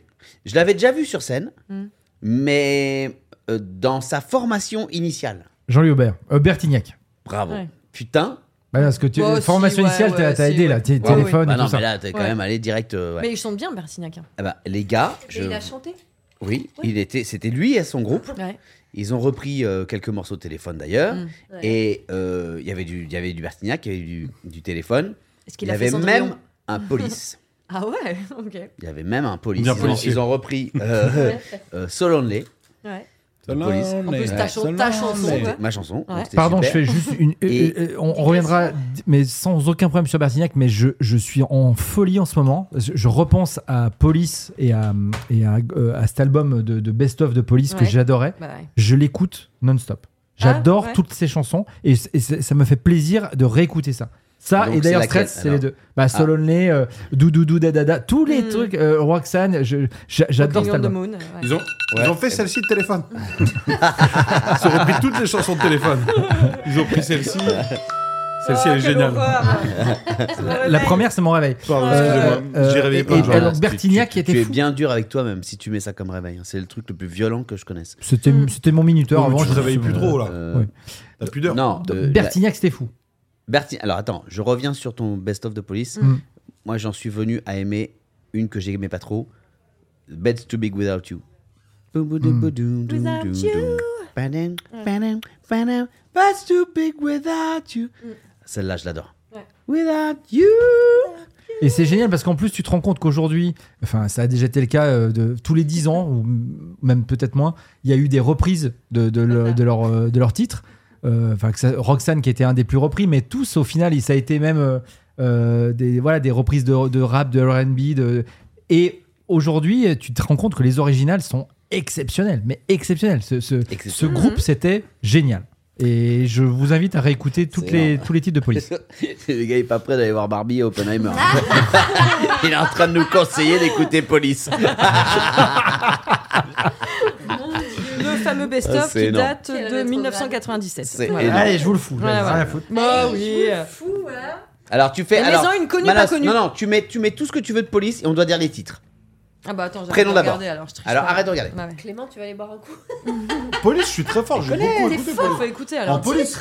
Speaker 2: Je l'avais déjà vu sur scène,
Speaker 4: Mm.
Speaker 2: mais euh, dans sa formation initiale.
Speaker 3: Jean-Louis Aubert. Euh, Bertignac.
Speaker 2: Bravo.
Speaker 4: Ouais.
Speaker 2: Putain.
Speaker 3: Bah, parce que tu-
Speaker 4: Moi aussi,
Speaker 3: formation
Speaker 4: ouais,
Speaker 3: initiale, t'as
Speaker 4: ouais,
Speaker 3: t'as
Speaker 4: si,
Speaker 3: aidé
Speaker 4: ouais.
Speaker 3: là. T'es-
Speaker 4: Ouais, ouais.
Speaker 3: Téléphone
Speaker 2: Bah
Speaker 3: et
Speaker 2: non,
Speaker 3: tout ça.
Speaker 2: mais là, t'es quand
Speaker 4: Ouais.
Speaker 2: même allé direct. euh, ouais.
Speaker 4: Mais ils chantent bien, Bertignac. hein.
Speaker 2: Ah bah, les gars,
Speaker 7: Et
Speaker 2: je...
Speaker 7: il a chanté
Speaker 2: oui,
Speaker 7: Ouais.
Speaker 2: il était, c'était lui et son groupe.
Speaker 4: Ouais.
Speaker 2: Ils ont repris euh, quelques morceaux de téléphone d'ailleurs.
Speaker 4: Mm.
Speaker 7: Ouais.
Speaker 2: Et euh, il y avait du, il y avait du Bertignac, il y avait du, du téléphone.
Speaker 4: Est-ce
Speaker 2: Il
Speaker 4: qu'il
Speaker 2: y
Speaker 4: a fait hein.
Speaker 2: avait
Speaker 4: Cendrillon
Speaker 2: même un
Speaker 4: (laughs)
Speaker 2: police.
Speaker 4: Ah ouais, ok.
Speaker 2: Il y avait même un police.
Speaker 1: Il y a un
Speaker 2: Ils, ont,
Speaker 1: policier.
Speaker 2: ils ont repris euh, euh, So Lonely,
Speaker 4: Ouais.
Speaker 2: Le police.
Speaker 1: Lonely,
Speaker 4: En plus, ta chan-
Speaker 1: so
Speaker 4: ta chanson,
Speaker 1: lonely.
Speaker 4: ouais.
Speaker 2: ma chanson.
Speaker 4: Ouais.
Speaker 2: donc c'était
Speaker 3: Pardon,
Speaker 2: super.
Speaker 3: je fais juste une.
Speaker 2: Et-
Speaker 3: euh, euh, on on reviendra, mais sans aucun problème sur Bertignac, mais je, je suis en folie en ce moment. Je, je repense à Police et à, et à, euh, à cet album de, de Best of de Police que
Speaker 4: Ouais.
Speaker 3: j'adorais.
Speaker 4: Bah ouais.
Speaker 3: Je l'écoute non-stop.
Speaker 4: Ah,
Speaker 3: J'adore
Speaker 4: ouais.
Speaker 3: toutes ces chansons et, c- et c'est- ça me fait plaisir de réécouter ça. Ça
Speaker 2: Donc,
Speaker 3: et d'ailleurs
Speaker 2: c'est laquelle,
Speaker 3: Stress, c'est
Speaker 2: alors Ah.
Speaker 3: les deux. Bah, Sol Only, euh, Doudou Dou Da Da Da, tous les
Speaker 4: Hmm.
Speaker 3: trucs, euh, Roxane, je- j'a- j'adore cet
Speaker 4: Million de
Speaker 3: album.
Speaker 4: Moon. ouais.
Speaker 1: Ils ont,
Speaker 2: Ouais.
Speaker 1: ils ont fait celle-ci de (laughs) téléphone. ils ont repris toutes les chansons de téléphone. Ils ont pris celle-ci. Celle-ci, elle est
Speaker 4: Oh, quelle
Speaker 1: géniale.
Speaker 2: (laughs)
Speaker 4: horreur.
Speaker 3: La première, c'est mon réveil.
Speaker 1: Pardon,
Speaker 3: Euh,
Speaker 1: excusez-moi.
Speaker 3: euh,
Speaker 1: J'ai réveillé
Speaker 3: et-
Speaker 1: plein de
Speaker 3: et
Speaker 1: gens.
Speaker 3: alors,
Speaker 2: Tu- tu-
Speaker 3: Bertignac qui
Speaker 2: tu-
Speaker 3: était
Speaker 2: Tu es
Speaker 3: fou.
Speaker 2: bien dur avec toi-même si tu mets ça comme réveil. hein. C'est le truc le plus violent que je connaisse.
Speaker 3: C'était
Speaker 4: Hmm.
Speaker 3: c'était mon minuteur
Speaker 1: Non, mais
Speaker 3: avant.
Speaker 1: tu te
Speaker 3: je-
Speaker 1: réveilles plus trop, là.
Speaker 2: Euh,
Speaker 3: Ouais.
Speaker 1: T'as pudeur.
Speaker 2: Non, euh,
Speaker 3: Bertignac, c'était fou.
Speaker 2: la- Berti- Alors attends, je reviens sur ton best-of de police.
Speaker 3: Mm.
Speaker 2: Moi, j'en suis venu à aimer une que j'aimais pas trop. Bed's too big without you.
Speaker 3: Mm.
Speaker 4: Without
Speaker 2: Without
Speaker 4: you. Mm.
Speaker 2: Bed's too big without you. Celle-là, je l'adore.
Speaker 4: Mm. Ouais.
Speaker 2: Without you.
Speaker 3: Et c'est génial parce qu'en plus, tu te rends compte qu'aujourd'hui, enfin, ça a déjà été le cas euh, de tous les 10 ans, ou m- même peut-être moins, il y a eu des reprises de, de, le- de leur, euh, de leur titre. Euh, Enfin, que ça- Roxane qui était un des plus repris, mais tous au final, il- ça a été même euh, euh, des, voilà, des reprises de, de rap, de RB. De... Et aujourd'hui, tu te rends compte que les originales sont exceptionnelles, mais exceptionnelles. Ce, ce, ce
Speaker 4: Mhm.
Speaker 2: (laughs) Exceptionnel.
Speaker 3: groupe, c'était génial. Et je vous invite à réécouter toutes
Speaker 2: C'est
Speaker 3: les,
Speaker 2: énorme.
Speaker 3: tous les titres de police.
Speaker 2: Le gars est pas prêt d'aller voir Barbie et Oppenheimer. hein. (laughs) Il est en train de nous conseiller d'écouter Police.
Speaker 4: Le fameux
Speaker 2: Ah,
Speaker 4: best-of
Speaker 2: c'est
Speaker 4: qui
Speaker 2: énorme.
Speaker 4: date
Speaker 7: Quel
Speaker 4: de
Speaker 7: rétrograde.
Speaker 4: 1997.
Speaker 2: C'est
Speaker 4: Voilà.
Speaker 2: énorme.
Speaker 3: Allez, je vous le fous.
Speaker 4: Voilà,
Speaker 3: j'en ai
Speaker 4: voilà.
Speaker 3: rien à foutre.
Speaker 4: Bah oui.
Speaker 7: Fou, voilà.
Speaker 2: Alors tu fais.
Speaker 4: Mais
Speaker 2: alors,
Speaker 4: maison, une connue, pas
Speaker 2: Manas,
Speaker 4: connue.
Speaker 2: Non, non, tu mets, tu mets tout ce que tu veux de police et on doit dire les titres.
Speaker 4: Ah bah attends,
Speaker 2: Prénom
Speaker 4: j'arrête de
Speaker 2: d'abord.
Speaker 4: regarder, alors je triche
Speaker 2: Alors
Speaker 4: pas. Bah
Speaker 2: arrête de regarder.
Speaker 4: Ouais, ouais.
Speaker 7: Clément, tu vas aller boire un coup
Speaker 1: Police, je suis très fort. J'ai beaucoup
Speaker 4: T'es
Speaker 1: écouté
Speaker 4: fort,
Speaker 1: Police.
Speaker 4: faut écouter
Speaker 1: En
Speaker 4: alors.
Speaker 1: police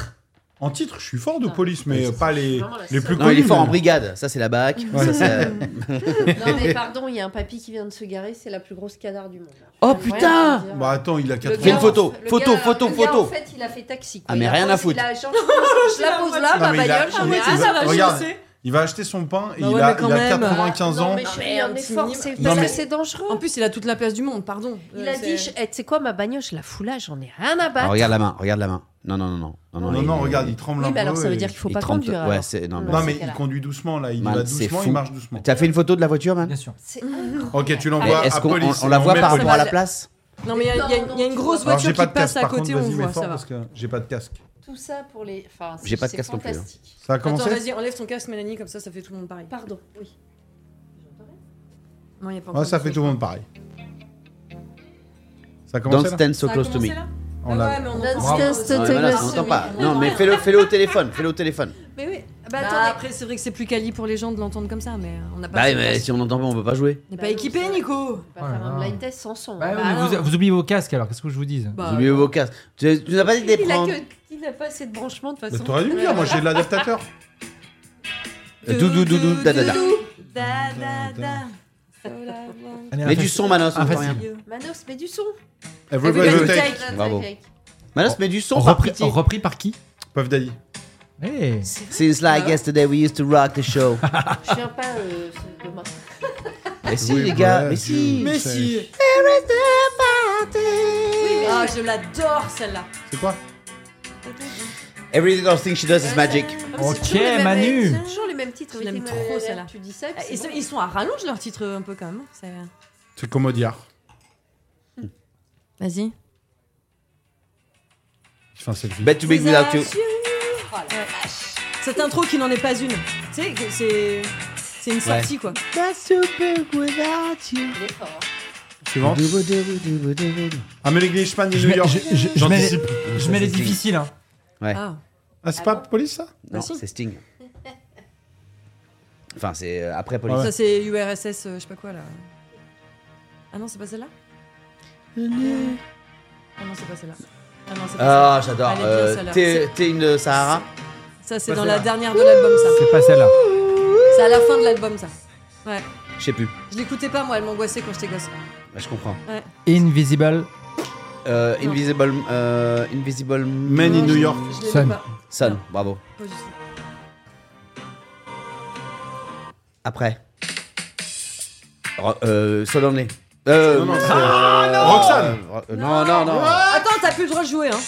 Speaker 1: En titre, je suis fort de
Speaker 7: Ah.
Speaker 1: police, mais
Speaker 7: Oui,
Speaker 1: pas les,
Speaker 7: vraiment la
Speaker 1: les
Speaker 7: seule.
Speaker 1: plus
Speaker 7: Non,
Speaker 1: connus.
Speaker 2: Non, il est fort en
Speaker 1: mais-
Speaker 2: brigade. Ça, c'est la BAC. Ça, c'est-
Speaker 7: Non,
Speaker 2: (laughs)
Speaker 7: mais pardon, il y a un papy qui vient de se garer, c'est la plus grosse cadar du monde.
Speaker 2: Oh,
Speaker 7: Je vais
Speaker 2: putain
Speaker 7: rien te dire.
Speaker 1: Bah attends, il a
Speaker 7: Le
Speaker 1: 80
Speaker 2: Fais une
Speaker 7: gars,
Speaker 2: photo,
Speaker 7: le
Speaker 2: photo,
Speaker 7: gars,
Speaker 2: photo,
Speaker 7: le gars,
Speaker 2: photo.
Speaker 7: en fait, il a fait taxi. quoi.
Speaker 2: Ah, mais
Speaker 7: Il a
Speaker 2: rien
Speaker 7: posé-
Speaker 2: à foutre.
Speaker 7: il
Speaker 2: (laughs)
Speaker 7: a- genre, je la pose là, ma
Speaker 1: Non, Ah, mais il a-
Speaker 7: bagnole, je
Speaker 1: il
Speaker 7: me
Speaker 1: est-
Speaker 7: rase.
Speaker 4: Ah ça va,
Speaker 1: regarde,
Speaker 4: je sais.
Speaker 1: il va acheter son pain, et
Speaker 4: Bah
Speaker 1: il,
Speaker 4: ouais,
Speaker 1: a,
Speaker 4: mais quand
Speaker 1: il a
Speaker 4: même.
Speaker 1: 95
Speaker 7: ah, Non,
Speaker 1: ans.
Speaker 7: mais je suis
Speaker 4: Merde,
Speaker 7: un
Speaker 4: c'est
Speaker 7: effort,
Speaker 4: nul.
Speaker 7: c'est
Speaker 1: Non,
Speaker 7: parce
Speaker 1: mais-
Speaker 7: que c'est dangereux.
Speaker 4: En plus, il a toute la place du monde, pardon.
Speaker 7: Il
Speaker 4: Euh,
Speaker 7: a dit, je-
Speaker 4: c'est-
Speaker 7: eh, tu sais quoi, ma bagnole, je la fous là, j'en ai rien à
Speaker 2: Ah,
Speaker 7: battre.
Speaker 2: regarde la main, regarde la main. Non, non, non, non.
Speaker 1: Non, non, regarde, il tremble
Speaker 7: Oui,
Speaker 1: un
Speaker 7: mais
Speaker 1: peu.
Speaker 7: alors ça veut
Speaker 1: et-
Speaker 7: dire qu'il faut
Speaker 2: il
Speaker 7: pas
Speaker 2: trempe-
Speaker 7: conduire.
Speaker 2: Ouais,
Speaker 7: alors.
Speaker 2: c'est. Non,
Speaker 7: Non,
Speaker 2: mais-
Speaker 1: Non, mais
Speaker 7: c'est
Speaker 1: il
Speaker 7: là.
Speaker 1: conduit doucement, là. Il
Speaker 2: Man,
Speaker 1: va
Speaker 2: c'est
Speaker 1: doucement,
Speaker 2: fou.
Speaker 1: il marche doucement.
Speaker 2: T'as fait une photo de la voiture, man
Speaker 3: Bien sûr.
Speaker 7: C'est
Speaker 1: Ok, tu
Speaker 2: Et
Speaker 1: l'envoies
Speaker 2: Est-ce
Speaker 1: à
Speaker 2: qu'on on-
Speaker 1: police.
Speaker 2: on la
Speaker 1: et
Speaker 2: voit
Speaker 1: met
Speaker 2: par rapport à la
Speaker 4: police.
Speaker 2: place
Speaker 4: Non, mais il y, a- il y a- il y a une grosse
Speaker 1: Alors, j'ai
Speaker 4: voiture
Speaker 1: pas
Speaker 4: qui
Speaker 1: de
Speaker 4: passe
Speaker 1: casque,
Speaker 4: à
Speaker 1: par
Speaker 4: côté,
Speaker 1: contre,
Speaker 4: on
Speaker 1: vas-y, mets
Speaker 4: voit, ça
Speaker 1: fort
Speaker 4: va.
Speaker 1: parce que j'ai pas de casque.
Speaker 7: tout ça pour les. Enfin,
Speaker 2: J'ai pas de
Speaker 7: c'est
Speaker 2: casque non plus, hein.
Speaker 7: fantastique.
Speaker 1: Ça a
Speaker 4: Attends,
Speaker 1: commencé
Speaker 4: vas-y, enlève ton casque, Mélanie, comme ça, ça fait tout le monde pareil.
Speaker 7: Pardon, oui.
Speaker 4: Non, il y a pas
Speaker 1: Ouais,
Speaker 4: encore
Speaker 1: Ah, ça
Speaker 4: de
Speaker 1: fait
Speaker 4: truc.
Speaker 1: tout le monde pareil. Ça a
Speaker 2: Don't
Speaker 1: commencé là
Speaker 2: stand so
Speaker 4: Ça a
Speaker 2: close to me.
Speaker 4: commencé, là
Speaker 1: On
Speaker 4: Ah
Speaker 1: l'a-
Speaker 4: ouais, mais on
Speaker 7: Don't
Speaker 4: entend pas.
Speaker 7: stand
Speaker 2: Non, mais voilà, ça
Speaker 7: Don't
Speaker 2: s'entend pas.
Speaker 7: stand
Speaker 2: Non, mais fais-le fais au téléphone. Fais-le au téléphone.
Speaker 7: Mais oui. Bah,
Speaker 4: Bah,
Speaker 7: attendez.
Speaker 4: après, c'est vrai que c'est plus quali pour les gens de l'entendre comme ça, mais on n'a pas.
Speaker 2: Bah, ouais,
Speaker 4: cette
Speaker 2: mais
Speaker 4: place.
Speaker 2: si on n'entend pas, on peut pas jouer.
Speaker 4: On n'est
Speaker 7: Bah
Speaker 4: pas
Speaker 7: non,
Speaker 4: équipé,
Speaker 7: c'est vrai.
Speaker 4: Nico.
Speaker 7: On va faire un
Speaker 3: Voilà.
Speaker 7: blind test sans son.
Speaker 3: Bah oui,
Speaker 4: Bah
Speaker 3: mais
Speaker 4: non.
Speaker 3: vous, vous oubliez vos casques alors, qu'est-ce que je vous dise
Speaker 4: Bah,
Speaker 2: Vous oubliez vos casques. Tu tu n'as pas dit de les
Speaker 7: il, a
Speaker 2: prendre.
Speaker 7: que- il a pas assez de branchement de toute
Speaker 1: Bah,
Speaker 7: façon.
Speaker 1: T'aurais dû me dire, moi j'ai de l'adaptateur.
Speaker 2: Doudou, doudou, da, da, da.
Speaker 4: Da, da, da.
Speaker 3: Allez,
Speaker 2: Mets
Speaker 3: un
Speaker 2: du
Speaker 3: fait-
Speaker 2: son, Manos. on
Speaker 3: Ah,
Speaker 2: entend
Speaker 3: facile.
Speaker 2: rien.
Speaker 7: Manos, mets du son.
Speaker 1: Everybody
Speaker 4: Everybody
Speaker 1: will take.
Speaker 4: take.
Speaker 2: Bravo.
Speaker 7: Take.
Speaker 2: Manos, mets du son. par
Speaker 3: repris,
Speaker 2: pitié.
Speaker 3: repris par qui
Speaker 1: Puff Daddy.
Speaker 3: Eh,
Speaker 2: Since like yesterday, we used to rock the show.
Speaker 7: Je viens pas euh, ce- demain.
Speaker 2: Mais si,
Speaker 1: Oui,
Speaker 2: les gars,
Speaker 1: ouais,
Speaker 2: mais si.
Speaker 1: Dieu. Mais si.
Speaker 4: Ah, je l'adore celle-là.
Speaker 1: C'est quoi
Speaker 2: Every little thing she does is magic.
Speaker 7: Oh, c'est toujours les mêmes-
Speaker 3: Manu.
Speaker 7: c'est Toujours les mêmes titres.
Speaker 4: Je
Speaker 7: oui,
Speaker 4: l'aime
Speaker 7: t'es-
Speaker 4: trop, celle-là.
Speaker 7: Tu dis ça.
Speaker 4: Ah,
Speaker 7: puis
Speaker 4: Ils
Speaker 7: c'est
Speaker 4: sont,
Speaker 7: bon.
Speaker 4: ils sont à rallonge leur titre un peu quand même. hein. c'est-
Speaker 1: C'est comme Audiard.
Speaker 4: Vas-y.
Speaker 1: Je fais un selfie.
Speaker 2: Bet to big without you.
Speaker 4: Cette intro qui n'en est pas une. Tu sais, que c'est c'est une sortie quoi.
Speaker 7: Il est fort, hein.
Speaker 1: Suivante. Ah, mais les Glitchman, il est New York.
Speaker 3: je- je- je mets les-
Speaker 1: J'anticipe.
Speaker 3: je mets les difficiles. Hein.
Speaker 4: Ah,
Speaker 1: Ah, c'est pas police ça
Speaker 2: Non,
Speaker 4: si.
Speaker 2: c'est Sting. Enfin, c'est euh, après Police.
Speaker 1: Ouais.
Speaker 4: ça c'est URSS, euh, je sais pas quoi là. Ah non, c'est pas celle-là Ah non, c'est pas celle-là. Ah non, c'est pas
Speaker 2: Ah, j'adore.
Speaker 4: Elle est bien,
Speaker 2: Euh,
Speaker 4: celle-là.
Speaker 2: T'es t'es une Sahara.
Speaker 4: celle-là. Ça c'est
Speaker 1: pas
Speaker 4: dans la
Speaker 1: celle-là.
Speaker 4: dernière de l'album ça.
Speaker 3: C'est pas celle-là.
Speaker 4: C'est à la fin de l'album ça. Ouais.
Speaker 2: Je sais plus.
Speaker 4: Je l'écoutais pas moi, elle m'angoissait quand j'étais gosse.
Speaker 2: Ouais, Je comprends.
Speaker 3: Invisible
Speaker 2: Euh,
Speaker 4: Non.
Speaker 2: Invisible, euh, Invisible
Speaker 1: Men in New York.
Speaker 4: Je l'ai
Speaker 3: Sun.
Speaker 4: pas.
Speaker 2: Sun.
Speaker 4: Non.
Speaker 2: Bravo.
Speaker 4: Pas du tout.
Speaker 2: Après. Ro- euh, Sol Only. Euh,
Speaker 1: Non, non, c'est-
Speaker 2: euh,
Speaker 1: Roxane.
Speaker 2: euh, euh, Non, non, non.
Speaker 4: Attends, t'as plus le droit de jouer hein.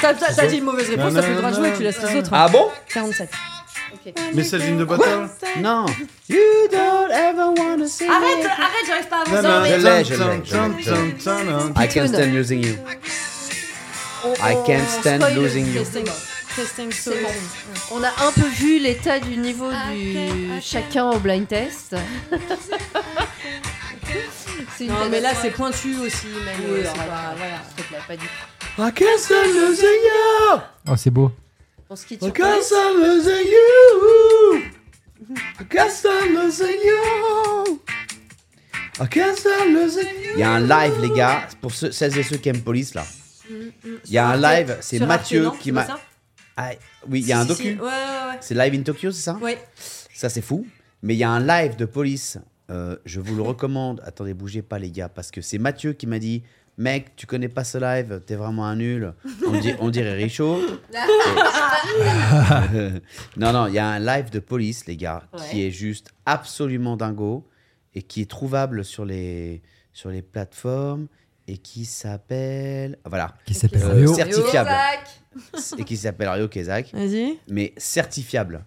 Speaker 4: T'as t'as- t'as dit une mauvaise réponse, t'as plus le droit de jouer, tu laisses les autres. hein.
Speaker 2: Ah bon
Speaker 4: 47.
Speaker 1: Message in the bottle.
Speaker 2: Non. You don't ever wanna see me.
Speaker 4: Arrête, arrête, j'arrive pas à vous
Speaker 1: Nanana.
Speaker 4: enlever.
Speaker 2: Je l'ai, je l'ai, je l'ai, je l'ai.
Speaker 1: Tantanan.
Speaker 2: I can't stand losing you. I can't stand
Speaker 7: spoil le
Speaker 2: losing you.
Speaker 7: testing.
Speaker 4: Testing
Speaker 7: C'est
Speaker 4: solution.
Speaker 7: On a un peu vu l'état du niveau
Speaker 4: Ah,
Speaker 7: du chacun au blind
Speaker 4: (laughs)
Speaker 7: test. C'est une
Speaker 4: Non, mais là, c'est
Speaker 7: catastrophe.
Speaker 4: pointu aussi, mais euh,
Speaker 7: Oui,
Speaker 4: c'est
Speaker 7: alors,
Speaker 4: pas-
Speaker 7: voilà, s'il te plaît, pas du tout.
Speaker 2: I can't stand losing you.
Speaker 3: Oh, c'est beau.
Speaker 7: On se quitte
Speaker 2: I
Speaker 7: sur
Speaker 2: can't
Speaker 7: Police.
Speaker 2: stand losing you. I can't stand losing you. I can't stand losing you. Il y a un live, les gars, pour ceux, celles et ceux qui aiment Police, là. Il y a un live, c'est
Speaker 4: Sur Arte,
Speaker 2: Mathieu
Speaker 4: non,
Speaker 2: qui
Speaker 4: c'est
Speaker 2: m'a.
Speaker 4: pas ça
Speaker 2: Ah, oui, il y a un
Speaker 4: Si, si, si.
Speaker 2: docu.
Speaker 4: Ouais, ouais,
Speaker 2: C'est live in Tokyo, c'est ça
Speaker 4: ouais. Ouais.
Speaker 2: Ça, c'est fou. Mais il y a un live de police. Euh, je vous le recommande. Attendez, bougez pas, les gars, parce que c'est Mathieu qui m'a dit Mec, tu connais pas ce live, t'es vraiment un nul. On, di- on dirait Richaud. (laughs) Et- non, non, il y a un live de police, les gars, qui
Speaker 7: Ouais.
Speaker 2: est juste absolument dingo et qui est trouvable sur les, sur les plateformes et qui s'appelle. Voilà.
Speaker 3: Qui s'appelle
Speaker 2: Euh,
Speaker 3: Rio.
Speaker 2: certifiable. Et qui s'appelle Ryo Kezak
Speaker 4: Vas-y.
Speaker 2: mais certifiable.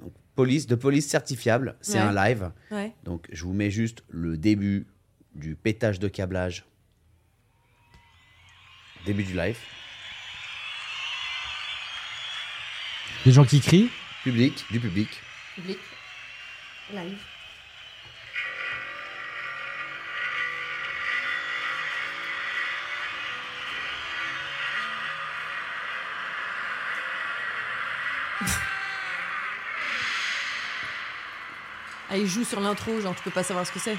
Speaker 2: Donc, police, de police certifiable, c'est
Speaker 4: Ouais.
Speaker 2: un live.
Speaker 4: Ouais.
Speaker 2: Donc je vous mets juste le début du pétage de câblage. Début du live.
Speaker 3: Des gens qui crient.
Speaker 4: Ah
Speaker 2: Public, du public.
Speaker 7: Public. Live.
Speaker 4: Ah, il joue sur l'intro, genre, tu peux pas savoir ce que c'est.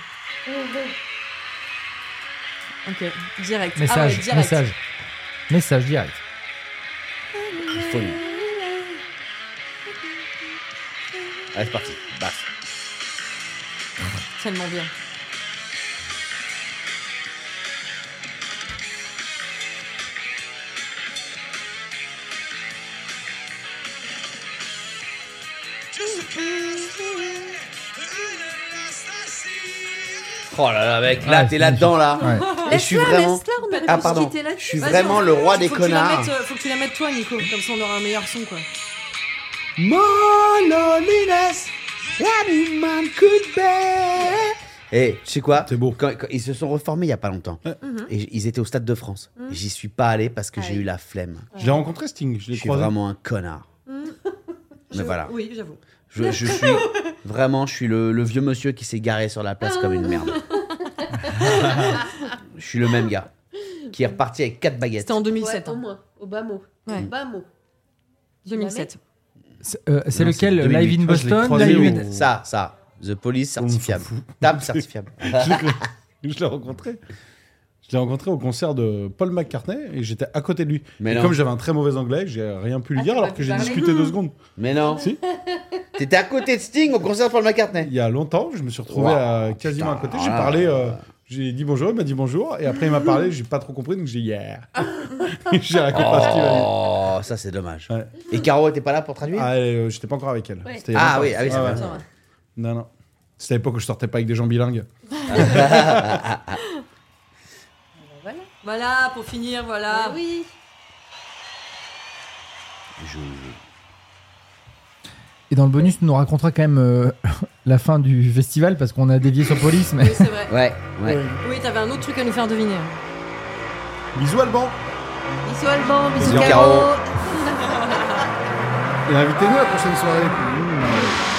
Speaker 4: Ok, direct. ah ouais,
Speaker 3: Message,
Speaker 4: direct.
Speaker 3: message. Message direct.
Speaker 2: Folie. Allez, c'est parti. Basse.
Speaker 4: Tellement bien.
Speaker 2: Oh là là, mec, là,
Speaker 3: Ouais,
Speaker 2: t'es
Speaker 3: c'est
Speaker 2: là-dedans, là.
Speaker 3: Ouais.
Speaker 2: Et je suis
Speaker 7: Laisse-la,
Speaker 2: vraiment.
Speaker 7: laisse-la, on avait
Speaker 2: Ah,
Speaker 7: pas
Speaker 2: pardon.
Speaker 7: discuté
Speaker 2: Je suis
Speaker 7: là-dessus.
Speaker 4: Vas-y,
Speaker 2: vraiment
Speaker 4: on-
Speaker 2: le roi des
Speaker 4: faut que tu la
Speaker 2: connards.
Speaker 4: mettes, euh, faut que tu la mettes toi, Nico. Comme ça, on aura un meilleur son, quoi.
Speaker 2: Eh, tu sais quoi
Speaker 1: C'est beau.
Speaker 2: Quand- quand- ils se sont reformés il y a pas longtemps. Et j- ils étaient au Stade de France. J'y suis pas allé parce que j'ai eu la flemme.
Speaker 1: Je l'ai rencontré, Sting. Je
Speaker 2: Je
Speaker 1: l'ai
Speaker 2: suis
Speaker 1: croisé.
Speaker 2: vraiment un connard. Mais
Speaker 4: Je-
Speaker 2: voilà.
Speaker 4: Oui, j'avoue.
Speaker 2: Je, je suis vraiment, je suis le, le vieux monsieur qui s'est garé sur la place comme une merde. je suis le même gars qui est reparti avec quatre baguettes.
Speaker 4: C'était en
Speaker 7: Ouais,
Speaker 4: 2007.
Speaker 7: au
Speaker 4: hein.
Speaker 7: moins, au bas mot.
Speaker 4: Ouais.
Speaker 7: Au bas mot.
Speaker 4: 2007.
Speaker 3: C'est euh, c'est
Speaker 1: Non,
Speaker 3: lequel
Speaker 1: c'est
Speaker 3: Live
Speaker 1: 2008.
Speaker 3: in
Speaker 1: Ah, je l'ai
Speaker 3: Boston
Speaker 1: croisé
Speaker 3: Live in-
Speaker 1: au-
Speaker 2: Ça, ça, the police
Speaker 1: On s'en
Speaker 2: certifiable,
Speaker 1: fout.
Speaker 2: table certifiable.
Speaker 1: (laughs) Je l'ai rencontré. Je l'ai rencontré au concert de Paul McCartney et j'étais à côté de lui.
Speaker 2: Mais
Speaker 1: Et
Speaker 2: non.
Speaker 1: comme j'avais un très mauvais anglais, j'ai rien pu lui
Speaker 7: Ah,
Speaker 1: dire
Speaker 7: t'as
Speaker 1: alors
Speaker 7: pas
Speaker 1: que
Speaker 7: pu
Speaker 1: j'ai
Speaker 7: parler.
Speaker 1: discuté deux secondes.
Speaker 2: Mais non,
Speaker 1: Si.
Speaker 2: (laughs) t'étais à côté de Sting au concert de Paul McCartney.
Speaker 1: Il y a longtemps, je me suis retrouvé
Speaker 2: Wow,
Speaker 1: à quasiment
Speaker 2: putain,
Speaker 1: à côté. J'ai
Speaker 2: ah.
Speaker 1: parlé, euh, j'ai dit bonjour, il m'a dit bonjour et après il m'a parlé, j'ai pas trop compris donc j'ai
Speaker 7: (laughs)
Speaker 1: dit yeah. j'ai raconté pas ce qu'il m'a dit.
Speaker 2: Oh, ça c'est dommage.
Speaker 1: Ouais.
Speaker 2: Et Caro était pas là pour traduire
Speaker 1: Ah, elle, euh, j'étais pas encore avec elle. C'était il y a
Speaker 2: Ah
Speaker 1: longtemps.
Speaker 2: oui, ah oui, ça
Speaker 1: Ouais,
Speaker 2: va.
Speaker 1: ouais. Non, non. C'était à l'époque où je sortais pas avec des gens bilingues.
Speaker 7: Voilà.
Speaker 4: Voilà, pour finir,
Speaker 7: Ah
Speaker 4: voilà.
Speaker 7: oui.
Speaker 2: Je- je-
Speaker 3: Et dans le bonus, tu nous racontera quand même euh, (laughs) la fin du festival parce qu'on a dévié sur police. Mais...
Speaker 4: Oui, c'est
Speaker 1: Ah.
Speaker 4: vrai.
Speaker 2: Ouais, ouais.
Speaker 4: Oui, t'avais un autre truc à nous faire deviner.
Speaker 1: Bisous Alban
Speaker 7: Bisous Alban, bisous
Speaker 2: Bisous,
Speaker 7: Caro.
Speaker 1: et invitez-nous à la prochaine soirée.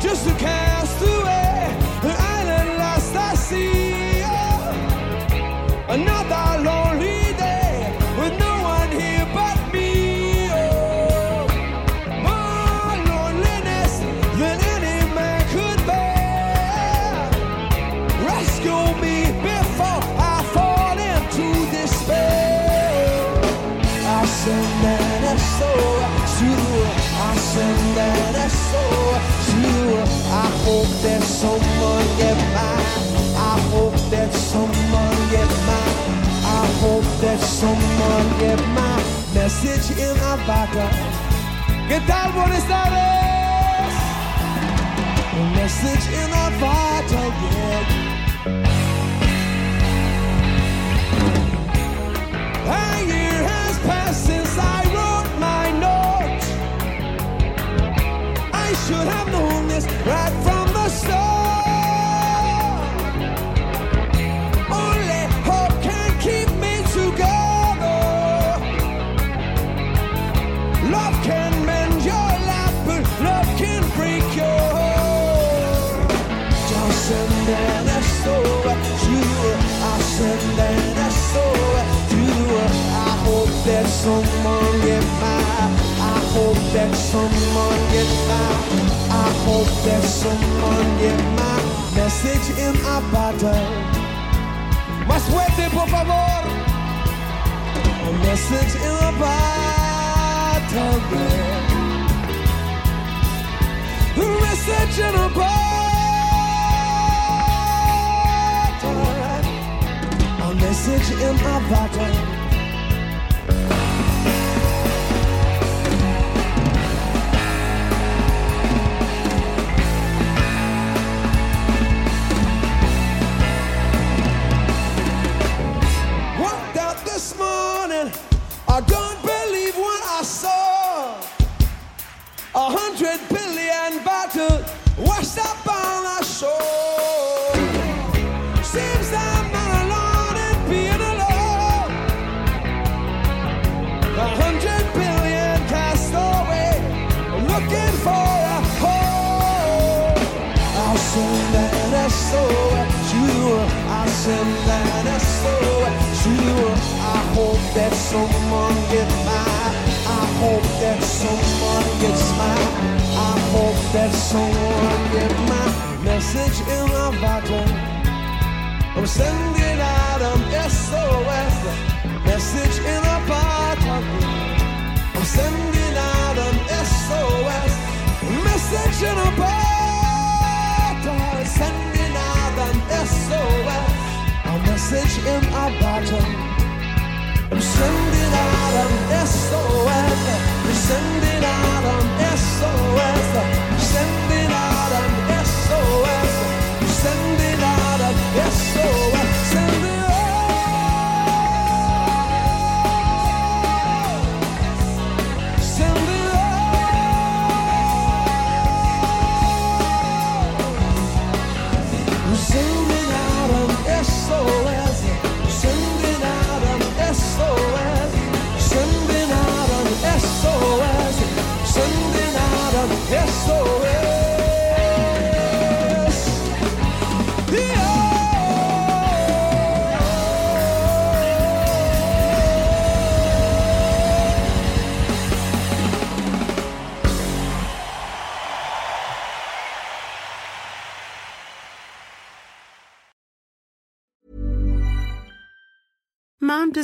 Speaker 9: Just a castaway, an island lost at sea. Oh, Another lonely day with no one here but me. Oh, more loneliness than any man could bear. Rescue me before I fall into despair. I send an SOS to you. I send an SOS to you. I hope that someone get mine. I hope that someone get mine. I hope that someone get my message in my background. ¿Qué tal? Buenas tardes. A message in our vital, yeah. A year has passed since I wrote my note. I should have known this right from the start. Only hope can keep me together. Love can mend your life, but love can break your heart. Just send an SOS to you. I send an SOS to you. I hope that someone get mine. I hope that someone get mine. I hope that someone get my message in a bottle. Más fuerte, por favor. A message in a bottle. Yeah. Message in a bottle. A message in a bottle. Walked out this morning. I don't believe what I saw. A hundred billion bottles washed up on our shore. Seems I'm and that is so true. I hope that someone gets mine. I hope that someone gets mine. I hope that someone gets my message in my bottle. I'm sending out a SOS message in a bottle. I'm sending out an SOS message in a bottle. Sending out an SOS, a message in a bottle. I'm sending out an SOS. I'm sending out an SOS. I'm sending out an SOS. I'm sending out an SOS. Sending é é é é SOS.
Speaker 10: Mom